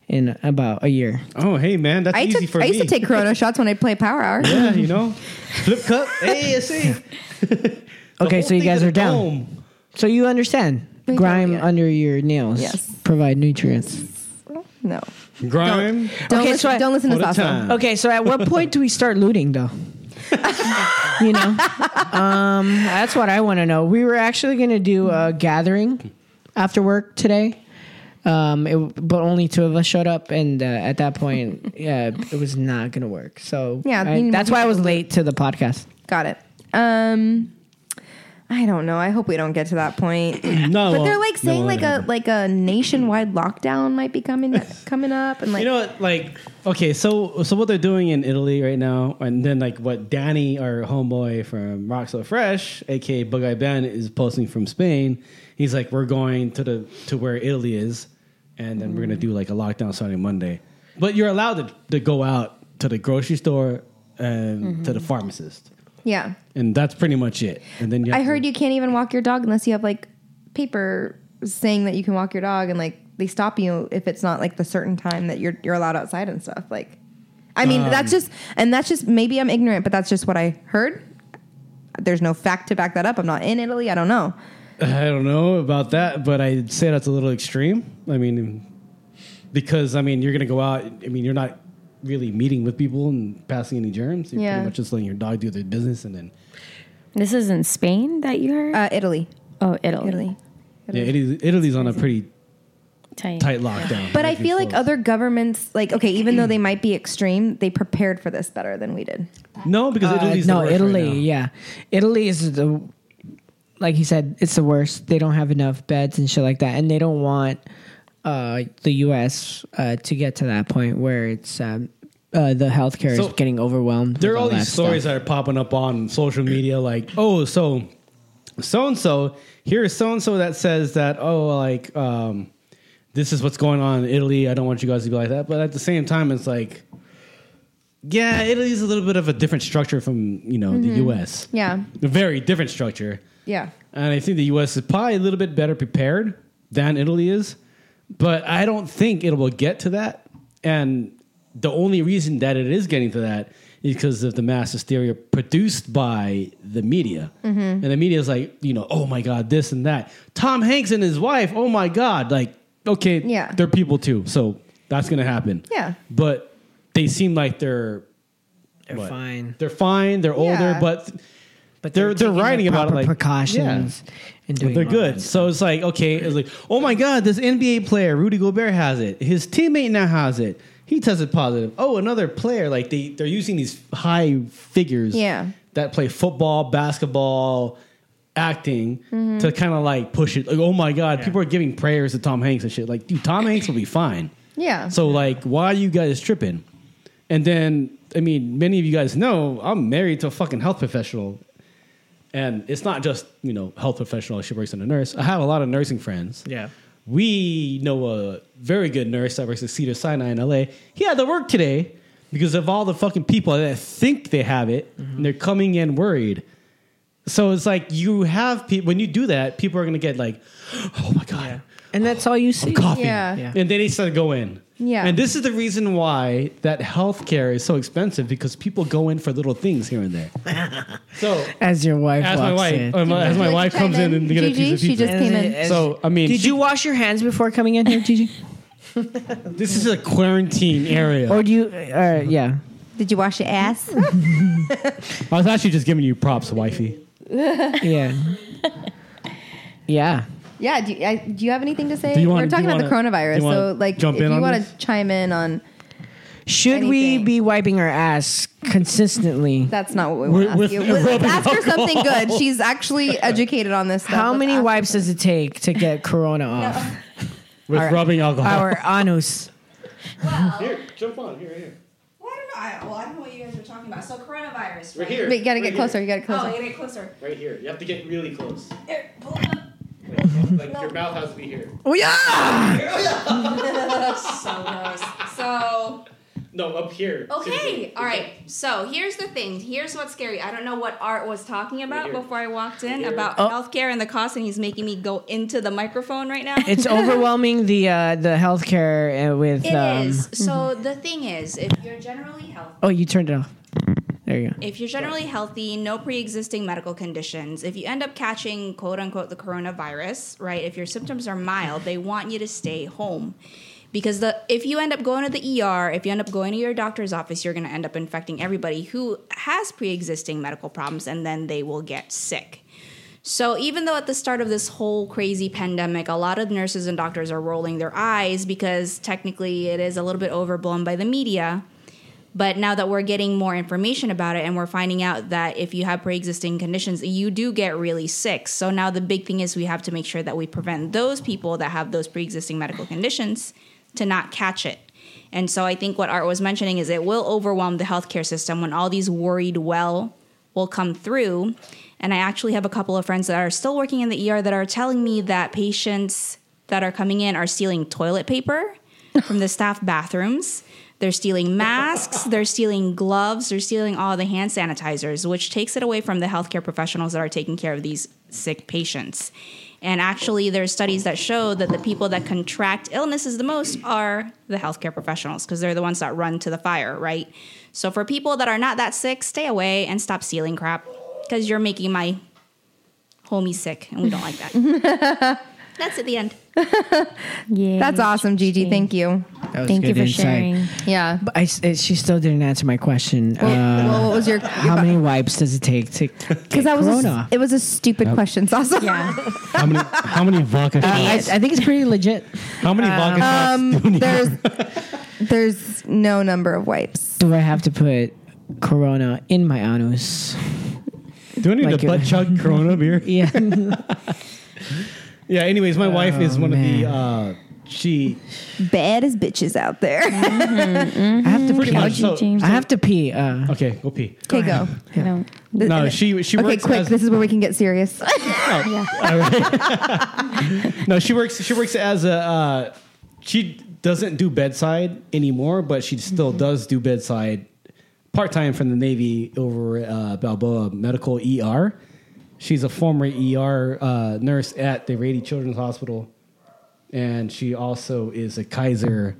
in about a year. Oh, hey, man. That's I easy took. for I me. used to take Corona shots when I play Power [LAUGHS] Hour. Yeah, [LAUGHS] you know? Flip cup. Hey, I see. Okay, so you guys are down. Dome. So you understand We do, grime yeah. under your nails Yes. provide nutrients. No. Grime. Don't, Okay, listen, so I- don't listen to All the Sasso. time. Okay, so at what point do we start looting though? you know, um, that's what I want to know. We were actually going to do a gathering after work today. Um, it, but only two of us showed up, and uh, at that point, yeah, it was not going to work. So Yeah, I- you need that's more why I was people to- late to the podcast. Got it. Um, I don't know. I hope we don't get to that point. [CLEARS THROAT] No, but well, they're like no, saying like a whatever. like a nationwide lockdown might be [LAUGHS] coming coming up, and like You know what? Like, okay, so so what they're doing in Italy right now, and then like what Danny, our homeboy from Rock So Fresh, aka Bug Eye Ben, is posting from Spain. He's like, we're going to the to where Italy is, and then we're gonna do like a lockdown starting Monday. But you're allowed to, to go out to the grocery store and to the pharmacist, yeah. and that's pretty much it. And then you I have to- heard you can't even walk your dog unless you have like paper saying that you can walk your dog, and like they stop you if it's not like the certain time that you're you're allowed outside and stuff. Like, I mean, Um. that's just and that's just maybe I'm ignorant, but that's just what I heard. There's no fact to back that up. I'm not in Italy. I don't know. I don't know about that, but I'd say that's a little extreme. I mean, because I mean, you're gonna go out. I mean, you're not really meeting with people and passing any germs. You're Yeah. pretty much just letting your dog do their business and then This is in Spain that you heard? Uh, Italy. Oh, Italy. Italy. yeah, Italy, Italy's on a pretty tight, lockdown. But I Pretty feel like close. other governments, like okay, even [CLEARS THROAT] though they might be extreme, they prepared for this better than we did. no because Italy's the Uh, no worst right Italy. now. yeah, Italy is the like he said, it's the worst. They don't have enough beds and shit like that, and they don't want uh, the U.S. Uh, to get to that point where it's um, uh, the healthcare So, is getting overwhelmed. There are with all that these stories stuff. that are popping up on social media, like, oh, so so and so, here's so and so that says that, oh, like, um, this is what's going on in Italy. I don't want you guys to be like that. But at the same time, it's like, yeah, Italy's a little bit of a different structure from, you know, Mhm. the US. Yeah. A very different structure. Yeah. And I think the U.S. is probably a little bit better prepared than Italy is, but I don't think it will get to that. And the only reason that it is getting to that is because of the mass hysteria produced by the media. Mm-hmm. Mhm. And the media is like, you know, oh my God, this and that. Tom Hanks and his wife, oh my God. Like, okay, Yeah. they're people too. So that's going to happen. Yeah. But they seem like they're. They're fine. They're fine. They're older, Yeah. but but they're they're, taking writing the about it proper like precautions and doing they're all good. So it's like okay, it's like oh my god, this NBA player Rudy Gobert has it. His teammate now has it. He tested positive. Oh, another player. Like they they're using these high figures Yeah. that play football, basketball, acting Mhm. to kind of like push it. Like oh my god, people are giving prayers to Tom Hanks and shit. Like dude, Tom Hanks will be fine. Yeah. So like, why are you guys tripping? And then, I mean, many of you guys know I'm married to a fucking health professional, and it's not just you know health professional. She works in a nurse. I have a lot of nursing friends. Yeah. We know a very good nurse that works at Cedar Sinai in LA. He had to work today because of all the fucking people that think they have it Mm-hmm. and they're coming in worried. So it's like you have people when you do that, people are gonna get like, [GASPS] oh my god, and that's all you see. coughing, Yeah. Yeah. and then they start to go in. Yeah. and this is the reason why that healthcare is so expensive because people go in for little things here and there. So as your wife, As my walks wife- in. or my- as my Would you wife like to comes chime in and in? get a Gigi, piece of she pizza. just came in. So, I mean, did she- you wash your hands before coming in here, Gigi? This is a quarantine area. Or do you? Uh, yeah. Did you wash your ass? I was actually just giving you props, wifey. yeah. Yeah. [LAUGHS] Yeah. Do you, I, do you have anything to say? Do you wanna- We're talking do you about wanna- the coronavirus, do you wanna so like, jump if in you on want this? to chime in on, Should we be wiping our ass consistently? that's not what we want to ask you. Let's ask her something good. She's actually educated on this stuff. Uh, How many wipes does it take to get corona off? With Our- rubbing alcohol. Our anus. Here, jump on. Here, here. I, well, I don't know what you guys were talking about. So coronavirus. [LAUGHS] Right Right here. Wait, you gotta get Right closer. here. You gotta get Oh, closer. I gotta get closer. Right here. You have to get really close. Here, pull Like your mouth has to be here. Oh yeah. [LAUGHS] so gross. So No, up here. okay, all right. So here's the thing. Here's what's scary. I don't know what Art was talking about before I walked in about Oh. healthcare and the cost, and he's making me go into the microphone right now. It's overwhelming the uh, the healthcare uh, with. It is. um, So the thing is, if you're generally healthy. Oh, you turned it off. There you go. If you're generally healthy, no pre existing medical conditions, if you end up catching quote unquote the coronavirus, right, if your symptoms are mild, they want you to stay home. Because the if you end up going to the ER, if you end up going to your doctor's office, you're going to end up infecting everybody who has pre existing medical problems and then they will get sick. So even though at the start of this whole crazy pandemic, a lot of nurses and doctors are rolling their eyes because technically it is a little bit overblown by the media. But now that we're getting more information about it and we're finding out that if you have pre existing conditions, you do get really sick. So now the big thing is we have to make sure that we prevent those people that have those pre existing medical conditions to not catch it. And so I think what Art was mentioning is it will overwhelm the healthcare system when all these worried well will come through. And I actually have a couple of friends that are still working in the ER that are telling me that patients that are coming in are stealing toilet paper from the staff bathrooms. They're stealing masks, they're stealing gloves, they're stealing all the hand sanitizers, which takes it away from the healthcare professionals that are taking care of these sick patients. And actually, there's studies that show that the people that contract illnesses the most are the healthcare professionals because they're the ones that run to the fire, right? So for people that are not that sick, stay away and stop stealing crap because you're making my homie sick, and we don't like that. That's at the end. That's awesome, Gigi. Thank you. That That was Thank you good for insight. sharing. Yeah. But I, s- uh, she still didn't answer my question. uh, well, what was [LAUGHS] your- How many wipes does it take to Because get that was a, corona? it was a stupid question, Sasa. Yeah. How many? How many vodka Uh, I, shots? I think it's pretty legit. How many vodka shots? Um, [LAUGHS] there's there's no number of wipes. Do I have to put corona in my anus? Do I need like to it- butt chug Corona beer? Yeah. yeah. Anyways, my wife is Oh, one man. of the. Uh, she Bad as bitches out there. [LAUGHS] I have to Pretty pee. much so- I have to pee. Uh, okay. Go pee. [LAUGHS] Okay, go. No. No, she she okay, works. quick. as- this is where we can get serious. All right. no, she works. She works as a. Uh, she doesn't do bedside anymore, but she still does do bedside part time from the Navy over at uh, Balboa Medical ER. She's a former ER uh, nurse at the Rady Children's Hospital, and she also is a Kaiser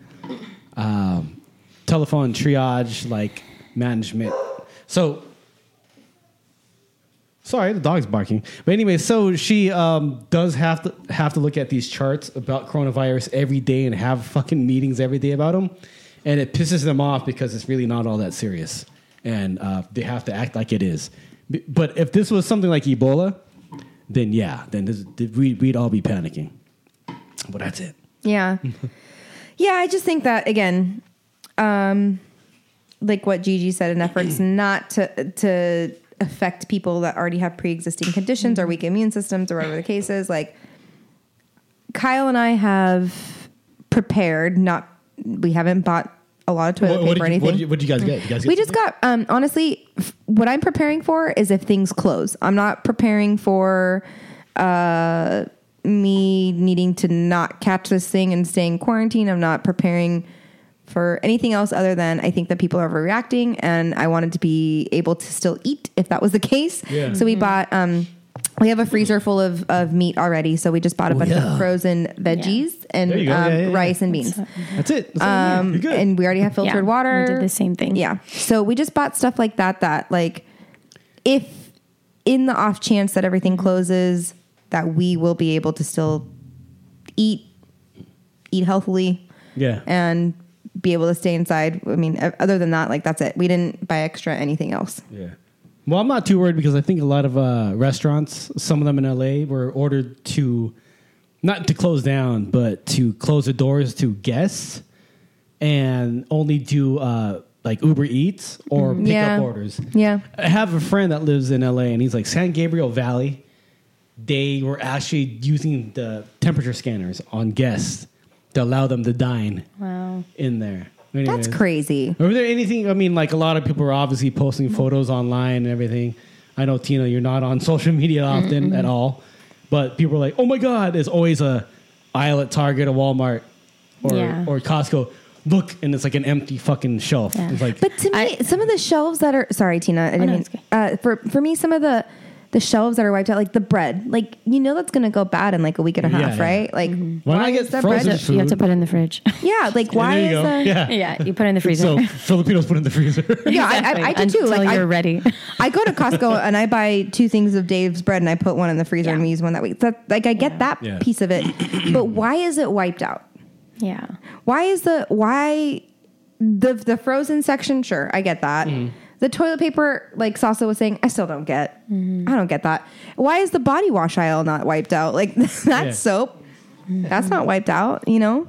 um, telephone triage like management. So Sorry, the dog's barking. But anyway, so she um, does have to have to look at these charts about coronavirus every day and have fucking meetings every day about them, and it pisses them off because it's really not all that serious, and uh, they have to act like it is. B- But if this was something like Ebola, then yeah, then this, we, we'd all be panicking. But that's it. [LAUGHS] Yeah. yeah, I just think that again, um, like what Gigi said, in [CLEARS THROAT] efforts not to to affect people that already have pre existing conditions or weak immune systems or whatever the case is, like Kyle and I have prepared, not we haven't bought a lot of toilet What, paper what, did or you, anything. what, did you, what did you guys get? You guys We get just got um, honestly. f- What I'm preparing for is if things close. I'm not preparing for uh, me needing to not catch this thing and stay in quarantine. I'm not preparing for anything else other than I think that people are overreacting, and I wanted to be able to still eat if that was the case. Yeah. So we Mm-hmm. bought. Um, we have a freezer full of, of meat already, so we just bought a bunch Oh, yeah. of frozen veggies and There um, you go. Yeah, yeah, yeah. rice and beans. That's it. Um, And we already have filtered Yeah, we water. did the same thing. Yeah. So we just bought stuff like that. That like, if in the off chance that everything closes, that we will be able to still eat, eat healthily, Yeah. and be able to stay inside. I mean, o- other than that, like that's it. We didn't buy extra anything else. Yeah. Well, I'm not too worried because I think a lot of uh, restaurants, some of them in LA, were ordered to not to close down, but to close the doors to guests and only do uh, like Uber Eats or pickup Mm-hmm. yeah. orders. Yeah. I have a friend that lives in LA and he's like San Gabriel Valley. They were actually using the temperature scanners on guests to allow them to dine Wow. in there. That's Anyways. crazy. Were there anything? I mean, like a lot of people are obviously Mm-hmm. posting photos online and everything. I know Tina, you're not on [LAUGHS] social media Mm-hmm, often Mm-mm. at all, but people are like, "Oh my God!" There's always a aisle at Target or Walmart or Yeah. or Costco. Look, and it's like an empty fucking shelf. It's like, But to me, some of the shelves that are sorry, Tina, I didn't mean, uh, for for me, some of the the shelves that are wiped out, like the bread, like you know that's gonna go bad in like a week and a Yeah, half, yeah. right? Like Why not get is the frozen bread- food? You have to Put it in the fridge. [LAUGHS] yeah, like And why there you is go. the yeah, Yeah, you put it in the freezer. So Filipinos put it in the freezer. [LAUGHS] yeah, I, I, I do too. Until Like you're I, [LAUGHS] ready. I go to [LAUGHS] Costco and I buy two things of Dave's bread and I put one in the freezer and we use one that week. That, like I get that Yeah. piece of it, [CLEARS THROAT] but why is it wiped out? Yeah. Why is the why the the frozen section? Sure, I get that. The toilet paper, like Sasa was saying, I still don't get. Mm-hmm. I don't get that. Why is the body wash aisle not wiped out? Like [LAUGHS] that's Yeah. soap. That's not wiped out. You know,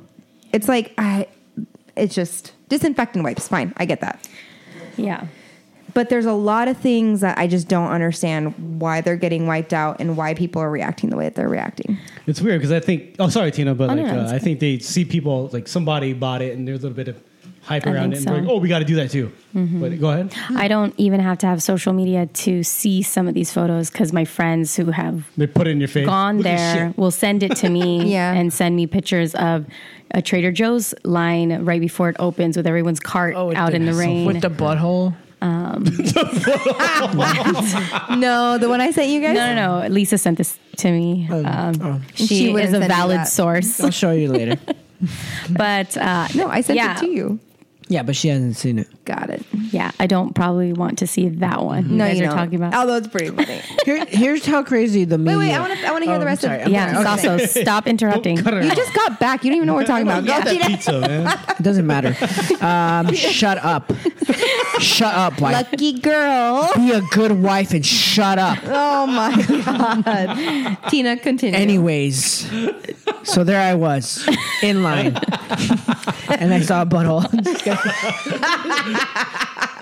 it's like I. It's just disinfectant wipes. Fine, I get that. Yeah. But there's a lot of things that I just don't understand why they're getting wiped out and why people are reacting the way that they're reacting. [LAUGHS] It's weird because I think. Oh, sorry, Tina, but Oh, no, like no, uh, it's I think they see people like somebody bought it and there's a little bit of hype I around it. And think they're so. like, oh, we got to do that too. Mm-hmm. But go ahead. Hmm. I don't even have to have social media to see some of these photos because my friends who have They put it in your face. gone Look at this there shit. will send it to me Yeah. and send me pictures of a Trader Joe's line right before it opens with everyone's cart Oh, out in the rain. with the butthole. um, no, the one I sent you guys? No, no, no. Lisa sent this to me. Um, she, She wouldn't is a send you valid [LAUGHS] that. source. I'll show you [LAUGHS] later. but uh, no, I sent yeah. it to you. yeah, but she hasn't seen it. Got it. Yeah, I don't probably want to see that one. No, you guys you are don't. talking about. Although it's pretty funny. Here, here's how crazy the media. wait, I wanna- I wanna Oh, hear the rest of- I'm yeah, sorry. Sasso, Okay. stop interrupting. You just got back. You don't even know what we're talking about. Go see that. [LAUGHS] It doesn't matter. [LAUGHS] Um, shut up. Shut up, wife. Lucky girl. Be a good wife and shut up. Oh my god. Tina, continue. Anyways, so there I was in line, [LAUGHS] and I saw a butthole, [LAUGHS] and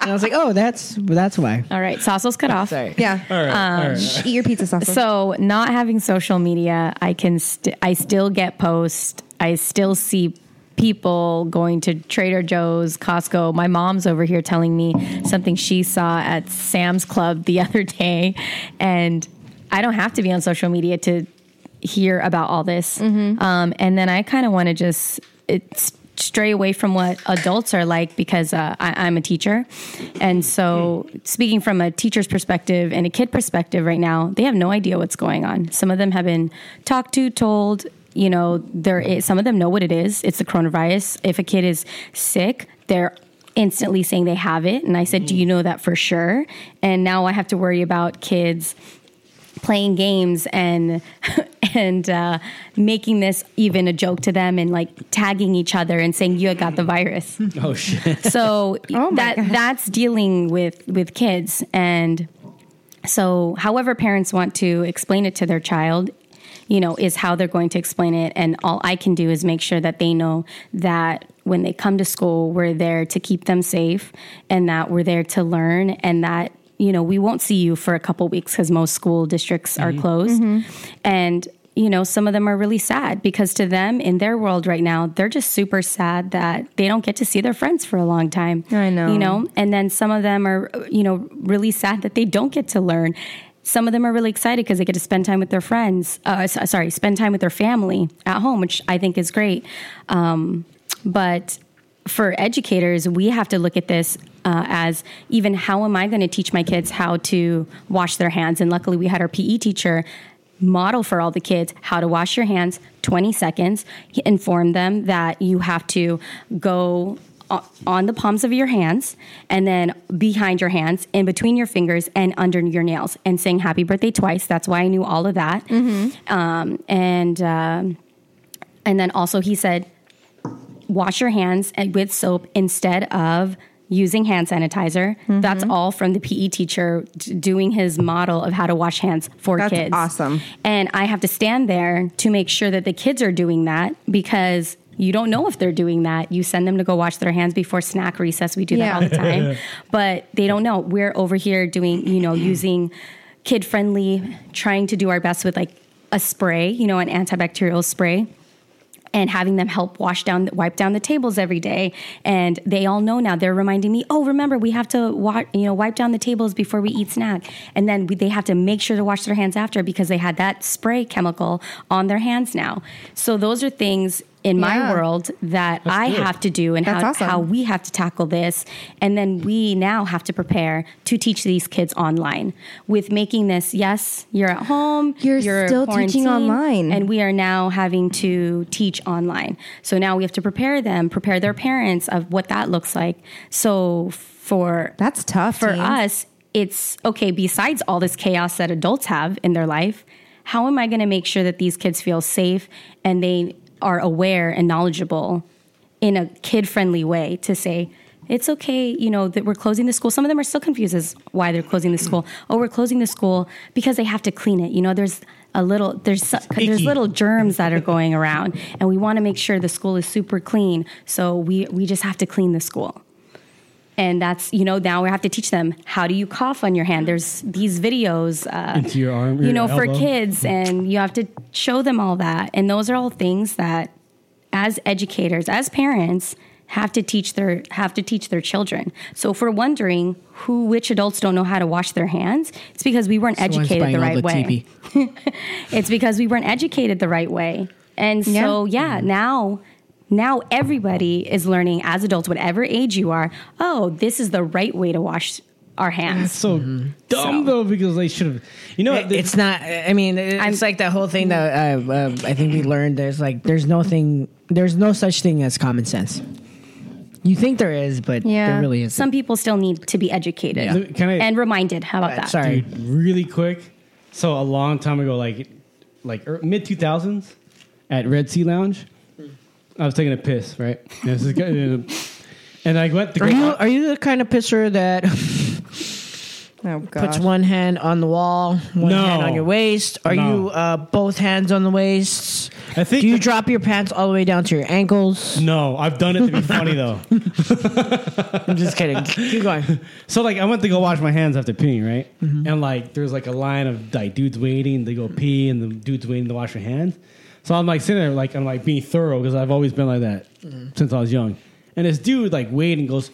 I was like, "Oh, that's that's why." All right, Sasso's cut off. Sorry. Yeah. All right, all right. Shh, Eat your pizza sauce. So, not having social media, I can st- I still get posts. I still see people going to Trader Joe's, Costco. My mom's over here telling me something she saw at Sam's Club the [LAUGHS] other day, and I don't have to be on social media to hear about all this. Um, and then I kind of want to just it's stray away from what adults are like because uh, I, I'm a teacher. And so, speaking from a teacher's perspective and a kid perspective right now, they have no idea what's going on. Some of them have been talked to, told, you know, there is, some of them know what it is. It's the coronavirus. If a kid is sick, they're instantly saying they have it. And I said, Do you know that for sure? And now I have to worry about kids playing games and [LAUGHS] and uh, making this even a joke to them and like tagging each other and saying you got [LAUGHS] the virus. Oh shit. So Oh, my that that's dealing with with kids and so however parents want to explain it to their child, you know, is how they're going to explain it and all I can do is make sure that they know that when they come to school, we're there to keep them safe and that we're there to learn and that you know, we won't see you for a couple weeks cuz most school districts are Mhm. closed Mhm. and you know some of them are really sad because to them in their world right now they're just super sad that they don't get to see their friends for a long time i know. you know and then some of them are you know really sad that they don't get to learn some of them are really excited because they get to spend time with their friends uh, s- sorry spend time with their family at home which i think is great um, but for educators, we have to look at this uh, as even how am I going to teach my kids how to wash their hands? And luckily, we had our PE teacher model for all the kids how to wash your hands 20 seconds, He inform them that you have to go o- on the palms of your hands and then behind your hands in between your fingers and under your nails and sing happy birthday twice that's why i knew all of that Mm-hmm. um, and um, and then also he said wash your hands and with soap instead of using hand sanitizer. Mm-hmm. That's all from the PE teacher d- doing his model of how to wash hands for That's kids. awesome. And I have to stand there to make sure that the kids are doing that because you don't know if they're doing that. You send them to go wash their hands before snack recess. We do Yeah. that all the time. but they don't know. We're over here doing, you know, using kid friendly, trying to do our best with like a spray, you know, an antibacterial spray and having them help wash down wipe down the tables every day and they all know now they're reminding me oh remember we have to wa- you know wipe down the tables before we eat snack and then we, they have to make sure to wash their hands after because they had that spray chemical on their hands now so those are things in my Yeah. world that That's i good. have to do and That's how, awesome. how we have to tackle this and then we now have to prepare to teach these kids online with making this yes you're at home you're, still teaching quarantined, online. and we are now having to teach online so now we have to prepare them prepare their parents of what that looks like so for that's tough for teens. us it's okay besides all this chaos that adults have in their life how am i going to make sure that these kids feel safe and they are aware and knowledgeable in a kid friendly way to say it's okay you know that we're closing the school some of them are still confused as why they're closing the school oh we're closing the school because they have to clean it you know there's a little there's so- there's icky. little germs that are going around and we want to make sure the school is super clean so we we just have to clean the school and that's you know now we have to teach them how do you cough on your hand there's these videos uh, Into your arm, you your know for elbow. kids and you have to show them all that and those are all things that as educators as parents have to teach their have to teach their children so if we're wondering who which adults don't know how to wash their hands it's because we weren't educated the right way it's because we weren't educated the right way. And so, yeah, now now everybody is learning as adults, whatever age you are. Oh, this is the right way to wash our hands. That's so dumb though because they should have. You know, what? it's not. I mean, it's like that whole thing that uh, uh, I think we learned. There's like, there's no thing. There's no such thing as common sense. You think there is, but there really isn't. Some people still need to be educated Yeah. Can I- and reminded. How about that? Dude, really quick. So a long time ago, like like mid two thousands, at Red Sea Lounge, I was taking a piss. Right, and, this is good. and I went to go Are you are you the kind of pisser that [LAUGHS] oh, puts one hand on the wall, one No. hand on your waist? Are No. you uh, both hands on the waist? I think. Do you drop your pants all the way down to your [LAUGHS] ankles? [LAUGHS] No, I've done it to be funny though. I'm just kidding. Keep going. [LAUGHS] So like I went to go wash my hands after peeing, right? And like there's like a line of like dudes waiting to go pee and the dudes waiting to wash their hands. So I'm like sitting there like I'm like being thorough because I've always been like that since I was young. And this dude like waiting goes,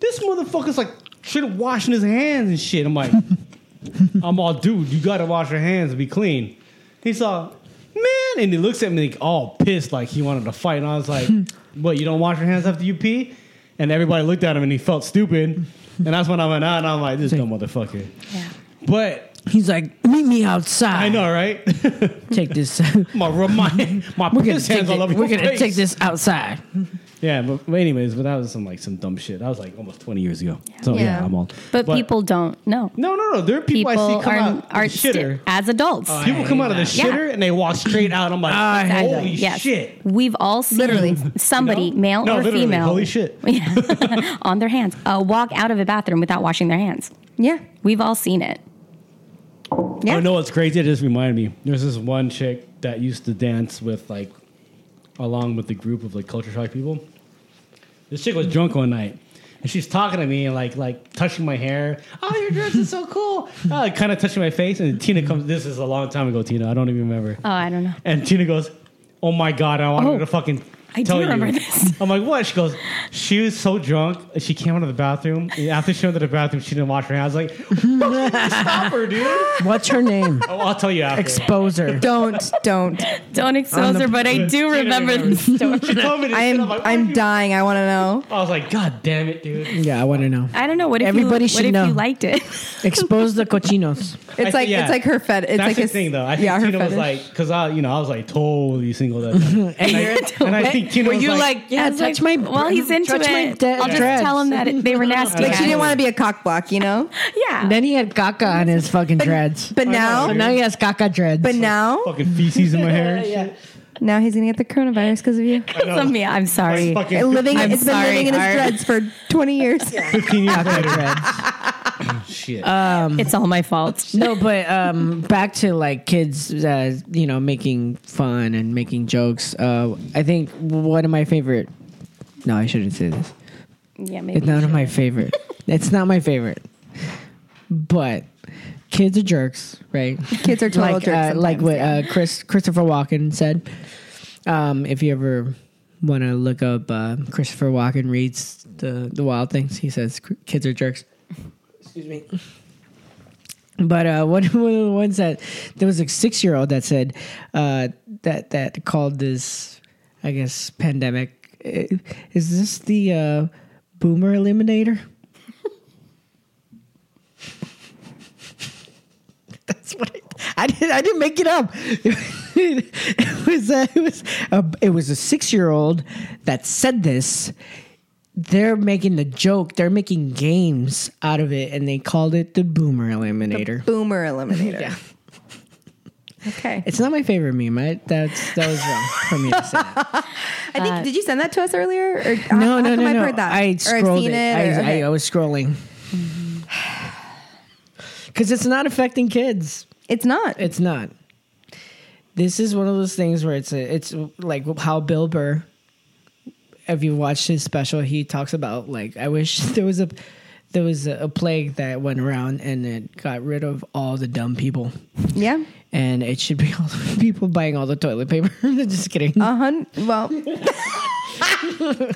This motherfucker's like should have washing his hands and shit. I'm like I'm all dude, you gotta wash your hands and be clean. He's all man, and he looks at me like all pissed, like he wanted to fight. And I [LAUGHS] was like, "What? You don't wash your hands after you pee?" And everybody looked at him, and he [LAUGHS] felt stupid. And that's when I went out, and I'm like, "This dumb motherfucker." But he's like, "Meet me outside." I know, right? [LAUGHS] take this. my [LAUGHS] my my We're gonna piss take hands all it- over We're your gonna face. take this outside. Yeah, but, but anyways, but that was some like some dumb shit. That was like almost 20 years ago. So yeah, Yeah. I'm old. But, people don't know. No, no, no. There are people I see come are, out of the are shitter. Oh, sti- as adults. people come out of the Yeah. shitter and they walk straight out. I'm like, Exactly. holy Yes. shit. We've all seen [LAUGHS] somebody, male No, or literally, female, holy [LAUGHS] shit. on their hands, uh, walk out of a bathroom without washing their hands. Yeah, we've all seen it. I know it's Oh, crazy. It just reminded me. There's this one chick that used to dance with like, along with the group of like culture shock people. This chick was drunk one night, and she's talking to me and like like touching my hair. Oh, your dress is so cool. [LAUGHS] Uh, kind of touching my face, and Tina comes. This is a long time ago, Tina. I don't even remember. Oh, I don't know. And Tina goes, "Oh my god, I wanted Oh, to fucking." I do tell remember you. this. [LAUGHS] I'm like, what? She goes, she was so drunk. She came out of the bathroom. And after she went to the bathroom, she didn't wash her hands. I was like, stop her, dude. [LAUGHS] What's her [LAUGHS] name? Oh, I'll tell you after. Expose her. Don't, don't, don't On expose the- her. [LAUGHS] But I do She remember remembers. this story. She told me this I shit. am, I'm like, I'm dying. I want to know. I was like, God damn it, dude. Yeah, I want to know. I don't know what if Everybody you, should what if know. you liked it. Expose the cochinos. I It's thi- like yeah. it's like her fetish. It's That's like the his thing, though. I think yeah, her Tina was fetish. like, because I, you know, I was like totally single that night. and, I, and I think Tina Were was you like, like, [LAUGHS] yeah, I was touch like, my Well, he's into touch my it. de- I'll just dreads. tell him that it- [LAUGHS] they were nasty. like she didn't guys. want to be a cock block, you know. [LAUGHS] [LAUGHS] Yeah. Then he had Gaga on his fucking dreads. But now, So now he has Gaga dreads. but now, fucking feces in my hair. and shit. now he's gonna get the coronavirus because of you. I know. Yeah, I'm sorry. Like And fucking living, I'm it's been sorry, living in his Art. dreads for twenty years. 15 years Gaga [LAUGHS] later. dreads. [LAUGHS] Shit. It's all my fault. No, but um, back to like kids, uh, you know, making fun and making jokes. Uh, I think one of my favorite. No, I shouldn't say this. Yeah, maybe. It's not my favorite. It's not my favorite. But kids are jerks, right? Kids are total like, jerks uh, like sometimes, what yeah. uh, Chris Christopher Walken said. Um, if you ever want to look up uh, Christopher Walken reads the the Wild Things, he says kids are jerks. Excuse me. But uh, one, [LAUGHS] one of the ones that there was a six year old that said uh, that that called this, I guess, pandemic. eh, Is this the uh, boomer eliminator? [LAUGHS] That's what I, I did. I didn't make it up. [LAUGHS] It was a, it was a, it was a six year old that said this. They're making the joke. They're making games out of it, and they called it the boomer eliminator. Boomer eliminator. Yeah. Okay. It's not my favorite meme. I, that's that was wrong for me to say. That. I think. did you send that to us earlier? Or, [LAUGHS] how- No, how no, come no, I've no. heard that. Or I I've scrolled seen it. it, I, or- okay. I, I was scrolling [SIGHS] because it's not affecting kids. It's not. It's not. This is one of those things where it's a, it's like how Bill Burr. If you watched his special, he talks about like I wish [LAUGHS] there was a there was a, a plague that went around and it got rid of all the dumb people, yeah. and it should be [LAUGHS] all the people buying all the toilet paper. [LAUGHS] Just kidding. Oh, A hun. [LAUGHS] Well. [LAUGHS]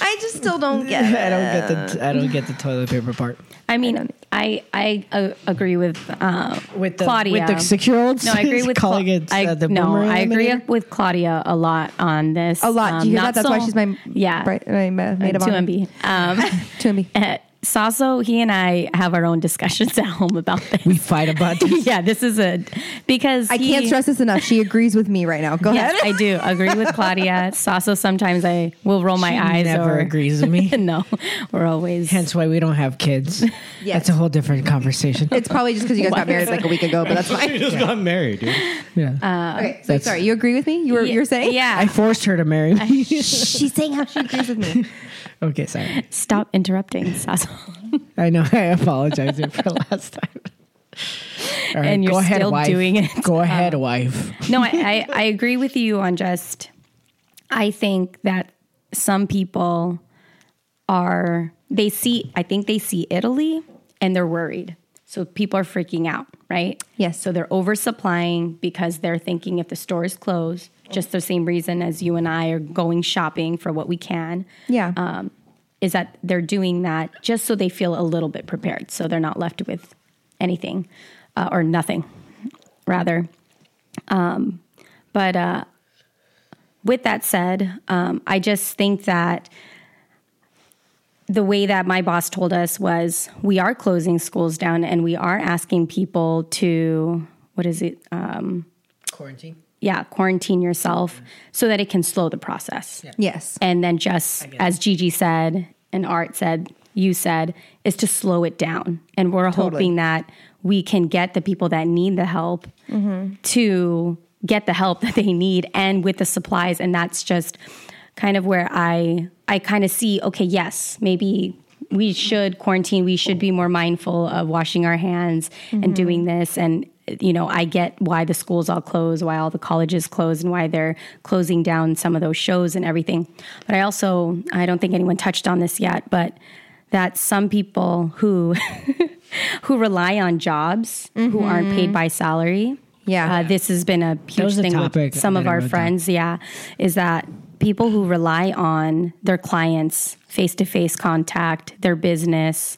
I just still don't get it. [LAUGHS] I don't get the I don't get the toilet paper part. I mean, I I uh, agree with uh, With the- Claudia with the six-year-olds? No, I [LAUGHS] agree with Calling Cla- it, I, uh, the no, boomerang I agree eliminator? with Claudia a lot on this. Um, Um, A lot. Do you hear not that? That's why she's my yeah bright, my, ma- maid of two honor. MB. Um, [LAUGHS] To me. eh, Sasso, he and I have our own discussions [LAUGHS] at home about this. We fight about this. yeah, this is a because I he- can't stress this enough. She agrees with me right now. Go Yes, ahead. I do agree [LAUGHS] with Claudia. Sasso, sometimes I will roll [LAUGHS] my She eyes. never or, agrees [LAUGHS] with me. no, we're always. [LAUGHS] Hence why we don't have [LAUGHS] kids. That's a whole different conversation. It's probably just Oh because you guys got married like a week ago, but that's fine. [LAUGHS] [LAUGHS] She just got married, dude. Yeah. Uh, okay, so That's- sorry, you agree with me? You were you're saying? Yeah. I forced her to marry me. She's saying how she agrees with [LAUGHS] me. okay, sorry. Stop interrupting, Sasso. I know. I apologize [LAUGHS] for last time. All right, And you're go ahead, still wife. doing it. Um, Go ahead, wife. no, I, I, I agree with you on just, I think that some people are, they see, I think they see Italy and they're worried. So people are freaking out, right? Yes. So they're oversupplying because they're thinking if the store is closed, just the same reason as you and I are going shopping for what we can Yeah. Um, is that they're doing that just so they feel a little bit prepared, so they're not left with anything uh, or nothing, rather. Um, but uh, with that said, um, I just think that the way that my boss told us was we are closing schools down and we are asking people to what is it Uh, Quarantine. yeah quarantine yourself so that it can slow the process yes. and then just as Gigi said and Art said, you said, is to slow it down. And we're hoping that we can get the people that need the help to get the help [LAUGHS] that they need and with the supplies. And that's just kind of where I I kind of see, okay, yes, maybe we should quarantine, we should be more mindful of washing our hands and doing this and you know, I get why the schools all close, why all the colleges close, and why they're closing down some of those shows and everything. But I also, I don't think anyone touched on this yet, but that some people who [LAUGHS] who rely on jobs who aren't paid by salary. Yeah. uh, this has been a huge was a thing topic with some that of I our wrote down. friends. Yeah, is that people who rely on their clients' face to face contact, their business,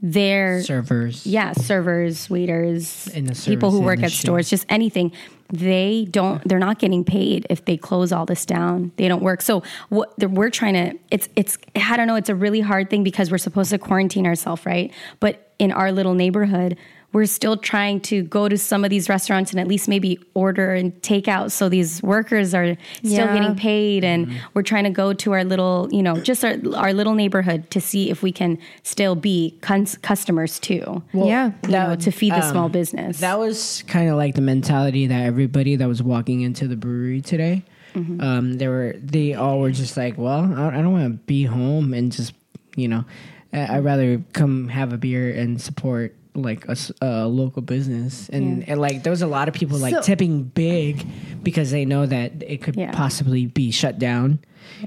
their Servers. yeah, servers, waiters, In the people who service work at industry. stores, just anything. They don't. They're not getting paid if they close all this down. They don't work. So what the- we're trying to. It's it's. I don't know. It's a really hard thing because we're supposed to quarantine ourselves, right? But in our little neighborhood, we're still trying to go to some of these restaurants and at least maybe order and take out. So these workers are still Yeah. getting paid, and Mm-hmm. we're trying to go to our little, you know, just our our little neighborhood to see if we can still be cons- customers too yeah. you know, to feed the small business. That was kind of like the mentality that everybody that was walking into the brewery today, Mm-hmm. um, they were they all were just like, well, I, I don't want to be home and just you know, I, Mm-hmm. I'd rather come have a beer and support like a, s- a local business and, and like there was a lot of people like So- tipping big because they know that it could Yeah. possibly be shut down,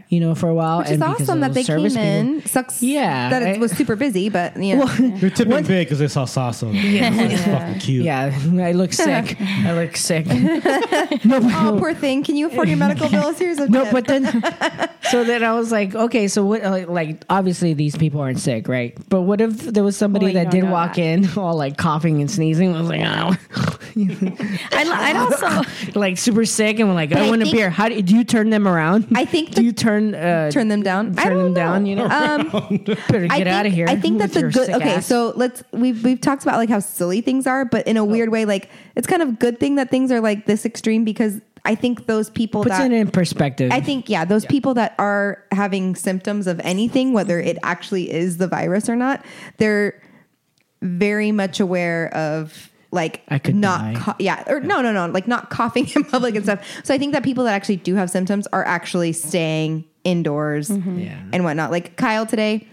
you know, for a while. Which is and because of awesome that those they came service people- in. Sucks Yeah, that it I- was super busy, but yeah. They're tipping big 'cause big because they saw Sasso. Yeah. That's fucking cute. Yeah, [LAUGHS] I look sick. I look [LAUGHS] sick. [LAUGHS] no, but- [LAUGHS] oh, poor thing. Can you afford your [LAUGHS] medical bills? Here's a No, tip. but then, [LAUGHS] so then I was like, okay, so what? uh, Like, obviously these people aren't sick, right? But what if there was somebody Well, you that don't did know walk that. in, [LAUGHS] all like coughing and sneezing, was like, oh, [LAUGHS] I, li- I'd also like super sick, and were like, But I I want a think- beer. How do you, do you turn them around? I [LAUGHS] think do the- you turn uh, turn them down. I turn them don't down? know. Um, You know, [LAUGHS] better I get think, out of here. I think [LAUGHS] with that's a your good. sick Okay, ass. so let's we've we've talked about like how silly things are, but in a weird way, like it's kind of a good thing that things are like this extreme because I think those people puts that it in perspective. I think yeah, those people that are having symptoms of anything, whether it actually is the virus or not, they're very much aware of like I could not die. co- yeah or no no no like not coughing in [LAUGHS] public and stuff. So I think that people that actually do have symptoms are actually staying indoors Yeah. and whatnot. Like Kyle today,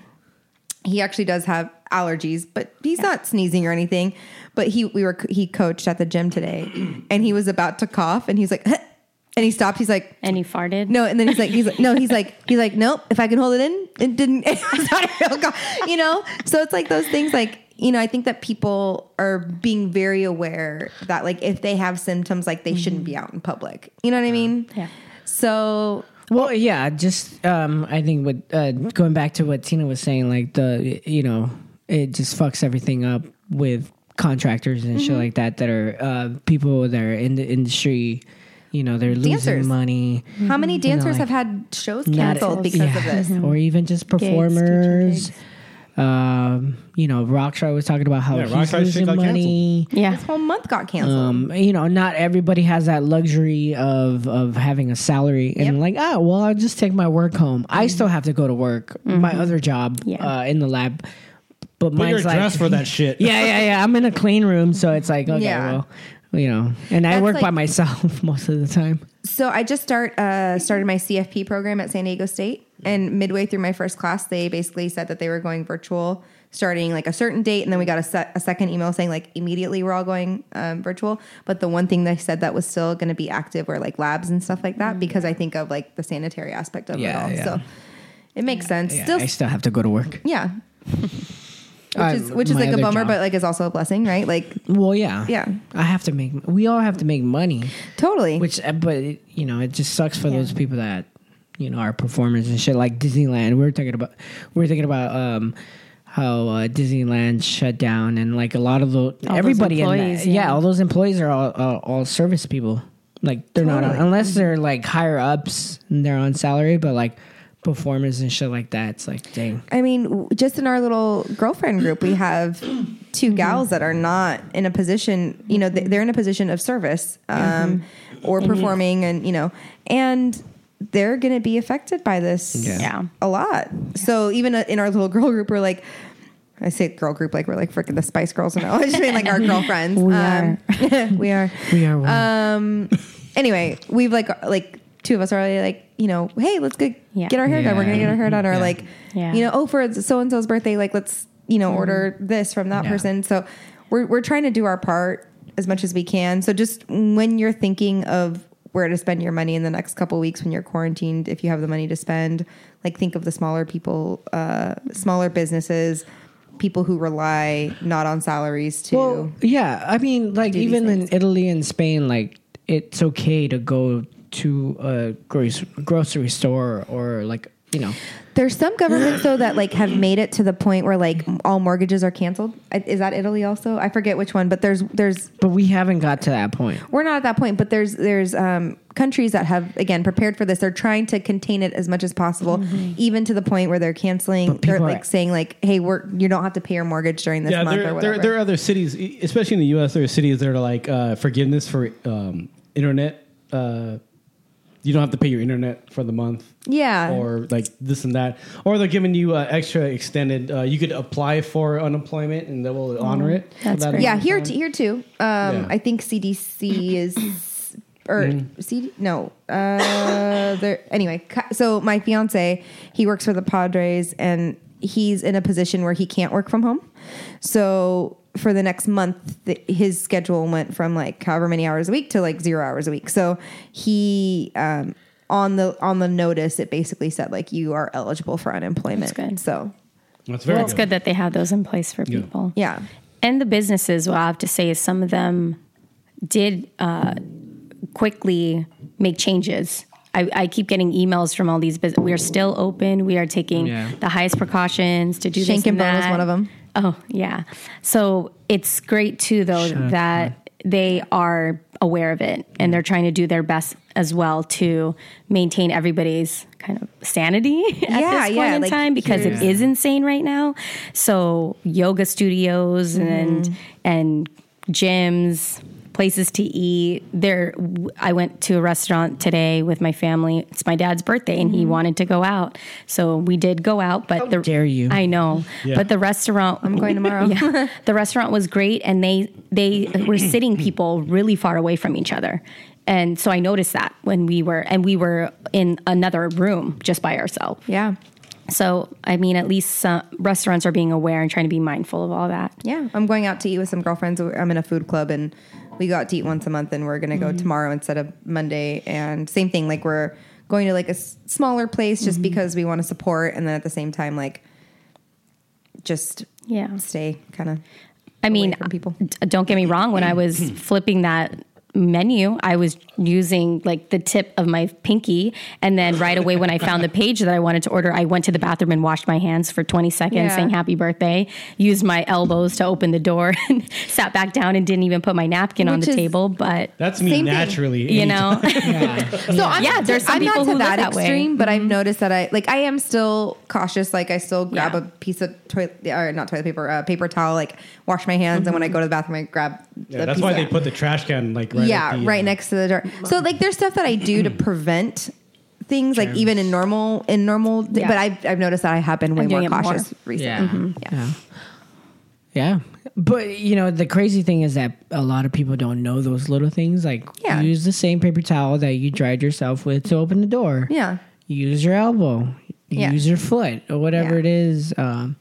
he actually does have allergies, but he's not sneezing or anything. But he we were he coached at the gym today, [CLEARS THROAT] and he was about to cough, and he's like, and he stopped. He's like. and he farted. No, and then he's like, he's like, no, he's like, he's like, nope. If I can hold it in, it didn't. [LAUGHS] It was not a real call, you know. So it's like those things, like you know. I think that people are being very aware that, like, if they have symptoms, like they shouldn't be out in public. You know what I mean? Mm-hmm. Yeah. So Well, yeah, just um, I think what uh, going back to what Tina was saying, like the you know it just fucks everything up with contractors and shit like that that are uh, people that are in the industry. You know, they're losing Dancers. money, how many dancers like, have had shows Mm-hmm. not- canceled because yeah, of this? or even just performers. gigs. Um, you know, Rockstar was talking about how Yeah, he's Rockstar's losing shit got money. Yeah, this whole month got canceled. Um, you know, not everybody has that luxury of of having a salary and like, ah, well, I'll just take my work home. I Mm-hmm. still have to go to work, my other job uh, in the lab. But Put your mine's like, address [LAUGHS] for that shit. Yeah, yeah, yeah. I'm in a clean room, so it's like, okay, Yeah. well, you know, and I That's work by like- myself [LAUGHS] most of the time. So I just start uh, started my CFP program at San Diego State, and midway through my first class, they basically said that they were going virtual starting like a certain date, and then we got a, se- a second email saying like immediately we're all going um, virtual. But the one thing they said that was still going to be active were like labs and stuff like that because I think of like the sanitary aspect of Mm. Yeah, it all. yeah. So it makes sense. Yeah, still, I still have to go to work. yeah. I- Which is, which is my like a other bummer, job. but like is also a blessing, right? Like, Well, yeah, Yeah. I have to make. We all have to make money. Totally. Which, uh, but it, you know, it just sucks for those people that you know are performers and shit like Disneyland. We were talking about. We were thinking about um how uh, Disneyland shut down and like a lot of the those everybody in that, employees, yeah. yeah. all those employees are all all, all service people. Like they're not on, Totally. unless they're like higher ups and they're on salary, but like performers and shit like that. It's like dang. I mean, w- just in our little girlfriend group, we have two gals that are not in a position, you know, they- they're in a position of service um, or performing and, you know, and they're going to be affected by this Yeah. Yeah. a lot. So even uh, in our little [LAUGHS] girl group, we're like, I say girl group like we're like freaking the Spice Girls and all. [LAUGHS] I just mean like our girlfriends. We [LAUGHS] are. we are. We are one. Um. Anyway, we've like like two of us are already like you know, hey, let's go Yeah. get our hair done. We're Yeah. gonna get our hair done, or Yeah. Mm-hmm. like Yeah. you know, oh for so and so's birthday, like let's you know order this from that Yeah. person. So we're we're trying to do our part as much as we can. So just when you're thinking of where to spend your money in the next couple weeks when you're quarantined, if you have the money to spend, like think of the smaller people, uh, smaller businesses, people who rely not on salaries to. Well, yeah, I mean, like these even in Italy and Spain, like it's okay to go to a grocery grocery store or like you know, There's some governments though that like have made it to the point where like all mortgages are canceled. I- Is that Italy also? I forget which one, but there's there's but we haven't got to that point. we're not at that point, but there's there's um, countries that have again prepared for this. They're trying to contain it as much as possible, even to the point where they're canceling. Mm-hmm. But They're people are- like saying like, "Hey, we're you don't have to pay your mortgage during this yeah, month there, or there, whatever." there are other cities, e- especially in the U.S. There are cities that are like uh, forgiveness for um, internet. Uh, you don't have to pay your internet for the month. Yeah. Or like this and that, or they're giving you uh, extra extended. Uh, you could apply for unemployment, and they will honor it. for that's that great. Mm-hmm. yeah, amount of here time. t- here too. Um, Yeah. I think CDC is or CD no. Uh, there anyway. ca- So my fiance, he works for the Padres, and he's in a position where he can't work from home. So for the next month, th- his schedule went from like however many hours a week to like zero hours a week. So he. Um, on the on the notice, it basically said like you are eligible for unemployment. That's good. So That's very it's good that they have those in place for people. yeah, And the businesses, what I have to say is some of them did uh, quickly make changes. I, I keep getting emails from all these businesses. We are still open. We are taking Yeah. the highest precautions to do this Shank and Bone and was that. one of 'em. Oh yeah. So it's great too, though, that they are aware of it and they're trying to do their best as well to maintain everybody's kind of sanity [LAUGHS] Yeah, at this point yeah, in like, time because it Yeah. is insane right now. So yoga studios Mm-hmm. and and gyms, places to eat. There, I went to a restaurant today with my family. It's my dad's birthday, and he Mm-hmm. wanted to go out, so we did go out. But the dare you. I know, but the restaurant. Oh, I'm going tomorrow. [LAUGHS] [LAUGHS] yeah, the restaurant was great, and they they were [CLEARS THROAT] sitting people really far away from each other. And so I noticed that when we were, and we were in another room just by ourselves. yeah, So, I mean, at least some restaurants are being aware and trying to be mindful of all that. Yeah, I'm going out to eat with some girlfriends. I'm in a food club, and we go out to eat once a month, and we're gonna Mm-hmm. go tomorrow instead of Monday. And same thing, like we're going to like a s- smaller place Mm-hmm. just because we want to support, and then at the same time, like just Yeah. stay kind of. I mean, from people. [CLEARS THROAT] d- don't get me wrong. When I was flipping that menu, I was using like the tip of my pinky. And then right away, when I found the page that I wanted to order, I went to the bathroom and washed my hands for 20 seconds Yeah. saying happy birthday, used my elbows to open the door, [LAUGHS] and sat back down and didn't even put my napkin on Which the is- table. But That's me Same thing. naturally, [LAUGHS] You know? So I'm Yeah, not, there's some I'm people not to who live that, that way. Mm-hmm. extreme, but I've noticed that I like I am still cautious. Like I still grab a piece of toilet or not toilet paper, uh, paper towel, like wash my hands, and when Mm-hmm. I go to the bathroom, I grab. Yeah, the that's piece why of- they put the trash can like right. yeah, at the, right next to the door. So like, there's stuff that I do [CLEARS THROAT] to prevent things, like even in normal in normal. d- Yeah. But I've I've noticed that I have been way I'm doing more it more. cautious recently. Yeah. Mhm. Yeah. Yeah. Mm-hmm. Yeah. But you know, the crazy thing is that a lot of people don't know those little things. Like use the same paper towel that you dried yourself with to open the door. Yeah. Use your elbow. Yeah. Use your foot or whatever it is um,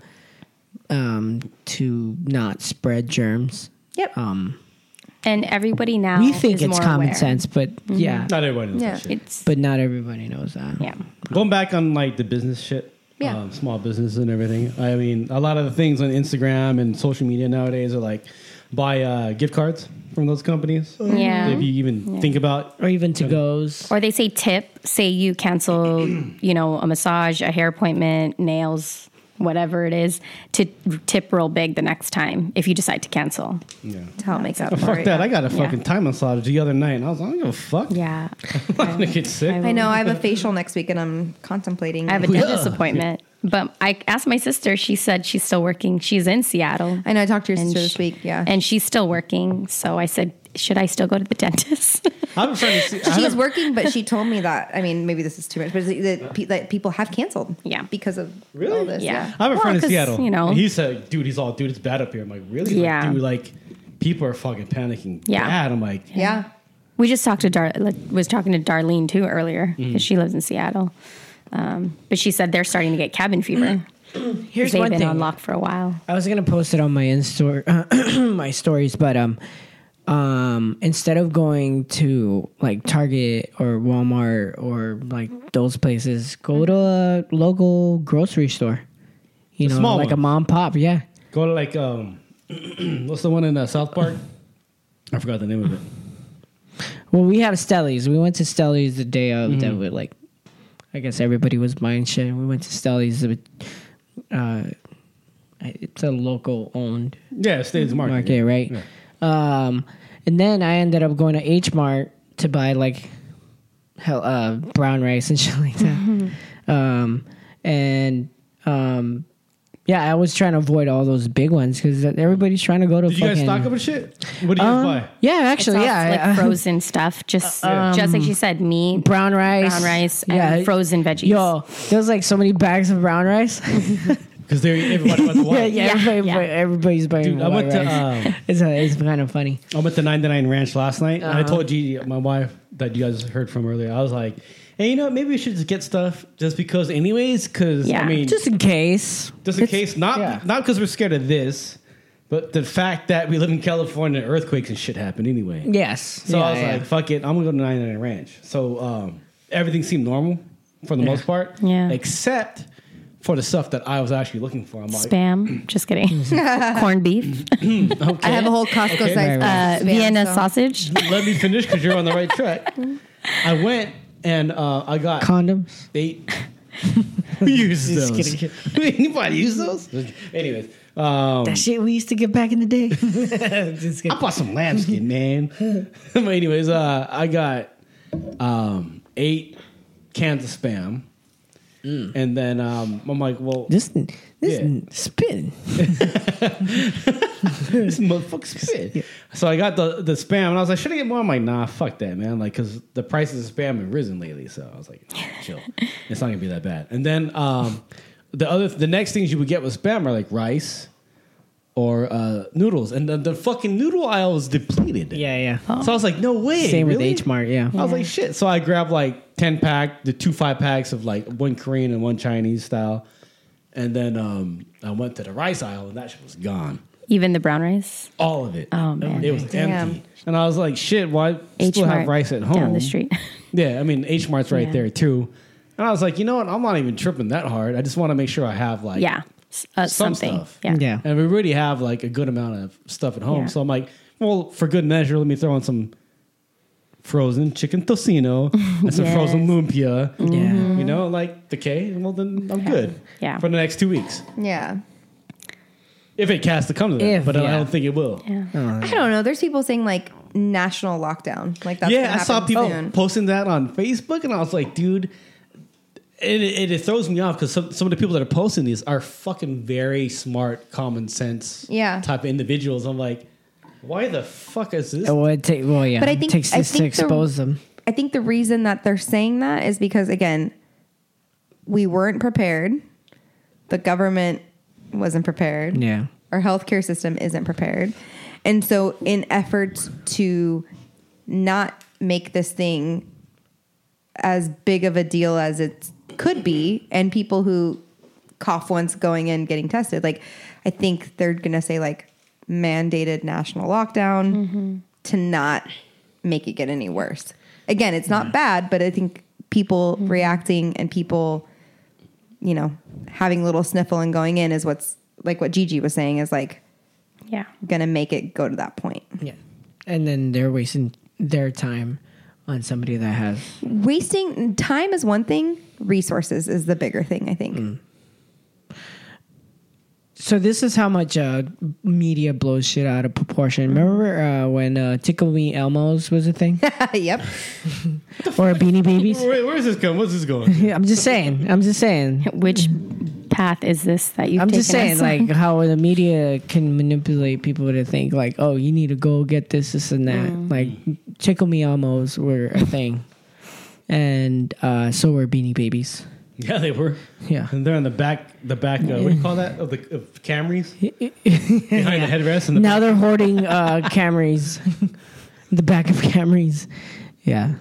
um, to not spread germs. Yep. Oh, Um, [LAUGHS] And everybody now we think is it's more common aware. sense, but Mhm. yeah, Not everybody knows that Yeah. shit. It's- but not everybody knows that. Yeah. Going back on like the business shit, Yeah. um, small business and everything. I mean, a lot of the things on Instagram and social media nowadays are like buy uh, gift cards from those companies. Oh, Yeah. If you even Yeah. think about or even to goes. Or they say tip, say you [CLEARS THROAT] cancel, you know, a massage, a hair appointment, nails, whatever it is, to tip real big the next time if you decide to cancel. Yeah. To help make up Oh, for fuck it. that! I got a Yeah. fucking time massage the other night, and I was like, I don't give a fuck. Yeah, [LAUGHS] I'm not gonna get sick. I know. [LAUGHS] I have a facial next week, and I'm contemplating. I have a dentist appointment. But I asked my sister, she said she's still working. She's in Seattle. I know. I talked to your And sister she- this week. Yeah. And she's still working. So I said, should I still go to the [LAUGHS] dentist? I have a friend. who's- I have She's a- working, but [LAUGHS] she told me that. I mean, maybe this is too much, but that, pe- that people have canceled. Yeah. Because of all this. Yeah. I have a friend in Seattle. you know. and he said, "Dude, he's all dude. It's bad up here." I'm like, "Really?" He's like, Yeah. dude, like people are fucking panicking. Yeah. bad. I'm like, Yeah. We just talked to Dar- like, was talking to Darlene too earlier Mm. because Mhm. she lives in Seattle, um, but she said they're starting to get cabin [CLEARS THROAT] fever. 'Cause they've one been thing. on lock for a while. I was gonna post it on my in store, [CLEARS THROAT] my stories, but um, um, instead of going to like Target or Walmart or like those places, go to a local grocery store. You Mm-hmm. know, The small like a ones. mom pop. Yeah, Go to like um, [CLEARS THROAT] what's the one in uh, South Park? I forgot the name of it. Well, we have Stellies. We went to Stellies the day of that. Mhm. We like, I guess everybody was buying shit. We went to Stellies. It was, Uh, it's a local owned. Yeah, States Market. right? Um, and then I ended up going to H Mart to buy like, hell, uh, brown rice and [LAUGHS] shit like that. [LAUGHS] Um, and um, yeah, I was trying to avoid all those big ones because everybody's trying to go to. Did you guys fucking- stock up and shit? What do you Um, guys buy? Yeah, actually, It's all, yeah, [LAUGHS] like I- frozen stuff, just just like she said, meat, brown rice, brown rice, and frozen veggies. Yo, there was like so many bags of brown [LAUGHS] rice. [LAUGHS] Because they're everybody wants yeah, yeah, white. everybody- everybody's buying Dude, I white went to, rice. um, [LAUGHS] it's, uh, it's kind of funny. I went to 99 Ranch last night. And I Uh-huh. told Gigi, my wife, that you guys heard from earlier. I was like, hey, you know, maybe we should just get stuff just because, anyways, because Yeah. I mean, Just in case, just in case, not not because we're scared of this, but the fact that we live in California and earthquakes and shit happen anyway. Yes. So I was like, fuck it, I'm gonna go to 99 Ranch. So um, everything seemed normal for the Yeah. most part, Yeah. except for the stuff that I was actually looking for. I'm like, spam. Just kidding. [LAUGHS] Corned beef. I have a whole Costco Okay. size Right, right. Uh, Vienna so- sausage. let me finish because you're on the right track. I went and uh, I got condoms. They [LAUGHS] who used Just those? kidding. [LAUGHS] Anybody use those? Anyways, um, that shit we used to get back in the day. I bought some lambskin, man. [LAUGHS] but anyways, uh, I got um, eight cans of spam, and then um, I'm like, well, [LAUGHS] this this yeah. spin. this motherfucker spit. So I got the the spam, and I was like, should I get more? I'm like, nah, fuck that, man. Like, cause the prices of spam have risen lately, so I was like, chill. it's not gonna be that bad. And then um, the other the next things you would get with spam are like rice or uh, noodles, and the, the fucking noodle aisle is depleted. Yeah, yeah. So I was like, no way. Same with really? H Mart. Yeah. I was like, shit. So I grabbed like 10 pack, the two five packs of like one Korean and one Chinese style. And then um, I went to the rice aisle and that shit was gone. Even the brown rice. All of it. Oh, man. It was Damn. empty. And I was like, shit, why still H-Mart have rice at down home? the street. [LAUGHS] yeah, I mean, H Mart's right Yeah. there too. And I was like, you know what? I'm not even tripping that hard. I just want to make sure I have like yeah. S- Uh, some something. stuff. Yeah. And we already have like a good amount of stuff at home. Yeah. So I'm like, well, for good measure, let me throw in some frozen chicken [LAUGHS] tocino and some Yes. frozen lumpia. Oh. Yeah. Mhm. You know, like, okay, well, then I'm good. Yeah. For the next two weeks. Yeah. If it casts to come to that, If, but I yeah. don't think it will. I don't know. There's people saying like national lockdown. Like that's Oh. yeah, gonna I saw happen people soon. posting that on Facebook, and I was like, dude, it, it, it throws me off because some, some of the people that are posting these are fucking very smart, common sense Yeah. type of individuals. I'm like, why the fuck is this? It would take, well, yeah. But I think- it takes I this to think the- expose them. I think the reason that they're saying that is because again, we weren't prepared. The government wasn't prepared. Yeah. Our healthcare system isn't prepared. And so in efforts to not make this thing as big of a deal as it could be and people who cough once going in getting tested like I think they're going to say like mandated national lockdown to not make it get any worse. Again, it's not bad, but I think people reacting and people, you know, having a little sniffle and going in is what's like what Gigi was saying is like, yeah, gonna make it go to that point. Yeah. And then they're wasting their time on somebody that has. Wasting time is one thing, resources is the bigger thing, I think. Mm. So this is how much uh, media blows shit out of proportion. Remember uh, when uh, Tickle Me Elmo's was a [LAUGHS] thing, [LAUGHS] yep. or Beanie Babies? Where, where is this going? What's this going? [LAUGHS] Yeah, I'm just saying. I'm just saying. Which path is this that you've I'm just saying, taken us like on? how the media can manipulate people to think like, oh, you need to go get this, this, and that. Mm. Like Tickle Me Elmo's were a thing, and uh, so were Beanie Babies. Yeah, they were. [LAUGHS] Yeah, and they're on the back, the back. Uh, what do you call that? Of the [LAUGHS] of Camrys behind the headrest and the. now they're hoarding uh, Camrys, [LAUGHS] the back of Camrys. Yeah.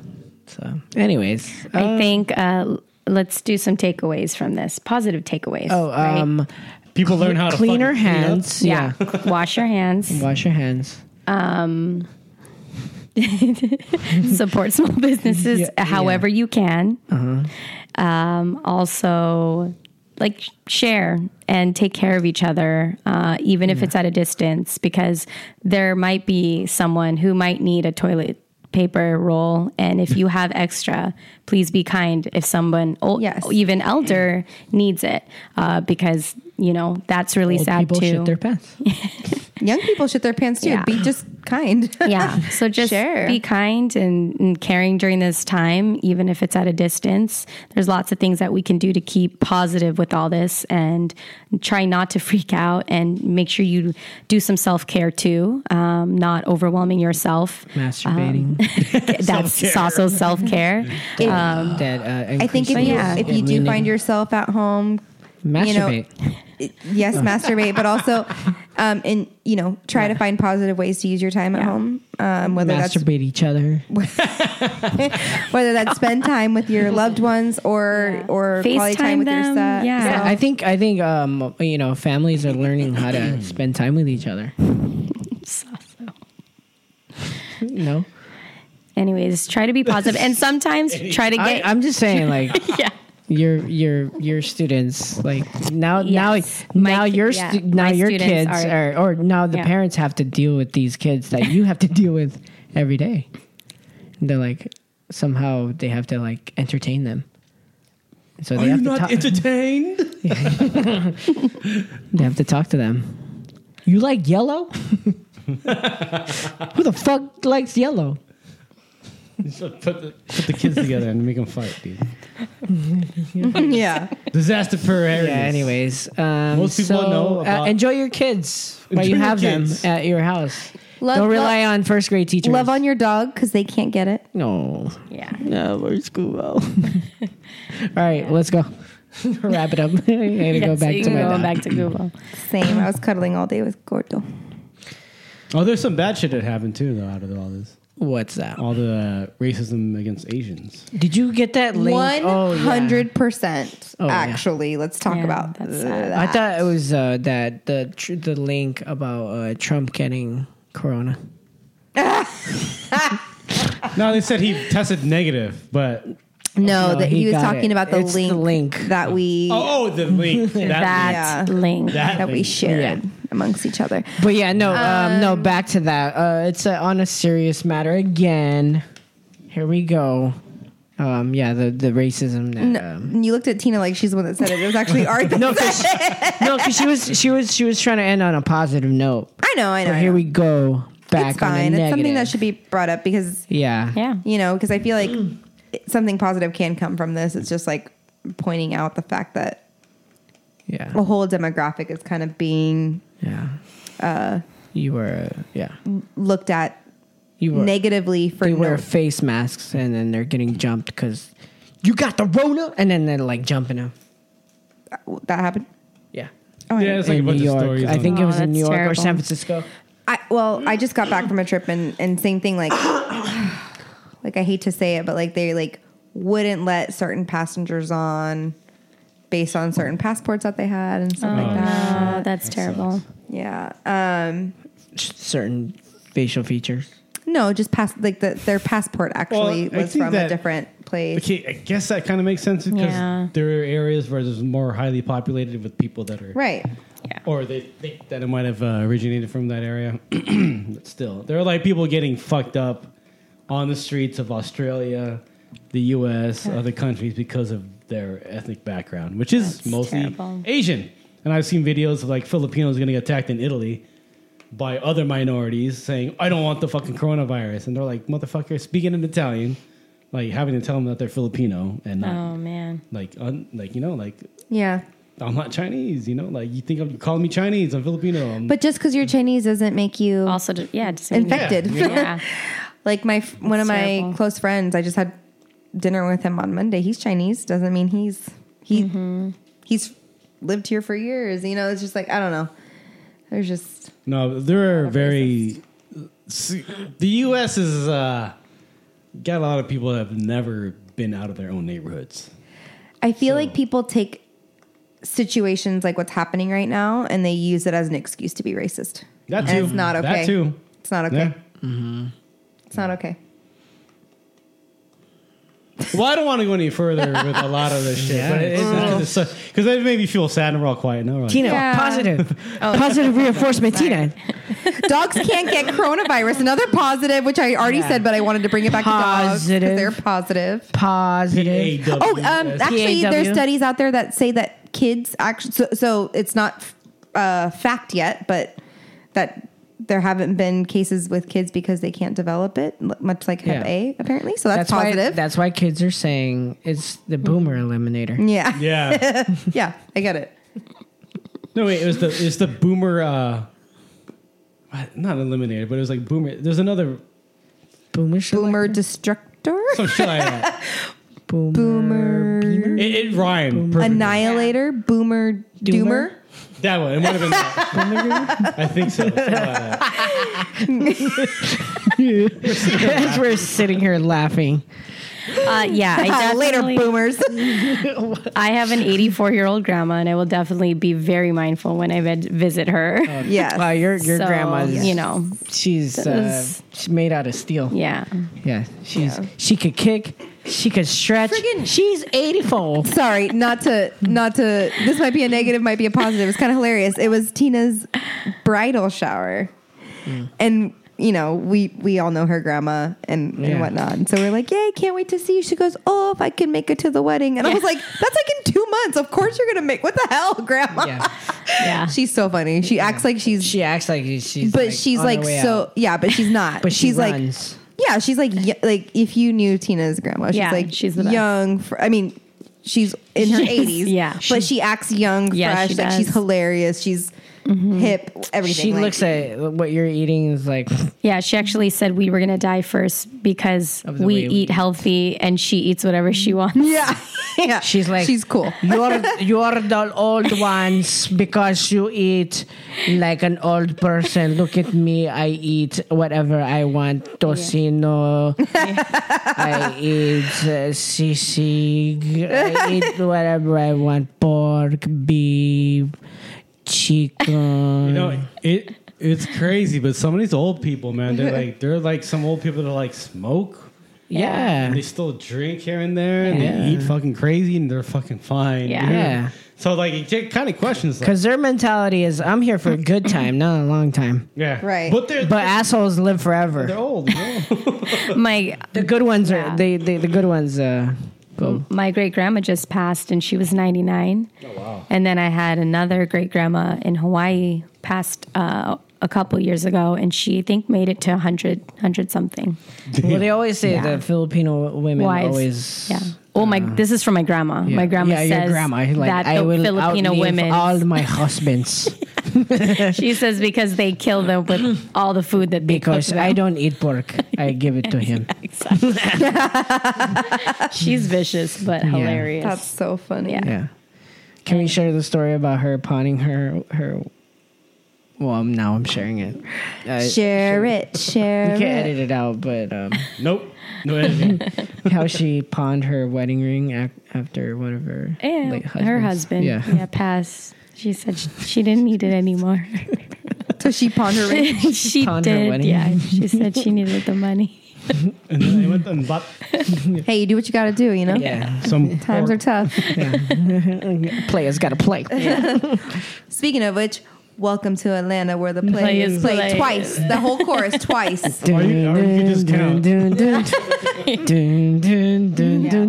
So, anyways, I think uh, let's do some takeaways from this. Positive takeaways. Oh, right? um, people learn how to clean your fucking clean up. hands. Yeah. yeah. wash your hands. Wash your hands. Um, [LAUGHS] support small businesses Yeah, yeah. however you can. Uh-huh. Um, also, like sh- share and take care of each other, uh, even if it's at a distance, because there might be someone who might need a toilet paper roll. And if you have extra, please be kind if someone, old, even elder, needs it, uh, because you know that's really Old sad people too. shit their pants. [LAUGHS] Young people shit their pants too. Yeah. Be just [LAUGHS] kind. yeah. So just be kind and, and caring during this time, even if it's at a distance. There's lots of things that we can do to keep positive with all this and try not to freak out and make sure you do some self care too, um, not overwhelming yourself. Masturbating. [LAUGHS] Um, [LAUGHS] that's Self-care. also self [LAUGHS] care. It- I I think if you if you do find yourself at home, Masturbate. You know, it- [LAUGHS] yes, Oh. masturbate, but [LAUGHS] also, um, and you know, try to find positive ways to use your time at home. Um, whether that's masturbate each other. [LAUGHS] whether that's spend time with [LAUGHS] your loved ones or or quality time with your them, yourself. yeah. I think I think um, you know families are learning how [CLEARS THROAT] to spend time with each other. No. Anyways, try to be positive and [LAUGHS] sometimes try to get. I, am just saying, like, [LAUGHS] yeah. Your your your students like now now now your yeah, stu- my now your students kids are- are, or now the Yeah. parents have to deal with these kids that you have to [LAUGHS] deal with every day. And they're like somehow they have to like entertain them. So Are they you have to not talk. [LAUGHS] entertained? they have to talk to them. You like [LAUGHS] yellow? Who the fuck likes yellow? So put, the, put the kids together and make them fight, dude. [LAUGHS] yeah. Disaster per area. Yeah. Anyways, um, Most people so, know uh, about- enjoy your kids while Enjoy you your have them kids. at your house. Love- Don't rely love- on first grade teachers. Love on your dog because they can't get it. no. Yeah. No, we're school. [LAUGHS] All right, let's go. [LAUGHS] Wrap it up. [LAUGHS] I need to Yeah, go so back you to can my go dog. back to Google. Same. I was cuddling all day with Gordo. Oh, there's some bad shit that happened too, though, out of all this. What's that? All the uh, racism against Asians. Did you get that link? One Oh, yeah. hundred percent. Oh, yeah. Actually, let's talk about that. I thought it was uh, that the tr- the link about uh, Trump getting corona. No, they said he tested negative, but No, No, that he he, was got talking it. about the It's the link, that we oh, [LAUGHS] the link that, that link That that, we link. shared amongst each other. But Um, yeah, no, um, no. Back to that. Uh, it's uh, on a serious matter again. Here we go. Um, yeah, the the racism. That, um, No, you looked at Tina like she's the one that said it. It [LAUGHS] was actually Art. no, no, because she was she was she was trying to end on a positive note. I know, I know. But I here know. we go back it's fine. on the It's negative. something that should be brought up because yeah. you know, because I feel like it- something positive can come from this. It's just like pointing out the fact that yeah, a whole demographic is kind of being yeah uh, You were yeah. looked at You were negatively for they wear no, face masks and then they're getting jumped because you got the Rona, and then they're like jumping them. that happened. Yeah. Oh, I Yeah, didn't- it's like a In bunch New of York. stories. I on think it. it was in Oh, that's New York or terrible. San Francisco. I well, I just got back from a trip and and same thing like [SIGHS] like I hate to say it, but like they like wouldn't let certain passengers on based on certain passports that they had and stuff Oh, like that. that's terrible. Yeah. Um Certain facial features. no, just pass like the, their passport actually Well, I was think from that- a different place. Okay, I guess that kind of makes sense because Yeah. there are areas where there's more highly populated with people that are Right. or they think that it might have uh, originated from that area. [CLEARS THROAT] but still, there are like people getting fucked up on the streets of Australia, the U.S., other countries because of their ethnic background, which is That's mostly terrible. Asian. And I've seen videos of like Filipinos getting attacked in Italy by other minorities saying, "I don't want the fucking coronavirus," and they're like, "Motherfucker, speaking in Italian." Like having to tell them that they're Filipino and not Oh man. like un, like you know like Yeah. I'm not Chinese, you know. Like you think I'm you calling me Chinese? I'm Filipino. I'm, But just because you're Chinese doesn't make you also yeah infected. Yeah, you know? Yeah. like my f- one of my terrible. close friends, I just had dinner with him on Monday. He's Chinese. Doesn't mean he's he Mm-hmm. he's lived here for years. You know, it's just like I don't know. There's just no, there are very. See, The U.S. is uh, got a lot of people that have never been out of their own neighborhoods. I feel like people take situations like what's happening right now and they use it as an excuse to be racist. That And too. it's not okay. That too. It's not okay. Mm-hmm. It's not okay. Well, I don't want to go any further with a lot of this shit, Yeah. but it's because it's so, cause that made me feel sad and we're all quiet now. We're like, Tina, [LAUGHS] positive. Oh. positive reinforcement, Tina. Dogs can't [LAUGHS] get coronavirus. Another positive, which I already Yeah. said, but I wanted to bring it back to dogs Positive. because they're positive. Positive. Oh, um, actually, there's PAW. studies out there that say that kids actually. So, so it's not uh, fact yet, but that there haven't been cases with kids because they can't develop it, l- much like Hep Yeah. A, apparently. So that's, Why, positive. that's why kids are saying it's the boomer eliminator. yeah. [LAUGHS] yeah. I get it. No, wait, it was the it's the boomer. Uh, what? not eliminated, but it was like boomer. There's another boomer boomer destructor. Some shit like that. Boomer. It, it rhymed. perfectly. Annihilator, boomer, doomer. That one. It might have been [LAUGHS] that. I think so. Something like that. [LAUGHS] As we're sitting here laughing. Uh, yeah, I Later, definitely- boomers. [LAUGHS] I have an 84 year old grandma, and I will definitely be very mindful when I vid- visit her. Yes. Wow, your your So, grandma's you know, she's uh, this- she's made out of steel. [LAUGHS] Yeah, yeah. She's she could kick, she could stretch. she's [LAUGHS] 84. Sorry, not to not to this might be a negative, might be a positive. It's kind of hilarious. It was Tina's bridal shower. Mm. And you know, we we all know her grandma and, Yeah. and whatnot. And so we're like, Yay, can't wait to see you. She goes, Oh, if I can make it to the wedding. And I was like, That's like in two months. Of course you're gonna make what the hell, grandma? Yeah. yeah. She's so funny. She acts like she's she acts like she's but like, she's on her like way so out. yeah, but she's [LAUGHS] not. But she she's runs. like yeah, she's like y- like if you knew Tina's grandma, she's Yeah, like she's the best. young. Fr- I mean, she's in [LAUGHS] her Yes, eighties. yeah. but she acts young, Yeah, fresh. she like she's does. Mm-hmm. hilarious. She's hip. Everything. She like- looks at what you're eating is like yeah. She actually said we were gonna die first because the we way eat we healthy, and she eats whatever she wants. Yeah, [LAUGHS] [LAUGHS] yeah. She's like she's cool. You're you're the old ones because you eat like an old person. Look at me, I eat whatever I want. Tocino, I eat uh, sisig, I eat whatever I want. Pork, beef, chicken. You know, it it's crazy, but some of these old people, man, they're like they're like some old people that like smoke. Yeah. And they still drink here and there. And Yeah. they eat fucking crazy and they're fucking fine. Yeah. Yeah. So like it kind of questions like, Because their mentality is, I'm here for a good time, not a long time. yeah. Right. But they're But assholes live forever. they're old. [LAUGHS] my The good ones are they, they the good ones uh go. my great grandma just passed and she was 99 oh wow and then i had another great grandma in hawaii passed uh, a couple years ago and she I think made it to 100 100 something Well, they always say Yeah. that Filipino women Wives. always uh, yeah oh my this is from my grandma Yeah. my grandma yeah, says your grandma, like, that I the will filipino outlive women all my [LAUGHS] husbands [LAUGHS] she says because they kill them with all the food that they because cook I don't eat pork. I give it to him. she's vicious but Yeah. hilarious That's so funny. [LAUGHS] Yeah. Yeah. Can we share the story about her pawning her her? Well, I'm- now I'm sharing it. Uh, Share [LAUGHS] it. we Share can't it. edit it out, but um, nope. No editing. how [LAUGHS] she pawned her wedding ring ac- after one of her Yeah, late her husbands. husband. Yeah. Yeah. pass. She said she, she didn't need it anymore. [LAUGHS] So she pawned [LAUGHS] her ring. she Pawned her did. wedding. yeah, she said she needed the money. [LAUGHS] and then they went and bought hey, you do what you got to do. You know. Yeah. some [LAUGHS] Times are tough. Players got to play. [LAUGHS] Speaking of which, welcome to Atlanta, where the players, play Players play. twice. The whole chorus [LAUGHS] twice. Or you- or you could just [LAUGHS] count. Dun, dun, [LAUGHS] dun, dun, dun, dun.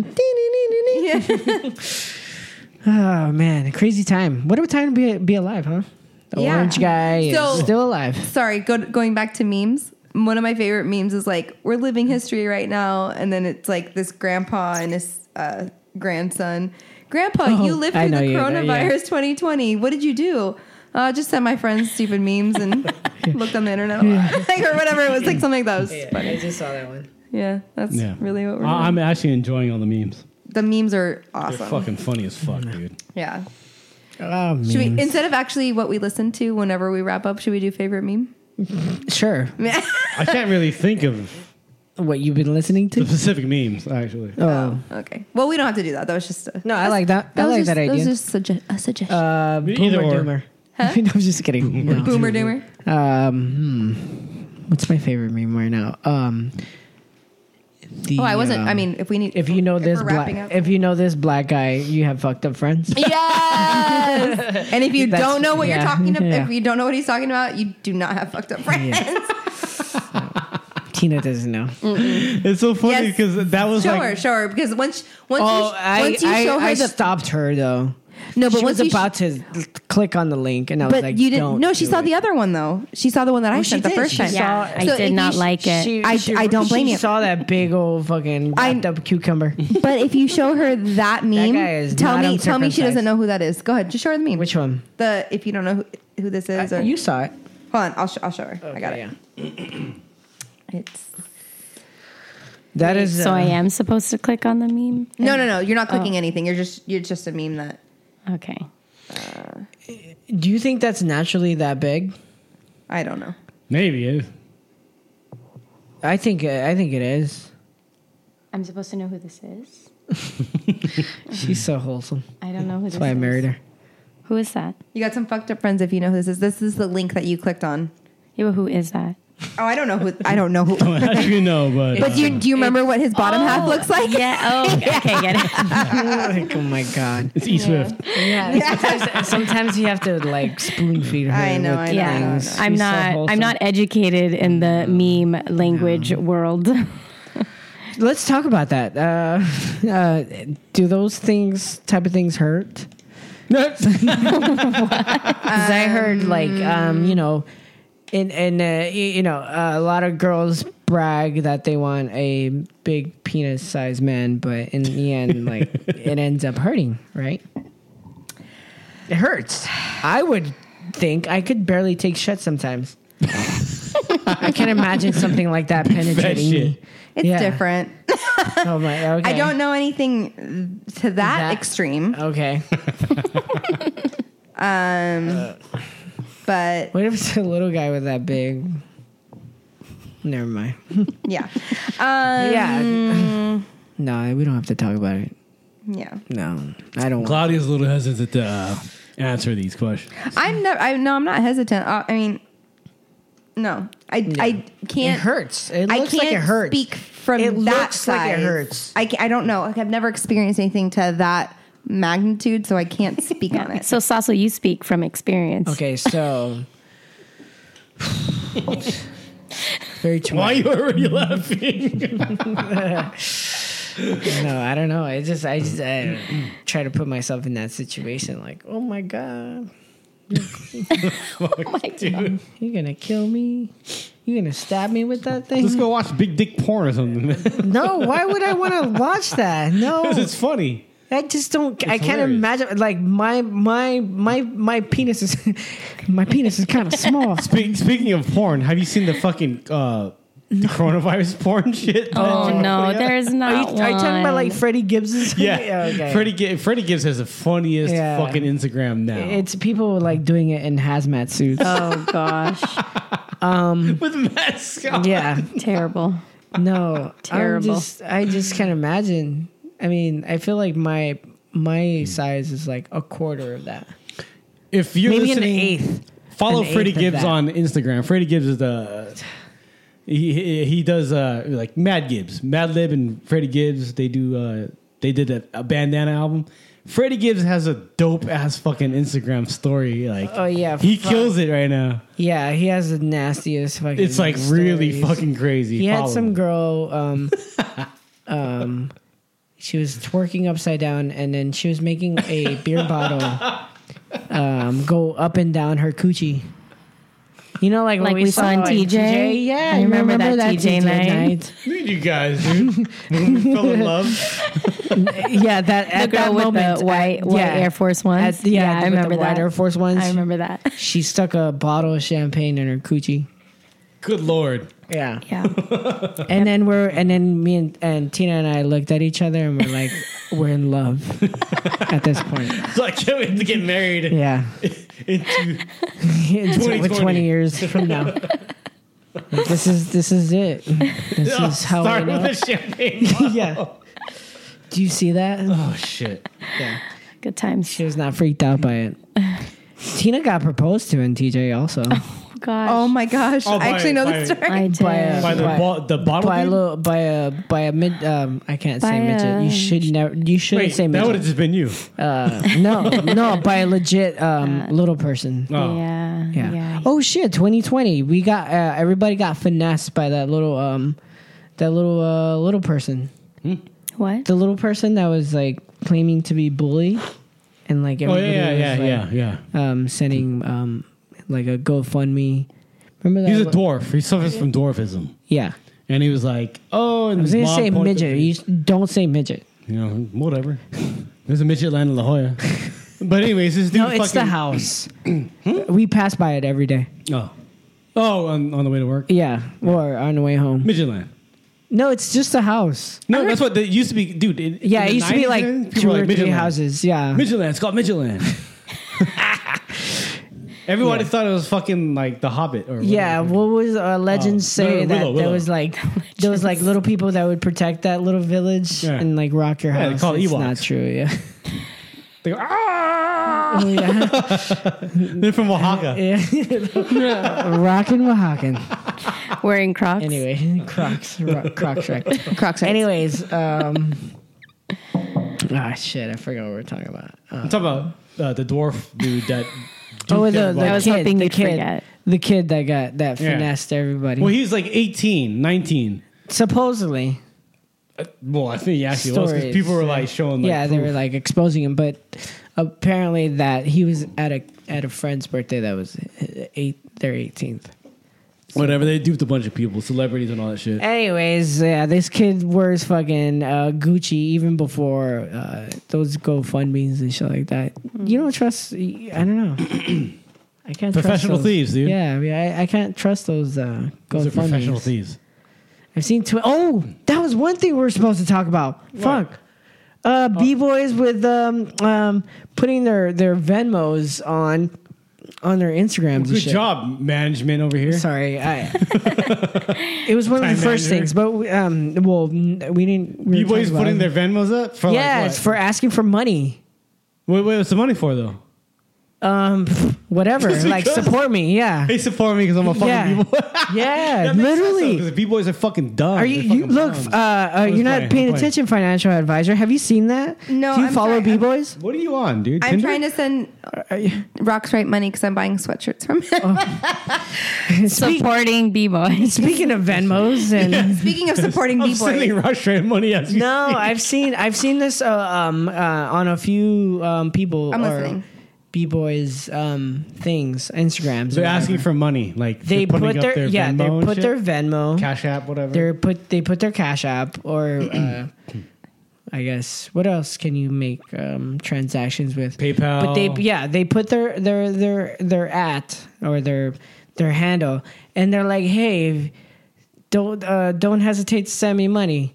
Oh man, crazy time. What a time to be be alive, huh? The Yeah. orange guy So- is still alive. Sorry, go, going back to memes. One of my favorite memes is like, we're living history right now, and then it's like this grandpa and his uh, grandson. Grandpa, Oh, you lived I through the know you- uh, yeah. coronavirus 2020. What did you do? Uh, just sent my friends stupid memes [LAUGHS] and looked on the internet a lot. [LAUGHS] like, or whatever. It was like something that was funny. I just saw that one. Yeah, that's Yeah. really what we're Uh, doing. I- I'm actually enjoying all the memes. the memes are They're awesome. fucking funny as fuck, dude. Yeah. Oh man, Should we instead of actually what we listen to whenever we wrap up, should we do favorite meme? sure. I can't really think of What you've been listening to? the specific memes actually. Oh Okay. Well, we don't have to do that. That was just a, no, I like that. I was like just, that was idea. just sugge- a suggestion. Uh, Me boomer either or. doomer. [LAUGHS] no, I'm just kidding. No. Boomer doomer. Um, hmm. what's my favorite meme right now? Um, the, Oh, I wasn't. um, I mean, if we need, if you know this we're black, wrapping up. if you know this black guy, you have fucked up friends. [LAUGHS] yes. and if you That's- don't know what yeah. you're talking about, Yeah. if you don't know what he's talking about, you do not have fucked up friends. [LAUGHS] Tina doesn't know. It's so funny Yes. because that was sure, like sure. Because once, once, you, Oh, I, once you I, show her I the stopped her though. no, but she once was you sh- about to click on the link, and I was but like, you didn't. Don't No, she do saw it. the other one though. She saw the one that I Well, she sent the did. first She time. Yeah, saw- I So did if not you- like it. She, I- she- I don't blame she you. saw that big old fucking I- wrapped up [LAUGHS] cucumber. But if you show her that meme, guy is tell not me, tell me she uncircumcised. doesn't know who that is. Go ahead, just show her the meme. Which one? The if you don't know who, who this is, or you saw it. hold on, I'll sh- I'll show her. I got Okay, it. It's That is. so uh, I am supposed to click on the meme. no, no, no. You're not clicking anything. You're just you're just a meme that. Okay. Do you think that's naturally that big? I don't know. maybe eh? it. I think. uh, I think it is. I'm supposed to know who this is. She's so wholesome. I don't know who That's why I married her. [LAUGHS] Who is that? You got some fucked up friends if you know who this is. This is the link that you clicked on. Yeah, but who is that? Oh, I don't know who. I don't [LAUGHS] know who. As you know, but, uh, but do you do you remember what his bottom half looks like? Yeah. Oh, okay, get it. like, oh my [LAUGHS] god. it's E Swift. [LAUGHS] Yeah. Sometimes, sometimes you have to like spoon feed her. I know, with I know, I know, I Yeah, know. things. I'm She's so not. I'm wholesome. not educated in the Mm. meme language world. [LAUGHS] Let's talk about that. Uh, [LAUGHS] uh, do those things type of things hurt? Because [LAUGHS] I heard like um, you know, in in uh, y- you know a lot of girls brag that they want a big penis sized man, but in the end, [LAUGHS] like it ends up hurting, right? It hurts. I would think I could barely take shit sometimes. [LAUGHS] I can't imagine something like [LAUGHS] that penetrating me. shit. It's [LAUGHS] Yeah. different. Oh my. Okay. I don't know anything to that, That- [LAUGHS] extreme, Okay. but What if it's a little guy with that big? Never mind. yeah, um, yeah. No, we don't have to talk about it. yeah. No, I don't. Want Claudia's a little hesitant to uh, answer these questions. I'm never. I no, I'm not hesitant. Uh, I mean, no, I I it can't. hurts. It I looks can't like it hurts. speak from It that looks like it size. hurts. I, ca- I don't know. Like, I've never experienced anything to that magnitude, so I can't speak on it. So, Sasso, you speak from experience. [LAUGHS] Okay, so. Very true. Why are you already [LAUGHS] laughing? no, I don't know. I just, I just, I try to put myself in that situation. Like, oh my god, Oh [LAUGHS] Dude. you're gonna kill me. You're gonna stab me with that thing. Let's go watch Big Dick Porn or something. No, why would I want to watch that? No, Because [LAUGHS] it's funny. I just don't. I can't hilarious. imagine. Like my my my my penis is [LAUGHS] my penis is kind of small. [LAUGHS] Speak, speaking of porn, have you seen the fucking uh, [LAUGHS] the coronavirus porn shit? Oh, no, yeah. there's Are you, not are you talking about like one. Freddie Gibbs's? [LAUGHS] Yeah, okay. Freddie, Gi- Freddie Gibbs has the funniest Yeah. fucking Instagram now. It's people like doing it in hazmat suits. Oh gosh. um, With masks on. Yeah. [LAUGHS] Terrible. No. I'm [LAUGHS] Terrible. Just, I just can't imagine. I mean, I feel like my my size is like a quarter of that. If you're Maybe an listening, eighth. follow An eighth Freddie of Gibbs that. on Instagram. Freddie Gibbs is the he he, he does uh, like Mad Gibbs, Mad Lib, and Freddie Gibbs. They do uh, they did a, a bandana album. Freddie Gibbs has a dope ass fucking Instagram story. Like, Oh, yeah, he fuck. kills it right now. Yeah, he has the nastiest fucking. It's like really stories. fucking crazy. He had Follow some him. girl. [LAUGHS] Um, um, she was twerking upside down, and then she was making a beer bottle um, go up and down her coochie. You know, like, Like when we, we saw in TJ? Yeah, I you remember that TJ night. Look at you guys, dude. when we fell [LAUGHS] in love, yeah, that at the girl that with moment, the white, white yeah. Air Force ones. At- yeah, I with the remember white that. Air Force ones. I remember that. [LAUGHS] she stuck a bottle of champagne in her coochie. good lord. [LAUGHS] Yeah. Yeah. And then we're and then me and, and Tina and I looked at each other and we're like, [LAUGHS] we're in love at this point. So [LAUGHS] I can't wait to get married. Yeah. Into [LAUGHS] It's 2020. twenty years from now. This is this is it. This I'll [LAUGHS] is how I start know. with a [LAUGHS] champagne. yeah. Do you see that? Oh shit. Yeah. Good times. She was not freaked out by it. Tina got proposed to in TJ also. Oh gosh. Oh my gosh! Oh, I by- actually know by- the story. I did. By a- By the Why? bo- the bottle. by a dude? little, by a by a mid um I can't By say midget. a- You should never you shouldn't Wait, say that would have midget. just been you. Uh, no, no, by a legit um little person. Oh. Yeah. Yeah. Yeah. Oh shit, 2020. We got uh, everybody got finessed by that little um that little uh little person. What? The little person that was like claiming to be bully and like Oh everybody yeah, yeah, was, yeah, like, yeah, um sending um like a GoFundMe. Remember yeah. that? He's a li- dwarf. He suffers from dwarfism, Yeah. and he was like, "Oh," I and was going his to mom say pointed- midget. You s- don't say midget. You know, [LAUGHS] whatever. There's a midget land in La Jolla. But anyways, this dude No, it's the fucking- [CLEARS THROAT] house. Hmm? we pass by it every day. Oh, oh, on, on the way to work, Yeah, or on the way home. midget land. No, it's just a house. No, that's what it used to be, dude. in- Yeah, in it the used to be 90s, like man, people two were or midget three land. houses. Yeah. Midget land. It's called [LAUGHS] midget land. [LAUGHS] Everybody thought it was fucking like the Hobbit or Yeah, whatever. what was uh, legends Oh, say no, that Willow, there Willow. was like [LAUGHS] there was like little people that would protect that little village Yeah. and like rock your house. Yeah, they call it it's Ewoks. not true. Yeah, They go, ah! oh, yeah, They're from Oaxaca. [LAUGHS] yeah. [LAUGHS] rockin' Oaxacan. Wearing Crocs. Anyway, Crocs, ro- Crocs, right? Crocs. Anyways, um, ah, shit, I forgot what we we're talking about. Uh, I'm talking about uh, the dwarf dude that. [LAUGHS] oh, duked the, the, everybody. I was kid, hoping the you'd kid, forget. the kid that got that Yeah. finessed everybody. Well, he was like 18, 19. Supposedly, Well, I think he actually was because Stories, people were like showing like yeah, they were like exposing him, but apparently that he was at a at a friend's birthday that was uh, eight their eighteenth. whatever. They duped a bunch of people, celebrities and all that shit. Anyways, yeah, this kid wears fucking uh, Gucci even before uh, those GoFundmes and shit like that. You don't trust. I don't [CLEARS THROAT] know. I can't Professional trust those. thieves, dude. Yeah, I, mean, I, I can't trust those uh, Those are professional GoFundmes. thieves. I've seen. Tw- oh, that was one thing we were supposed to talk about. Fuck. Oh. Uh, B boys with um, um, putting their their Venmos on on their Instagrams. and Good shit. job, management over here. Sorry, [LAUGHS] I, it was one of Time the first manager. things, but we- um, well, n- we didn't. We You were talking boys about putting it. their Venmos up for yeah, like it's for asking for money. what? Wait, wait, what's the money for though? Um, [LAUGHS] whatever. like Because- support me. Yeah. They support me because I'm a fucking Yeah. [LAUGHS] b-boy. Yeah, Because literally. b-boys are fucking dumb. Are you, They're you fucking look? clowns. Uh, uh, I'm you're not playing, paying I'm playing. attention, financial advisor. Have you seen that? No, Do you I'm follow b sorry, boys? What are you on, dude? I'm trying to send Rock's right money because I'm buying sweatshirts from him. Supporting b boys. Speaking of Venmos and [LAUGHS] [LAUGHS] Speaking of supporting [LAUGHS] I'm b boys, sending Russia money as you no, speak. I've seen I've seen this uh, um, uh, on a few um, people. I'm or listening. B boys um, things, Instagrams. They're or whatever. asking for money. Like They they're putting put up their, yeah, Venmo they and put shit. their Venmo. Cash App, whatever. They put they put their Cash App or uh, I guess what else can you make um, transactions with PayPal. But they yeah they put their their their their at or their their handle and they're like hey don't uh, don't hesitate to send me money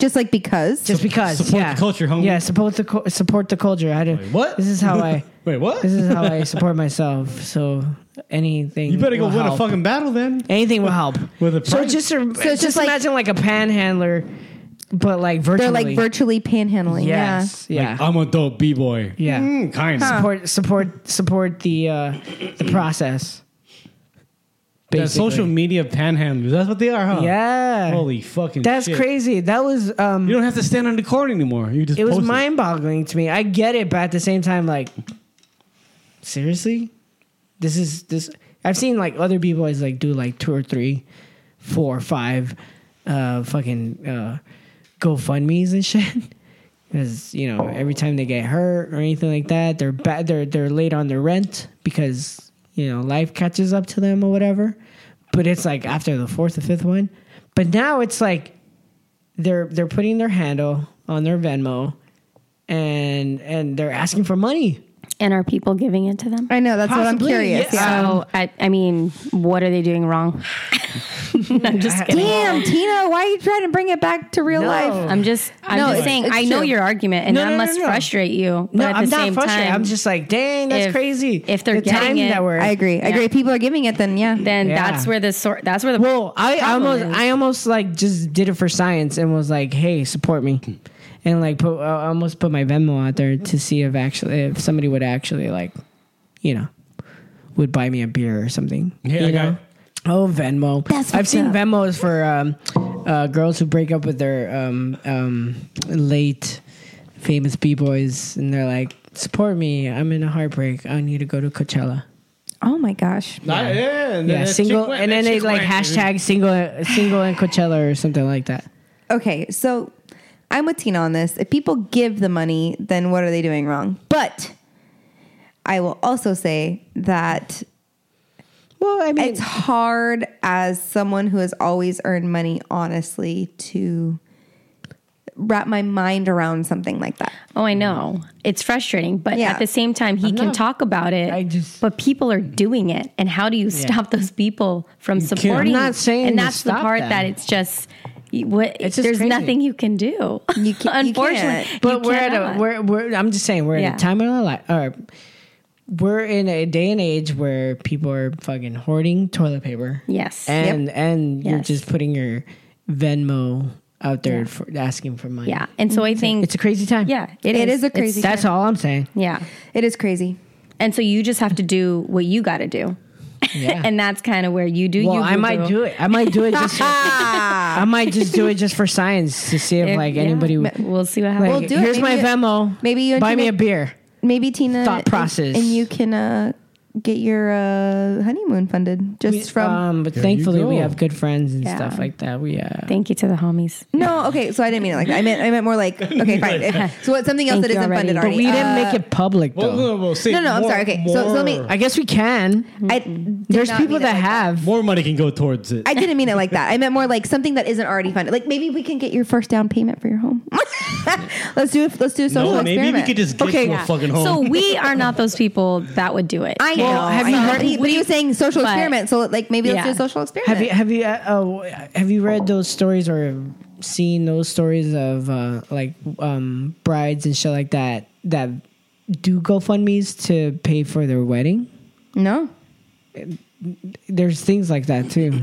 just like because, just because support yeah. the culture, homie. yeah support the cu- support the culture I do what? this is [LAUGHS] how I Wait, what? this is how I support myself so anything you better go will win a help. fucking battle then. Anything will help. [LAUGHS] With a so price. just, so it's just, just like- imagine like a panhandler, but like virtually. they're like virtually panhandling. Yes. Yeah. Like, uh, I'm a dope b-boy. Yeah. Mm, kind of. Support support support the uh, [CLEARS THROAT] the process. That social media panhandlers. That's what they are, huh? Yeah. Holy fucking That's shit. crazy. That was um. You don't have to stand on the court anymore. You just it was post mind boggling to me. I get it, but at the same time, like, seriously, this is this. I've seen like other b boys like do like two or three, four or five, uh, fucking uh, GoFundmes and [LAUGHS] shit. Because you know, every time they get hurt or anything like that, they're bad. They're they're late on their rent because you know life catches up to them or whatever. But it's like after the fourth or fifth one. But now it's like they're they're putting their handle on their Venmo and and they're asking for money. And are people giving it to them? I know that's what I'm Possibly, curious. yeah. Yeah. So I, I mean, what are they doing wrong? I'm just kidding. Damn, Tina, why are you trying to bring it back to real life? [SIGHS] I'm just I'm No, just it's- saying it's I know true. your argument and No, that no, no, must no. frustrate you. But No, at I'm the not same frustrated. time I'm just like, dang, that's if- crazy. if they're the time getting it- that we're I agree. I Yeah. agree. People are giving it, then yeah. then Yeah. that's where the sort that's where the Well, I problem almost, is. I almost like just did it for science and was like, "Hey, support me," and like, put, I almost put my Venmo out there to see if actually, if somebody would actually like, you know, would buy me a beer or something. Yeah, you I got know. it. Oh, Venmo! That's I've what's seen up. Venmos for um, uh, girls who break up with their um, um, late famous b boys, and they're like, "Support me! I'm in a heartbreak. I need to go to Coachella." Oh my gosh. it. Ah, yeah, and then yeah, that single, chick went, and that then they chick like went, dude. hashtag single, single and Coachella or something like that. Okay, so I'm with Tina on this. If people give the money, then what are they doing wrong? But I will also say that Well, I mean, it's hard as someone who has always earned money honestly to wrap my mind around something like that. Oh, I know. It's frustrating, but Yeah. at the same time, he can not- talk about it. I just- but people are doing it, and how do you stop those people from supporting? I'm not you? saying and to that's the stop part them. that it's just. you- What, It's just there's crazy. nothing you can do. You ca- you [LAUGHS] unfortunately. can't. you but we're at cannot. a we're, we're I'm just saying we're Yeah. at a time in our life. Or we're in a day and age where people are fucking hoarding toilet paper. Yes. and and you're Yes. just putting your Venmo out there for asking for money. yeah, and so I think Mm-hmm. it's a crazy time. yeah, It is a It's- crazy that's all I'm saying. yeah, It is crazy. and so you just have to do what you got to do, Yeah. [LAUGHS] and that's kind of where you do. Well, you I might boo-boo. do it. I might do it [LAUGHS] just. I might just do it just for science to see if, If- like yeah. anybody would. We'll see what happens. Like, We'll do it. here's my Maybe- Venmo. maybe you and buy Tina- me a beer. Maybe Tina Thought and- process. and, you can uh, get your uh, honeymoon funded just from um, but There you thankfully we go. have good friends and Yeah. stuff like that. We uh, Thank you to the homies. No, okay. So I didn't mean it like that. I meant I meant more like [LAUGHS] okay, fine. If- so what's something else Thank that you isn't already. funded But already? we didn't Uh, make it public Well, though. no, no, see, No, no, I'm more- sorry. Okay, so- so let me- more- I guess we can. I did There's not people mean it that like have. more money can go towards it. I didn't mean it like that. I meant more like something that isn't already funded. Like maybe we can get your first down payment for your home. [LAUGHS] let's do it. Let's do a social no, maybe experiment. we could just get Okay, to yeah. a fucking home. So we are not those people that would do it. I know. have I you know. heard- He, but he was saying social but- experiment. So like maybe let's do a Yeah. social experiment. Have you have you uh, oh, have you read those stories or seen those stories of uh, like um, brides and shit like that that do GoFundmes to pay for their wedding? no. There's things like that too. Yeah.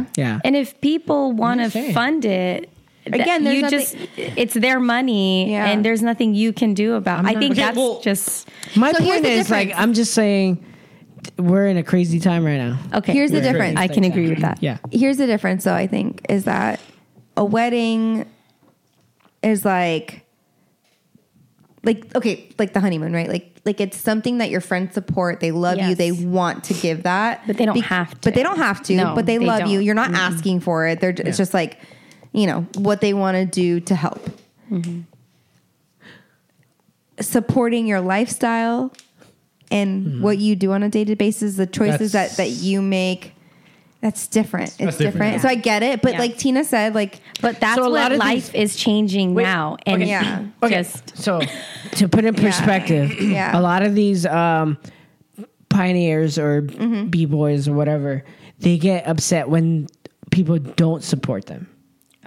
Mm-hmm. yeah. And if people want to Okay. fund it, Again, there's you nothing- just it's their money Yeah. and there's nothing you can do about. I think Okay, that's well- just My point is like I'm just saying we're in a crazy time right now. Okay. Here's the difference. I can agree with that. Yeah. Here's the difference, though, I think, is that a wedding is like, like, okay, like the honeymoon, right? Like, like it's something that your friends support. They love you. Yes. They want to give that. But they don't have But they don't have to, No, but they, they love you. don't. You're not asking for it. They're, Yeah. It's just like, you know, what they want to do to help. Mm-hmm. supporting your lifestyle and Mm-hmm. what you do on a day to basis, the choices that, that you make. That's different. It's That's different. different. So I get it, but Yeah. like Tina said, like But that's So a what lot of life is changing now. And okay. yeah. Yeah. So to put [LAUGHS] in perspective, [CLEARS THROAT] Yeah. a lot of these um, pioneers or Mm-hmm. b boys or whatever, they get upset when people don't support them.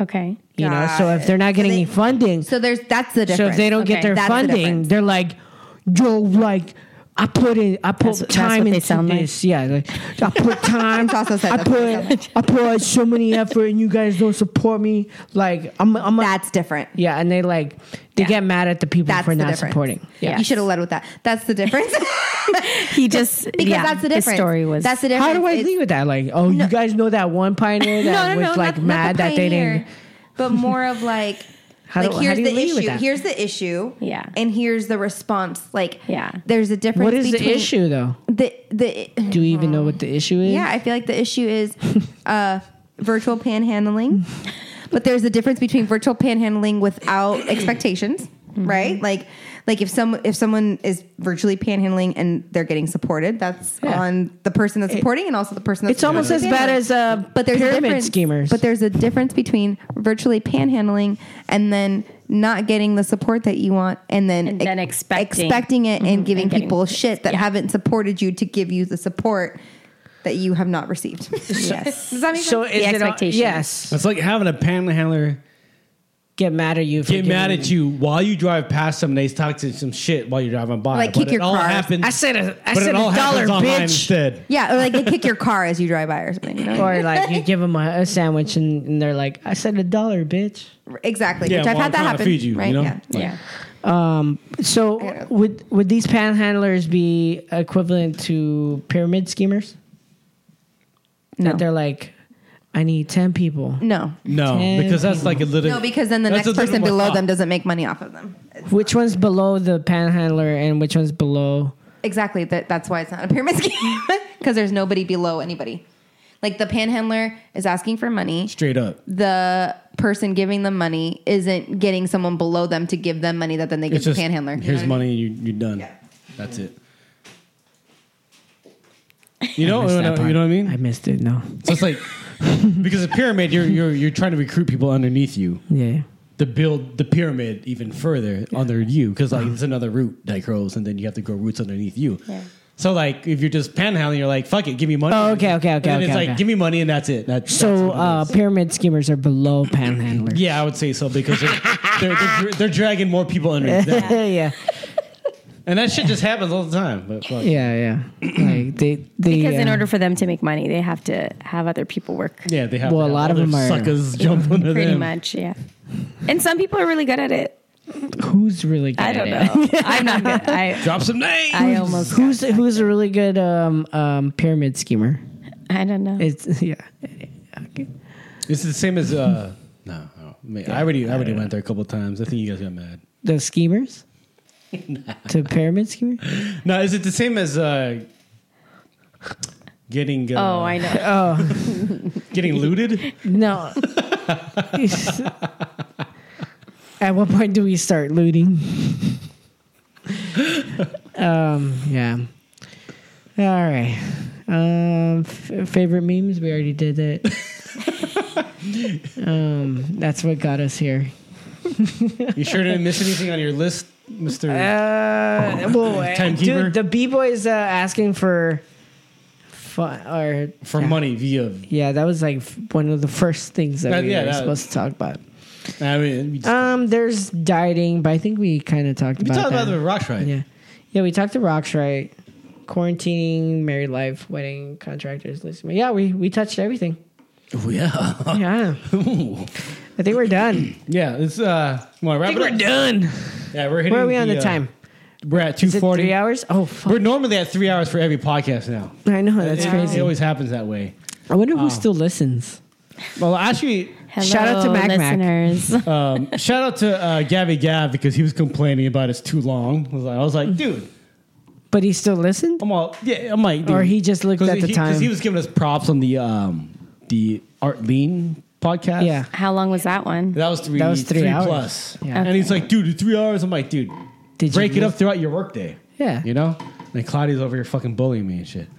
Okay. You know, so if they're not getting any funding, so there's that's the So if difference. they don't Okay. get their That's the funding, difference. they're like, yo, like. I put in, I put That's- that's time what they into sound like. this. Yeah, like, I [LAUGHS] put time. I that's what they sound put, I put so many effort, and you guys don't support me. Like, I'm, I'm. That's different. Yeah, and they like, they get mad at the people that's for the not difference. supporting. You should have led with that. That's [LAUGHS] the difference. he [LAUGHS] just because yeah, that's the his difference. story was- that's the difference. How do I leave with that? Like, oh, you guys know that one pioneer that [LAUGHS] no, no, was no, like not- not mad the that they pioneer, didn't. But more [LAUGHS] of like, How do- like how here's do you the lead with issue. that? Here's the issue. Yeah. And here's the response. Like, Yeah. There's a difference. What is the between issue though? The the Do you even know what the issue is? Yeah, I feel like the [LAUGHS] issue is uh, virtual panhandling. But there's a difference between virtual [COUGHS] panhandling without expectations, Mm-hmm. right? Like, like if some if someone is virtually panhandling and they're getting supported, that's Yeah. on the person that's supporting and also the person that's It's almost as virtually bad panhandling. as uh, but there's a pyramid difference. schemers. But there's a difference between virtually panhandling and then not getting the support that you want, and then And then ex- expecting. expecting it and giving getting people shit that haven't supported you to give you the support that you have not received. yes. Does that make So sense? is it all- yes. It's like having a panhandler get mad at you. For Get mad giving- at you while you drive past them. They talk to some shit while you're driving by. Like, But kick it your all car. Happens, I said a- I but it said a all happens dollar, online bitch. Instead. [LAUGHS] Yeah, or like they kick your car as you drive by or something. You know? or like you give them a, a sandwich and, and they're like, "I said a dollar, bitch." exactly. which I've had that happen. right? Yeah. yeah. Um, so would would these panhandlers be equivalent to pyramid schemers? No. That they're like, I need ten people. No. No, Ten because that's people. like a little. No, because then the that's a next little person more below thought. them doesn't make money off of them. Which one's below the panhandler and which one's below? Exactly. That, that's why it's not a pyramid scheme [LAUGHS] because there's nobody below anybody. Like the panhandler is asking for money. Straight up. The person giving them money isn't getting someone below them to give them money that then they give It's the just panhandler. Here's money, and you you're done. That's it. You know, I missed you that know, part. you know what I mean? I missed it. No. So it's like [LAUGHS] because a pyramid, you're you're you're trying to recruit people underneath you Yeah. to build the pyramid even further under you because like it's another root that grows, and then you have to grow roots underneath you. Uh-huh. Yeah. So like if you're just panhandling, you're like fuck it, give me money. Oh, okay, okay, And then okay, it's okay, like okay. give me money and that's it. That's So uh, pyramid schemers are below panhandlers. yeah, I would say so because they're they're, they're, dra- they're dragging more people underneath them, [LAUGHS] [LAUGHS] yeah. and that shit just happens all the time. But fuck. Yeah, yeah. like they, they Because in uh, order for them to make money, they have to have other people work. [LAUGHS] Yeah, they have. Well, to a have lot of other them are- suckers [LAUGHS] [LAUGHS] jump under Pretty them. much, yeah. And some people are really good at it. who's really good? I don't at it? know. [LAUGHS] I'm not good. I Drop some names. I almost Who's who's a really good um, um, pyramid schemer? I don't know. It's [LAUGHS] yeah. It's the same as uh no. no. I, mean, I already I already went there a couple times. I think you guys got mad. The [LAUGHS] schemers to pyramid schemer. No, is it the same as uh getting uh, Oh, I [LAUGHS] know. Oh getting looted? no. [LAUGHS] At what point do we start looting? um. Yeah. All right. Um. F- favorite memes. We already did [LAUGHS] that. um. That's what got us here. You sure didn't miss anything on your list, Mister? Uh, well, uh, Timekeeper? dude, the b boys uh, asking for, fun, or for money via. yeah, that was like f- one of the first things that That- we yeah, were that- supposed to talk about. I mean, we, just, Um, there's dieting, but I think we kind of talked we about talked that. about the rocks, right? yeah, yeah, we talked to rocks right, quarantining, married life, wedding, [LAUGHS] contractors, list. Yeah, we we touched everything. Oh yeah. Yeah. I think we're [COUGHS] done. yeah, it's uh. Wanna wrap think it up? we're done. Yeah, we're hitting. Where are we on the uh, time? We're at two forty. three hours? Oh, We're normally at three hours for every podcast now. I know that's It- crazy. It always happens that way. I wonder who still listens. Well, actually, Hello, Shout out to Mac Mac. listeners. um, [LAUGHS] shout out to uh, Gabby Gab because he was complaining about it's too long. I was like, I was like dude. But he still listened. I'm all yeah. I'm like, or dude. he just looked 'Cause at the he, 'cause time. he was giving us props on the um, the Art Lean podcast. Yeah. How long was that one? That was three. That was three hours. plus. Yeah. And he's like, dude, it's three hours. I'm like, dude, Did you break it really- up throughout your workday. Yeah. You know. And Claudia's over here fucking bullying me and shit.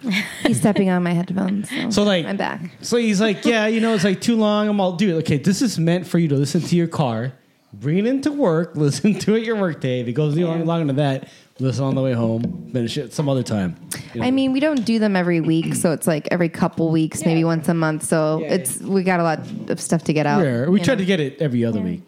He's stepping on my headphones. So like, I'm back. So he's like, yeah, you know, it's like too long. I'm all, dude, okay, this is meant for you to listen to your car, bring it into work, [LAUGHS] listen to it your work day. If it goes any longer long into that, listen on the way home, finish it some other time. You know? I mean, we don't do them every week, so it's like every couple weeks, maybe once a month. So it's we got a lot of stuff to get out. Rare. we you try know? to get it every other week.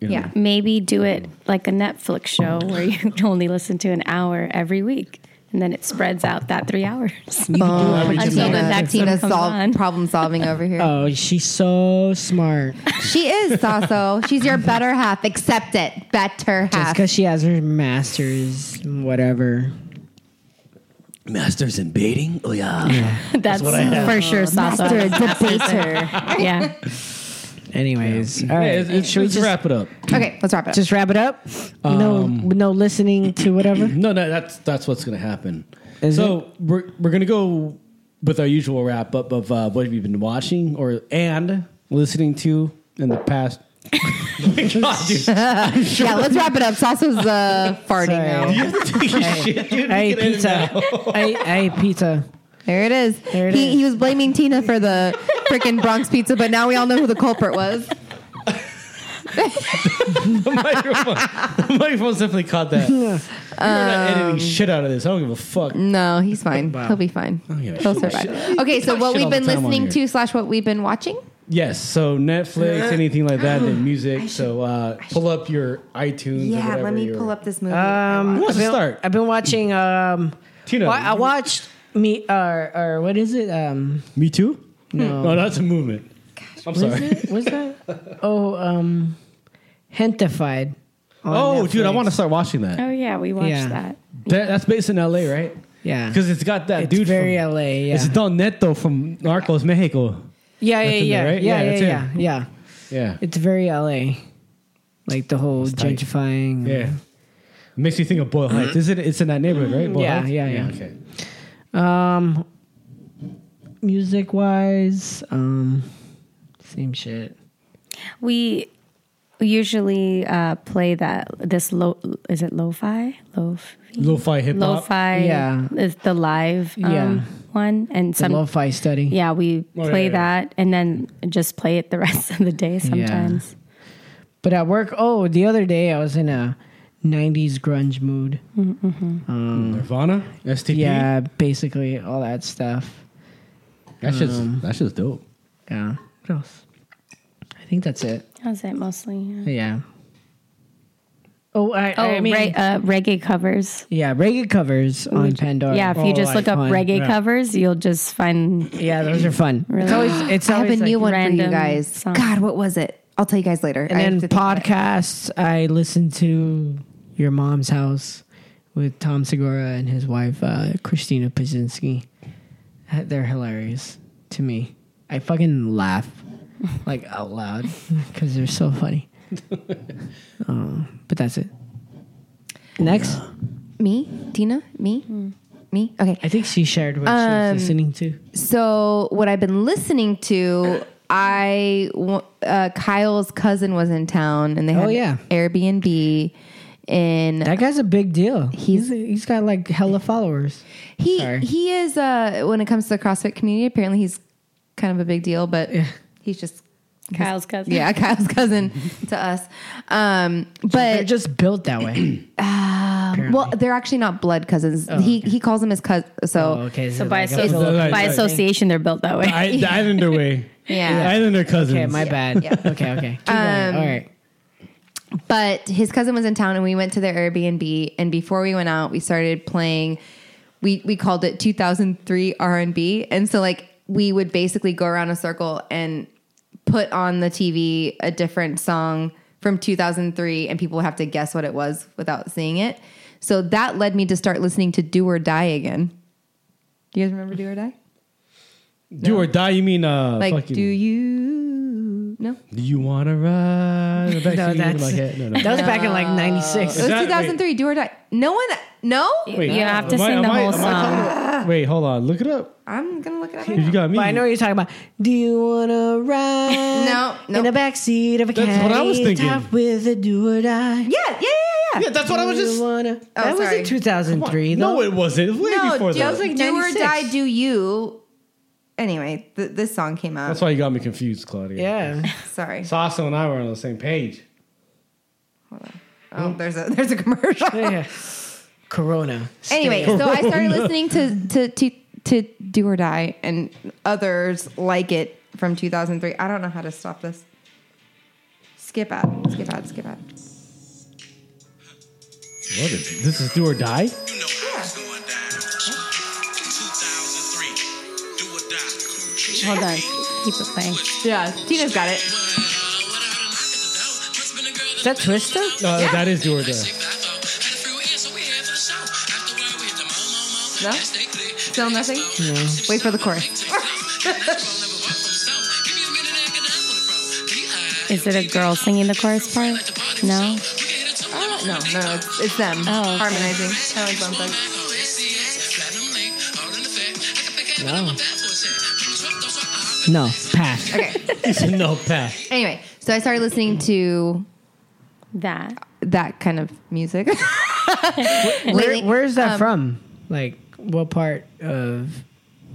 you know? Yeah. Maybe do it like a Netflix show where you [LAUGHS] only listen to an hour every week. And then it spreads out that three hours Oh, Boom. until the next one Tina comes solve on. problem solving over here. Oh, she's so smart. She is Sasso. She's your better half. Accept it. Better Just half. because she has her master's, whatever. Masters in baiting? Oh, yeah. [LAUGHS] That's, what I have. for sure, Sasso. Master Oh, debater. [LAUGHS] yeah. Anyways, all Yeah, right. it's, it's, Should we let's just, wrap it up. Okay, let's wrap it up. just wrap it up? no, Um, no listening to [LAUGHS] whatever. No, no, that's that's what's gonna happen. Is so we're we're gonna go with our usual wrap up of uh, what have you been watching or and listening to in the past. [LAUGHS] God, dude. yeah, let's wrap it up. [LAUGHS] Sasso's uh, farting Sorry. now. Shit, dude. I ate Get in pizza. now. I, I ate pizza. There it is. There it he, is. he was blaming Tina for the freaking Bronx pizza, but now we all know who the culprit was. [LAUGHS] the microphone. the microphone's definitely caught that. We're not Um, editing shit out of this. I don't give a fuck. No, he's fine. Oh, Wow. He'll be fine. don't give a He'll shit. survive. Okay, so Talk what shit we've all the been time on listening here. to slash what we've been watching? Yes, so Netflix, anything [GASPS] like that, then music. so uh, pull up your iTunes. or whatever your- this movie. Um, Who I've wants to been- start? I've been watching. Um, Tina. wa- I watched me or or what is it? Um, Me too. No. no, Oh, that's a movement. I'm sorry. was [LAUGHS] that? Oh, um, Hentified. on Oh, dude, I Netflix. want to start watching that. Oh, yeah. We watched Yeah. that. That- That's based in LA, right? Yeah, Because it's got that it's dude. very from, LA. Yeah, It's Don Neto from Narcos Mexico. yeah, yeah, that's in yeah, there, right? yeah, Yeah, yeah, that's yeah, him. yeah. Yeah, It's very LA, like the whole tight. gentrifying. yeah. makes me think of Boyle Heights. Is it? It's in that neighborhood, right? Boyle Yeah, Heights? yeah, yeah. Okay. Um, music wise, um, same shit. We usually uh, play that, this lo, is it lo-fi? Lo-fi? Lo-fi hip hop. Lo-fi Yeah. is the live um, Yeah. one. And The some, lo-fi study. yeah, we Oh, yeah, play yeah. that and then just play it the [LAUGHS] rest of the day sometimes. But at work, oh, the other day I was in a '90s grunge mood. Nirvana, STP. Mm. Yeah, basically all that stuff. That's just Mm. that's just dope. Yeah. What else? I think that's it. That was it mostly. Yeah. Yeah. Oh, I, Oh, I mean, re- uh, reggae covers. yeah, reggae covers on Pandora. Yeah, if Oh, you just look like up fun. reggae Yeah. covers, you'll just find. yeah, those are fun. It's Really? always it's I have a always new like- one for you random guys. song. God, what was it? I'll tell you guys later. I have And then to think about it. podcasts, I listen to Your Mom's House with Tom Segura and his wife uh, Christina Pazinski. They're hilarious to me. I fucking laugh like out loud [LAUGHS] because they're so funny. um, but that's it. Next, Me? Tina? Me? Me? Okay. I think she shared what she was listening to. So what I've been listening to, I wa- uh, Kyle's cousin was in town, and they had Oh, yeah. Airbnb, and That guy's a big deal. He's He's- he's got like hella followers. he Sorry. he is uh, when it comes to the CrossFit community, apparently he's kind of a big deal, but he's just Kyle's [LAUGHS] cousin. yeah Kyle's cousin to us. Um, They're but just built that way. well, they're actually not blood cousins. he he calls them his cousin. So Oh, okay, So by, like a asso- little- Right, by right. association, they're built that way. The, I, the Islander [LAUGHS] way. Yeah. The Islander cousins. Okay, my bad. yeah. Okay, okay. Keep going. All right. but his cousin was in town and we went to their Airbnb and before we went out we started playing we we called it 2003 R&B and so like we would basically go around a circle and put on the TV a different song from 2003 and people would have to guess what it was without seeing it. So that led me to start listening to Do or Die again. Do you guys remember Do or Die? Do or die? You mean uh? like, fucking, do you? No. Do you want [LAUGHS] to ride? No, Back to you, that's- like, yeah, [LAUGHS] no, no. that was back in like '96. It was 2003. Do or die. No one. No. am I- am I- am I talking- wait, hold on. Look it up. I'm gonna look it up. You got me. But I know what you're talking about. Do you want to ride? No, In the backseat of a That's what I was caddy, thinking. Top with a do or die. Yeah, yeah, yeah, yeah. Yeah, that's what I was just- Wanna, Oh, that was sorry. in 2003. though. No, it wasn't. It was way no, before do, that. do or die. Do you? Anyway, th- this song came out. That's why you got me confused, Claudia. [LAUGHS] Yeah. Sorry. Sasa and I were on the same page. Oh, there's a [LAUGHS] there's a commercial. Corona. [LAUGHS] Anyway, Stay. so I [LAUGHS] started Corona. listening to, to to to Do or Die and others like it from 2003. I don't know how to stop this. Skip ad. Skip ad. Skip ad. What is this? Is do or die? Hold on. Keep it playing. Yeah, Tina's got it. Is that Twister? No, that is do or die. No. Still nothing. Wait for the chorus. Is it a girl singing the chorus part? No. I don't know. No, it's, it's them harmonizing. Kind of like Bone Thugs. No. No, pass. Okay. [LAUGHS] it's a no pass. Anyway, so I started listening to that that kind of music. [LAUGHS] Where, Lately, where's that um, from? Like, what part of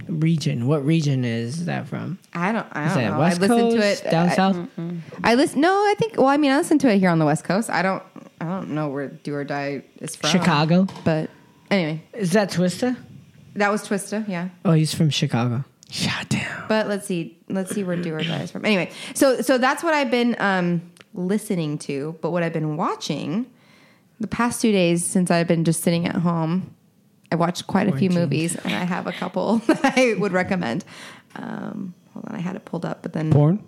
region? What region is that from? I don't. I Is don't that know. West I listened Coast, to it uh, mm-hmm. down I, south? I listen. No, I think. Well, I mean, I listened to it here on the West Coast. I don't. I don't know where Do or Die is from. Chicago. But anyway, is that Twista? That was Twista. Yeah. Oh, he's from Chicago. But let's see. Let's see where Do or Die is from. Anyway, so so that's what I've been um, listening to. But what I've been watching the past two days since I've been just sitting at home, I watched quite a few Quarantined. movies, and I have a couple [LAUGHS] that I would recommend. Um, hold on, I had it pulled up, but then Porn?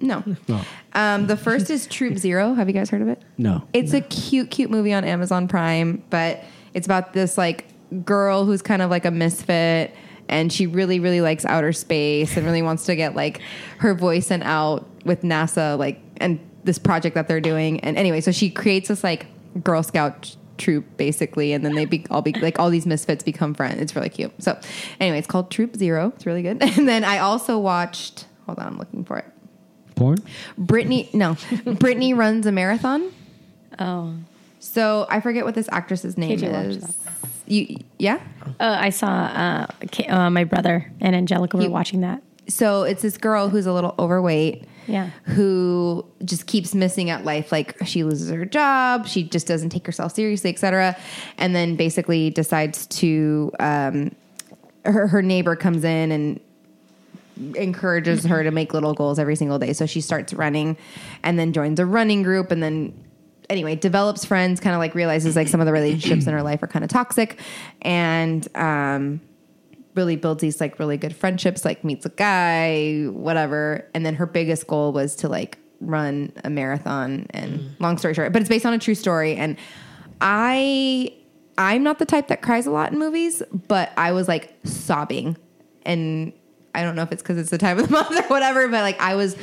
No. No. Um, the first is Troop Zero. Have you guys heard of it? No. It's a cute, cute movie on Amazon Prime, but it's about this like girl who's kind of like a misfit and she really, really likes outer space and really wants to get like her voice sent out with NASA, like, and this project that they're doing. And anyway, so she creates this like Girl Scout troop basically and then they be all be like all these misfits become friends it's really cute so anyway it's called troop zero it's really good [LAUGHS] and then i also watched hold on i'm looking for it Porn? Brittany, no, [LAUGHS] Brittany runs a marathon. Oh. So I forget what this actress's name KJ watched is. You, yeah. Uh, I saw uh, K- uh, my brother and Angelica were You- watching that. So it's this girl who's a little overweight. Yeah. Who just keeps missing at life. Like she loses her job, she just doesn't take herself seriously, etc. And then basically decides to. Um, her her neighbor comes in and encourages her to make little goals every single day. So she starts running and then joins a running group and then anyway, develops friends, kind of like realizes like some of the relationships in her life are kind of toxic and um really builds these like really good friendships, like meets a guy, whatever. And then her biggest goal was to like run a marathon and long story short, but it's based on a true story and I I'm not the type that cries a lot in movies, but I was like sobbing and I don't know if it's because it's the time of the [LAUGHS] month or whatever, but like I was,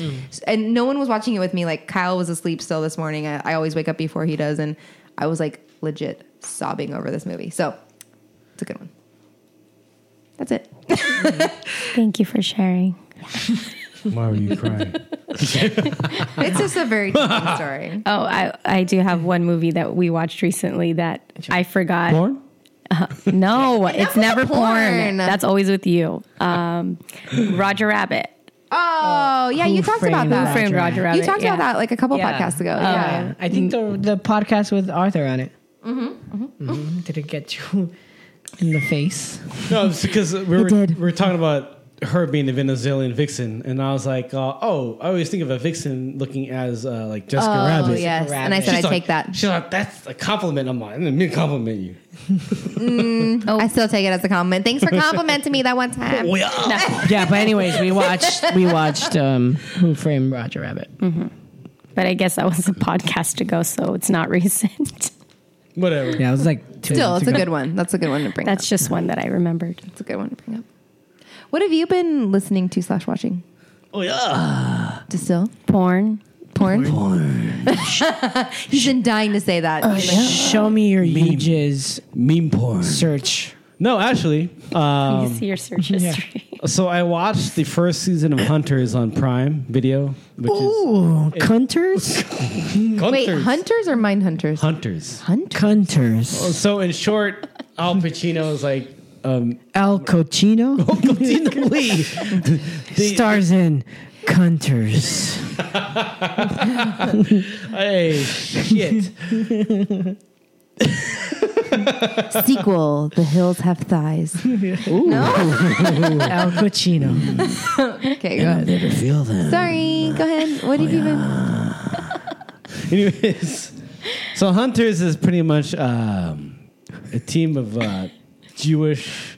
and no one was watching it with me. Like Kyle was asleep still this morning. I, I always wake up before he does, and I was like legit sobbing over this movie. So it's a good one. That's it. Thank you for sharing. Why were you crying? It's just a very different story. Oh, I, I do have one movie that we watched recently that I forgot. Porn? Uh, no, it's never porn. porn. That's always with you. Um, Roger Rabbit. Oh yeah, you Who talked about Framed that. Who Framed Roger Rabbit, You talked yeah. about that like a couple Yeah. podcasts ago. Oh, yeah. I think the the podcast with Arthur on it. Mm-hmm. Mhm. Did it get you in the face? No, it's because we were, we were talking about her being the Venezuelan vixen, and I was like, uh, oh, I always think of a vixen looking as uh, like Jessica Oh, Rabbit. yes. And I said She's I'd like- take that. She's like, that's a compliment. I'm like, I didn't mean to compliment you. Mm, Oh. I still take it as a compliment. Thanks for complimenting me that one time. Oh, yeah. yeah, but anyways, we watched we watched um, Who Framed Roger Rabbit. But I guess that was a [LAUGHS] podcast ago, so it's not [LAUGHS] recent. [LAUGHS] Whatever. Yeah, it was like two Still, months it's a ago. good one. That's a good one to bring. That's just one that I remembered. That's a good one to bring up. What have you been listening to slash watching? Uh, Oh yeah, Distill porn, porn, porn. [LAUGHS] He's been dying to say that. He's like, Show me your uges. Meme porn. Search. No, actually. You Um, see your search history. [LAUGHS] so I watched the first season of Hunters on Prime Video, which Ooh, hunters? is Wait, Hunters. hunters or mind hunters? Hunters. Hunters. So in short, Al [LAUGHS] Pacino's like um, Al Cochino [LAUGHS] stars in [LAUGHS] Hunters. [LAUGHS] hey, shit. Sequel: The Hills Have Thighs. Ooh. No. Al Cochino. [LAUGHS] okay, go ahead. Never feel that. Sorry, go ahead. What have you been? Anyways, so Hunters is pretty much um, a team of uh, Jewish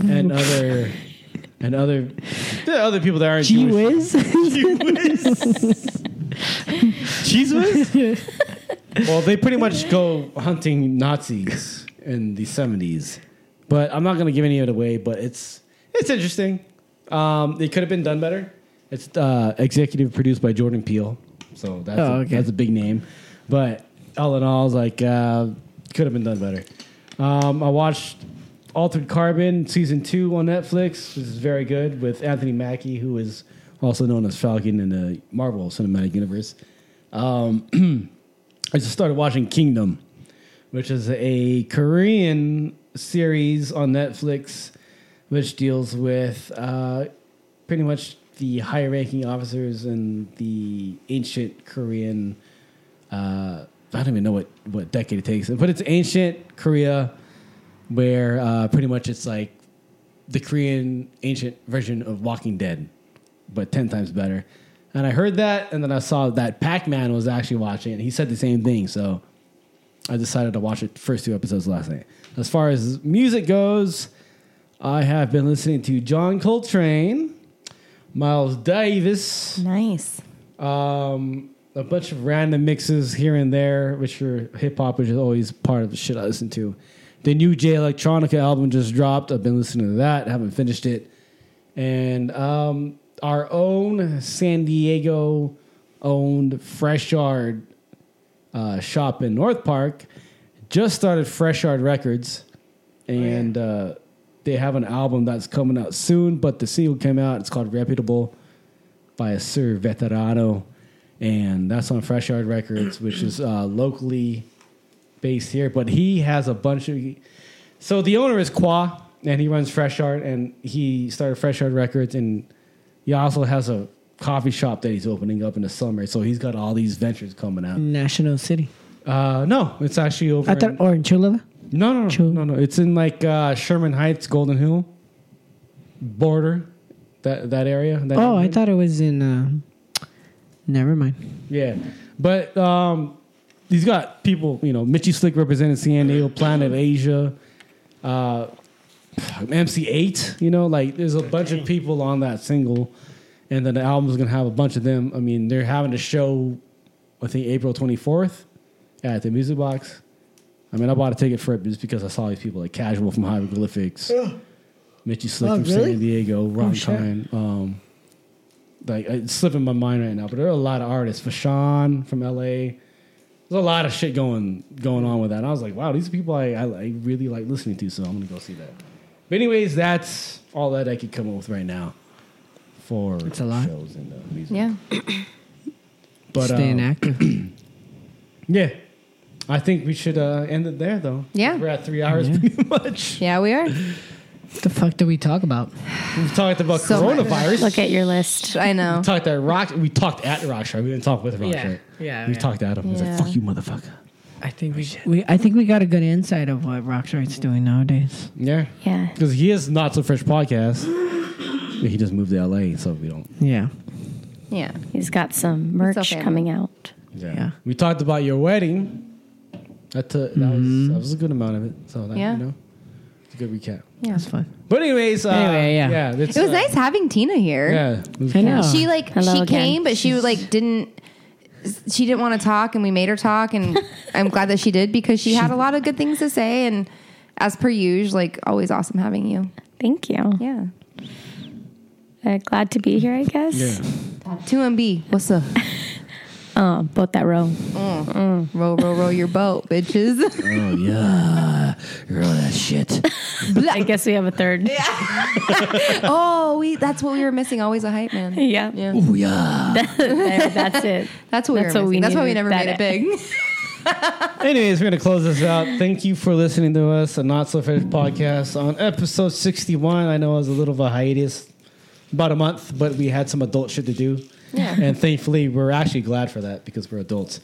and other and other there are other people that aren't Gee Jewish. whiz. Cheese whiz? [LAUGHS] well, they pretty much go hunting Nazis in the seventies, but I'm not going to give any of it away. But it's it's interesting. Um, it could have been done better. It's uh, executive produced by Jordan Peele, so that's Oh, a, okay. that's a big name. But all in all, it's like uh, could have been done better. Um, I watched Altered Carbon season two on Netflix. This is very good with Anthony Mackie, who is also known as Falcon in the Marvel Cinematic Universe. Um, I just started watching Kingdom, which is a Korean series on Netflix, which deals with uh, pretty much the high ranking officers in the ancient Korean. Uh, I don't even know what, what decade it takes, but it's ancient Korea, where uh, pretty much it's like the Korean ancient version of Walking Dead, but 10 times better. And I heard that, and then I saw that Pac Man was actually watching it, and he said the same thing. So I decided to watch the first two episodes last night. As far as music goes, I have been listening to John Coltrane, Miles Davis. Nice. Um, a bunch of random mixes here and there, which are hip hop, which is always part of the shit I listen to. The new J Electronica album just dropped. I've been listening to that. Haven't finished it. And um, our own San Diego owned Fresh Yard uh, shop in North Park just started Fresh Yard Records, and uh, they have an album that's coming out soon. But the single came out. It's called Reputable by Sir Veterano, and that's on Fresh Yard Records, which is uh, locally based here. But he has a bunch of. So the owner is Qua, and he runs Fresh Yard, and he started Fresh Yard Records, and he also has a coffee shop that he's opening up in the summer. So he's got all these ventures coming out. National City. Uh, no, it's actually over. I thought in- or in Chula. no, no, no, no, no. It's in like uh, Sherman Heights, Golden Hill border, that that area. That Oh, I neighborhood. thought it was in. Uh, never mind. Yeah, but um, he's got people. You know, Mitchy Slick represented San Diego, Planet Asia, uh, MC8. You know, like there's a bunch of people on that single, and then the album's gonna have a bunch of them. I mean, they're having a show, I think April 24th at the Music Box. I mean, I bought a ticket for it just because I saw these people like Casual from Hieroglyphics, Mitchy Slick Oh, from really? San Diego, Ron shit. Kine, Um, like uh, it's slipping my mind right now, but there are a lot of artists. Fashawn from LA. There's a lot of shit going going on with that. And I was like, wow, these are people I, I, I really like listening to, so I'm gonna go see that. But anyways, that's all that I could come up with right now for a lot. shows and uh, music. Yeah. But Staying [COUGHS] um, active. yeah, I think we should uh, end it there though. Yeah. we're at three hours pretty [LAUGHS] much. Yeah, we are. what the fuck do we talk about? We've talked about So much. coronavirus. Look at your list. I we know. talked at rock. We talked at Rockstar. We didn't talk with Rockstar. Yeah, yeah, We yeah. talked at him. He's Yeah. like, "Fuck you, motherfucker." I think we, we I think we got a good insight of what Rockstar's doing nowadays. Yeah. Yeah. Because he is not so fresh podcast. He just moved to LA, so we don't. Yeah. Yeah. He's got some It's all merch family. coming out. Yeah. We talked about your wedding. That, took that, was, that was a good amount of it. So, that, Yeah. you know, it's a good recap. Yeah. That's fun. But, anyways, uh, Anyway, yeah. yeah it's, it was uh, nice having Tina here. Yeah. it was I cool. know. She like Hello she again. came, but she like didn't. She didn't want to talk, and we made her talk, [LAUGHS] and I'm glad that she did because she had a lot of good things to say. And as per usual, like always, awesome having you. Thank you. Yeah. Uh, glad to be here, I guess. Two MB, what's up? Uh, boat [LAUGHS] that row. Row, row, row your boat, bitches. [LAUGHS] Oh yeah, roll that shit. I guess we have a third. oh, we that's what we were missing. Always a hype man. [LAUGHS] Yeah. Yeah. Ooh yeah. There, [LAUGHS] that's it. That's what That's we were what we missing. that's why we needed. never That made it big. Anyways, we're going to close this out. Thank you for listening to us, a Not So Fresh podcast on episode 61. I know it was a little of a hiatus, about a month, but we had some adult shit to do. Yeah. And thankfully, we're actually glad for that because we're adults.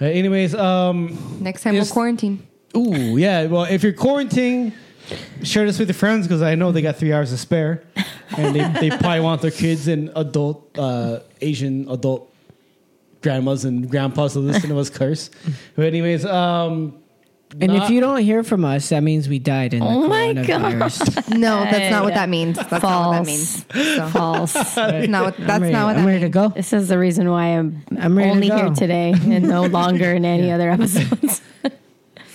Uh, anyways, [LAUGHS] um, Next time we'll It's- quarantine. ooh, yeah. Well, if you're quarantining, share this with your friends because I know they got three hours to spare. And they, they probably want their kids and adult, uh, Asian adult grandmas and grandpas to listen to us curse. But, anyways, um, And not- if you don't hear from us, that means we died in Oh the my coronavirus. No, [LAUGHS] that's not what that means. That's not what that False. means. So, False. that's not what, that's not what that I'm ready to go. This is the reason why I'm, I'm ready to only go. here today [LAUGHS] and no longer in any other episodes.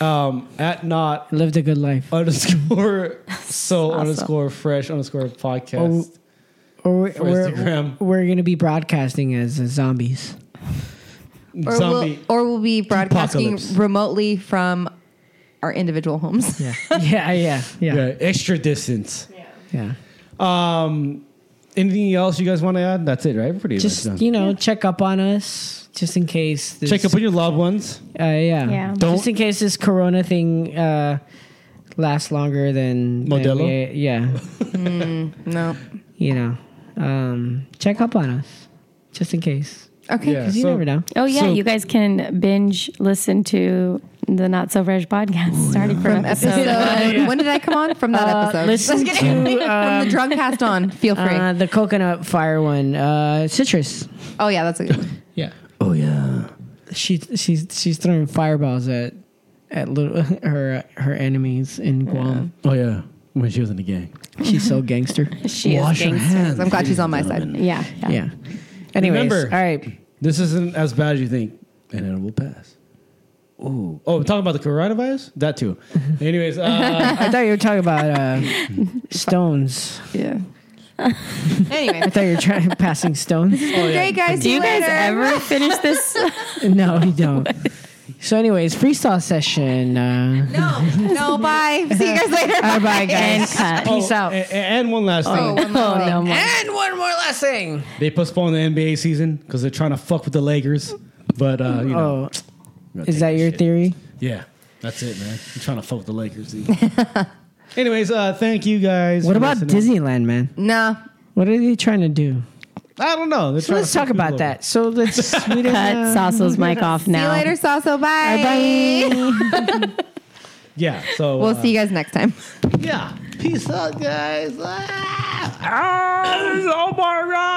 um, at not Lived a good life. underscore so awesome. underscore fresh underscore podcast Oh, Or we're, for we're, Instagram. we're going to be broadcasting as uh, zombies. or we'll, Zombie. or we'll be broadcasting Apocalypse. remotely from our individual homes. [LAUGHS] Yeah. yeah, yeah, yeah, yeah, extra distance. yeah. Um, anything else you guys want to add? That's it, right? We're Pretty much Just, done. you know, check up on us just in case. This, Check up on your loved ones. Uh, yeah. Yeah. Just in case this corona thing uh, lasts longer than. than Modelo? we- yeah. [LAUGHS] No. You know, um, check up on us just in case. Okay. Yeah, 'Cause you so- never know. Oh, yeah. So- you guys can binge listen to the Not So Fresh podcast Oh, starting from From episode, episode. uh, when did I come on? From that episode. listen Just kidding. [LAUGHS] to, from the drunk cast on. Feel free. Uh, the coconut fire one, uh, citrus. oh yeah, that's a good. One. Yeah, Oh yeah. she she's she's throwing fireballs at at little [LAUGHS] her her enemies in Guam. Oh yeah, when she was in the gang. She's so gangster. [LAUGHS] She is Wash your gangster. hands. I'm glad she's on my ladies and side. gentlemen. Yeah. Yeah. Yeah. Anyways, Remember- all right. This isn't as bad as you think, and it will pass. Oh, oh, we're talking about the coronavirus. That too. Anyways, uh, I thought you were talking about [LAUGHS] uh, stones. Yeah. anyway, I thought you were trying [LAUGHS] passing [LAUGHS] stones. great guys. Do see you guys later. ever finish this? No, you don't. So, anyways, freestyle session. Uh, No. No. Bye. See you guys later. All right, bye, guys. And cut. Peace out. oh, a- a- and one last thing. Oh, no more. Oh, And one more last thing. They postponed the NBA season because they're trying to fuck with the Lakers. But uh, you know, Oh, we're gonna is take that this your shit. theory? Yeah, that's it, man. I'm trying to fuck with the Lakers. dude. [LAUGHS] Anyways, uh, thank you guys. What for about listening. Disneyland, man? No. What are they trying to do? I don't know. They're So trying let's to talk fuck about people that. So let's we didn't, [LAUGHS] Cut uh, Saucel's mic off See you now. later, Salsa. Bye. over. Yeah. So We'll uh, see you guys next time. Oh Yeah. Peace out, guys. Ah, Ah, this is Omar Rock.